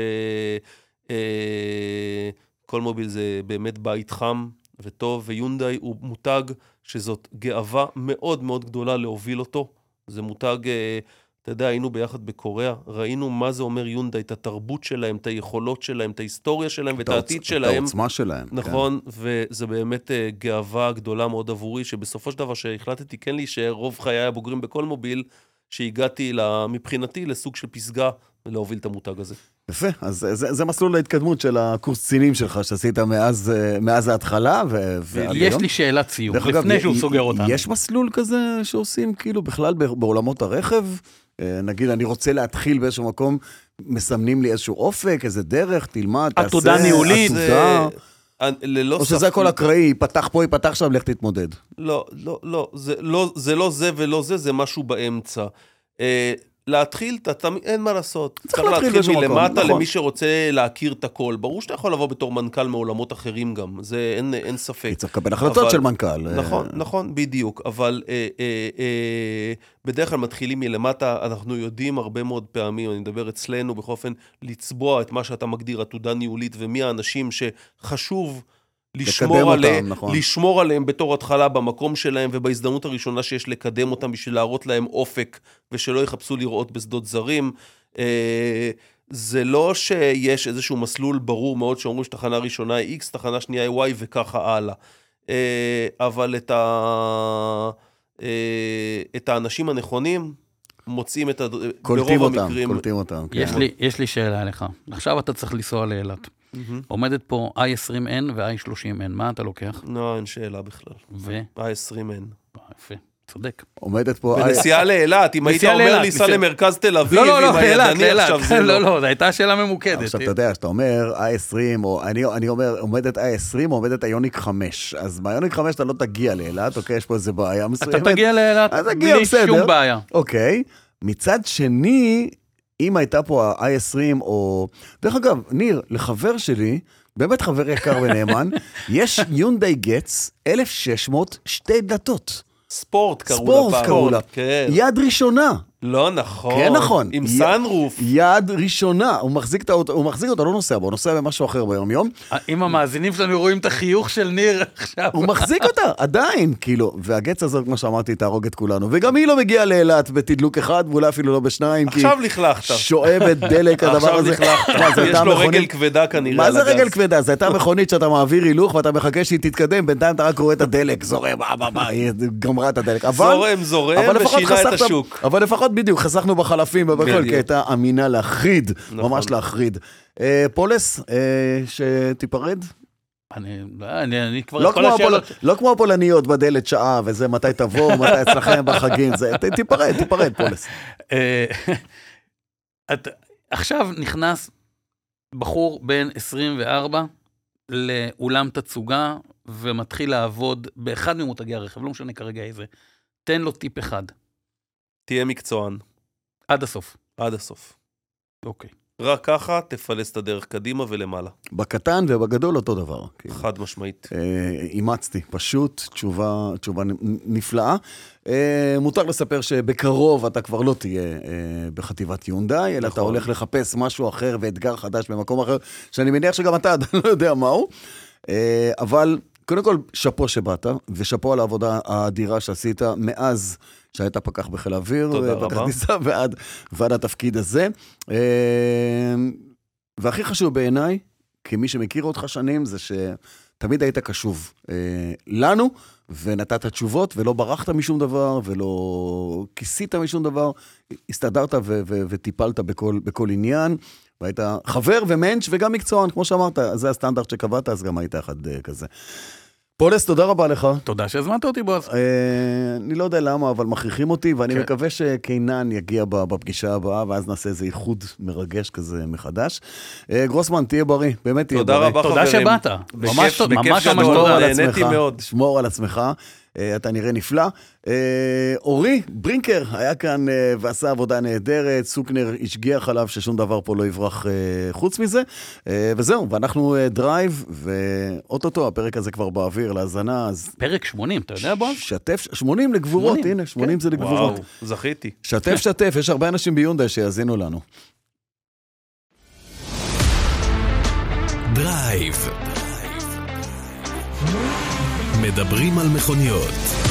S5: אה, כל מוביל זה באמת בית חם וטוב, ויונדאי הוא מותג שזאת גאווה מאוד מאוד גדולה להוביל אותו. זה מותג, אה, אתה יודע, היינו ביחד בקוריאה, ראינו מה זה אומר יונדאי, את התרבות שלהם, את היכולות שלהם, את ההיסטוריה שלהם ואת
S3: את העוצ-
S5: העתיד
S3: את
S5: שלהם.
S3: העוצמה שלהם. כן.
S5: נכון, וזה באמת אה, גאווה גדולה מאוד עבורי, שבסופו של דבר שהחלטתי כן להישאר רוב חיי הבוגרים בכל מוביל, שהגעתי ל- מבחינתי לסוג של פסגה להוביל את המותג הזה.
S3: יפה, אז זה, זה, זה מסלול ההתקדמות של הקורס קצינים שלך שעשית מאז, אה, מאז ההתחלה ו- ועד
S4: יש
S3: היום.
S4: לי שאלת סיום,
S3: דרך אגב,
S4: לפני שהוא
S3: י-
S4: סוגר
S3: י-
S4: אותנו.
S3: יש מסלול כזה שעושים כאילו בכלל ב- בעולמות הרכב? אה, נגיד, אני רוצה להתחיל באיזשהו מקום, מסמנים לי איזשהו אופק, איזה דרך, תלמד, תעשה,
S4: עתודה ניהולית. לא
S5: אז,
S3: אה, עתודה,
S5: אה, ללא
S3: או שזה הכל אקראי, ייפתח פה, ייפתח שם, לך תתמודד.
S5: לא, לא, לא, זה לא זה, לא זה ולא זה, זה משהו באמצע. אה, להתחיל, אתה תמיד, אין מה לעשות. צריך
S3: להתחיל
S5: להתחיל
S3: באיזשהו מקום,
S5: מלמטה
S3: נכון.
S5: למי שרוצה להכיר את הכל. ברור שאתה יכול לבוא בתור מנכ"ל מעולמות אחרים גם, זה אין, אין ספק.
S4: אה,
S3: כי צריך לקבל החלטות
S5: אבל-
S3: של מנכ"ל. אה,
S5: נכון, נכון, בדיוק. אבל אה, אה, אה, בדרך כלל מתחילים מלמטה, אנחנו יודעים הרבה מאוד פעמים, אני מדבר אצלנו בכל אופן, לצבוע את מה שאתה מגדיר עתודה ניהולית, ומי האנשים שחשוב
S3: לקדם
S5: לשמור,
S3: אותם,
S5: עליהם,
S3: נכון.
S5: לשמור עליהם בתור התחלה במקום שלהם, ובהזדמנות הראשונה שיש לקדם אותם בשביל להראות להם אופק, ושלא יחפשו לראות בשדות זרים. אה, זה לא שיש איזשהו מסלול ברור מאוד שאומרים שתחנה ראשונה היא X, תחנה שנייה היא Y וככה הלאה. אה, אבל את, ה... אה, את האנשים הנכונים מוצאים את ה...
S3: קולטים
S5: ברוב
S3: אותם,
S5: המקרים...
S3: קולטים אותם. כן.
S4: יש לי- יש לי שאלה אליך. עכשיו אתה צריך לנסוע לאילת.
S5: מהמם.
S4: עומדת פה i20n ו-i30n, מה אתה לוקח?
S5: לא, אין שאלה בכלל.
S4: ו...
S5: ה-20 אין.
S4: אה, יפה, צודק.
S3: עומדת פה... איי-
S5: בנסיעה לאילת, אם היית
S4: נסיעה
S5: אומר
S4: לאילת,
S5: לי, סע
S4: נסיעה-
S5: למרכז תל אביב,
S4: לא, לא,
S5: עם
S4: לא, לאילת,
S5: הידני
S4: לאילת.
S5: עכשיו, זה
S4: לא, לא, זו הייתה שאלה ממוקדת.
S3: עכשיו, אתה יודע, כשאתה אומר i20, או אני, אני אומר, עומדת i20, עומדת איוניק 5. אז באיוניק 5 אתה לא תגיע לאילת, אוקיי? יש פה איזה בעיה מסוימת.
S4: אתה תגיע לאילת
S3: אז תגיע,
S4: בלי
S3: בסדר.
S4: שום בעיה.
S3: אוקיי. מצד שני, אם הייתה פה ה-i20, או... דרך אגב, ניר, לחבר שלי, באמת חבר יקר ונאמן, יש יונדאי גץ 1600 שתי דלתות.
S5: ספורט קראו לה פעם.
S3: ספורט קראו לה.
S5: כן.
S3: יד ראשונה.
S5: לא נכון.
S3: כן נכון.
S5: עם
S3: י-
S5: סאנרוף.
S3: יד ראשונה. הוא מחזיק את האוטו, הוא מחזיק אותו, לא נוסע בו, הוא נוסע במשהו אחר ביום יום.
S4: אם אה, המאזינים שלנו רואים את החיוך של ניר עכשיו.
S3: הוא מחזיק אותה, עדיין, כאילו. והגץ הזאת, כמו שאמרתי, תהרוג את כולנו. וגם היא לא מגיעה לאילת בתדלוק אחד, ואולי אפילו לא בשניים, כי...
S5: עכשיו לכלכת.
S3: שואבת דלק הדבר
S5: עכשיו
S3: הזה.
S5: לכלכת.
S3: מה, זה
S5: יש
S3: הייתה
S5: לו רגל
S3: מכונית-
S5: כבדה כנראה.
S3: מה
S5: על
S3: זה
S5: הגז.
S3: רגל כבדה? זו הייתה מכונית שאתה מעביר הילוך ואתה מחכה שהיא תתקדם, בינתיים אתה רק רואה את הדלק זורם, אה, מה, מה, היא גמרה את הדלק. אבל-
S5: זורם, זורם,
S3: אבל לפחות
S5: ושינה את
S3: חסכת-
S5: השוק.
S3: אבל לפחות בדיוק, חסכנו בחלפים ובכל,
S5: בדיוק.
S3: כי הייתה אמינה להחריד,
S5: נכון.
S3: ממש להחריד. אה, פולס, אה, שתיפרד?
S4: אני, אה, אני, אני כבר,
S3: לא
S4: כל
S3: כמו
S4: השאלות-
S3: הפול- לא כמו הפולניות בדלת שעה, וזה מתי תבוא, מתי אצלכם בחגים, זה- ת- תיפרד, תיפרד, פולס.
S4: אה, את, עכשיו נכנס בחור בן 24 לאולם תצוגה ומתחיל לעבוד באחד ממותגי הרכב, לא משנה כרגע איזה. תן לו טיפ אחד,
S5: תהיה מקצוען,
S4: עד הסוף.
S5: עד הסוף.
S4: אוקיי.
S5: רק ככה תפלס את הדרך קדימה ולמעלה,
S3: בקטן ובגדול אותו דבר. כאילו.
S5: חד משמעית.
S3: אה, אימצתי, פשוט תשובה, תשובה נ- נפלאה. אה, מותר לספר שבקרוב אתה כבר לא תהיה אה, בחטיבת יונדאי, אלא אתה
S5: נכון.
S3: הולך לחפש משהו אחר ואתגר חדש במקום אחר, שאני מניח שגם אתה עדיין לא יודע מהו. אה, אבל קודם כל, שאפו שבאת, ושאפו על העבודה האדירה שעשית מאז שהיית פקח בחיל האוויר.
S5: תודה
S3: אה,
S5: רבה.
S3: בתכניסה ועד, ועד התפקיד הזה. אה, והכי חשוב בעיניי, כמי שמכיר אותך שנים, זה שתמיד היית קשוב אה, לנו, ונתת תשובות, ולא ברחת משום דבר, ולא כיסית משום דבר. הסתדרת ו- ו- וטיפלת בכל, בכל עניין, והיית חבר ומנץ' וגם מקצוען, כמו שאמרת, זה הסטנדרט שקבעת, אז גם היית אחד אה, כזה. פולס, תודה רבה לך.
S4: תודה שהזמנת אותי, בועז.
S3: אה, אני לא יודע למה, אבל מכריחים אותי, ואני
S4: כן.
S3: מקווה שקינן יגיע ב- בפגישה הבאה, ואז נעשה איזה איחוד מרגש כזה מחדש. אה, גרוסמן, תהיה בריא, כן, באמת תהיה בריא.
S5: תודה רבה, חברים.
S4: תודה שבאת.
S5: בכיף-
S4: ממש תודה,
S5: בכיף
S4: ממש ממש
S5: גדול,
S4: תודה.
S5: נהניתי מאוד.
S3: שמור על עצמך, אה, אתה נראה נפלא. אה, אורי ברינקר היה כאן אה, ועשה עבודה נהדרת, סוקנר השגיח עליו ששום דבר פה לא יברח אה, חוץ מזה. אה, וזהו, ואנחנו אה, דרייב, ואו-טו-טו הפרק הזה כבר באוויר להאזנה, אז
S4: פרק 80, אתה יודע, בועז?
S3: שתף, 80 לגבורות,
S4: 80,
S3: הנה, 80 זה לגבורות.
S5: וואו, זכיתי.
S3: שתף, שתף, יש הרבה אנשים ביונדאי שיאזינו לנו.
S1: דרייב. מדברים על מכוניות.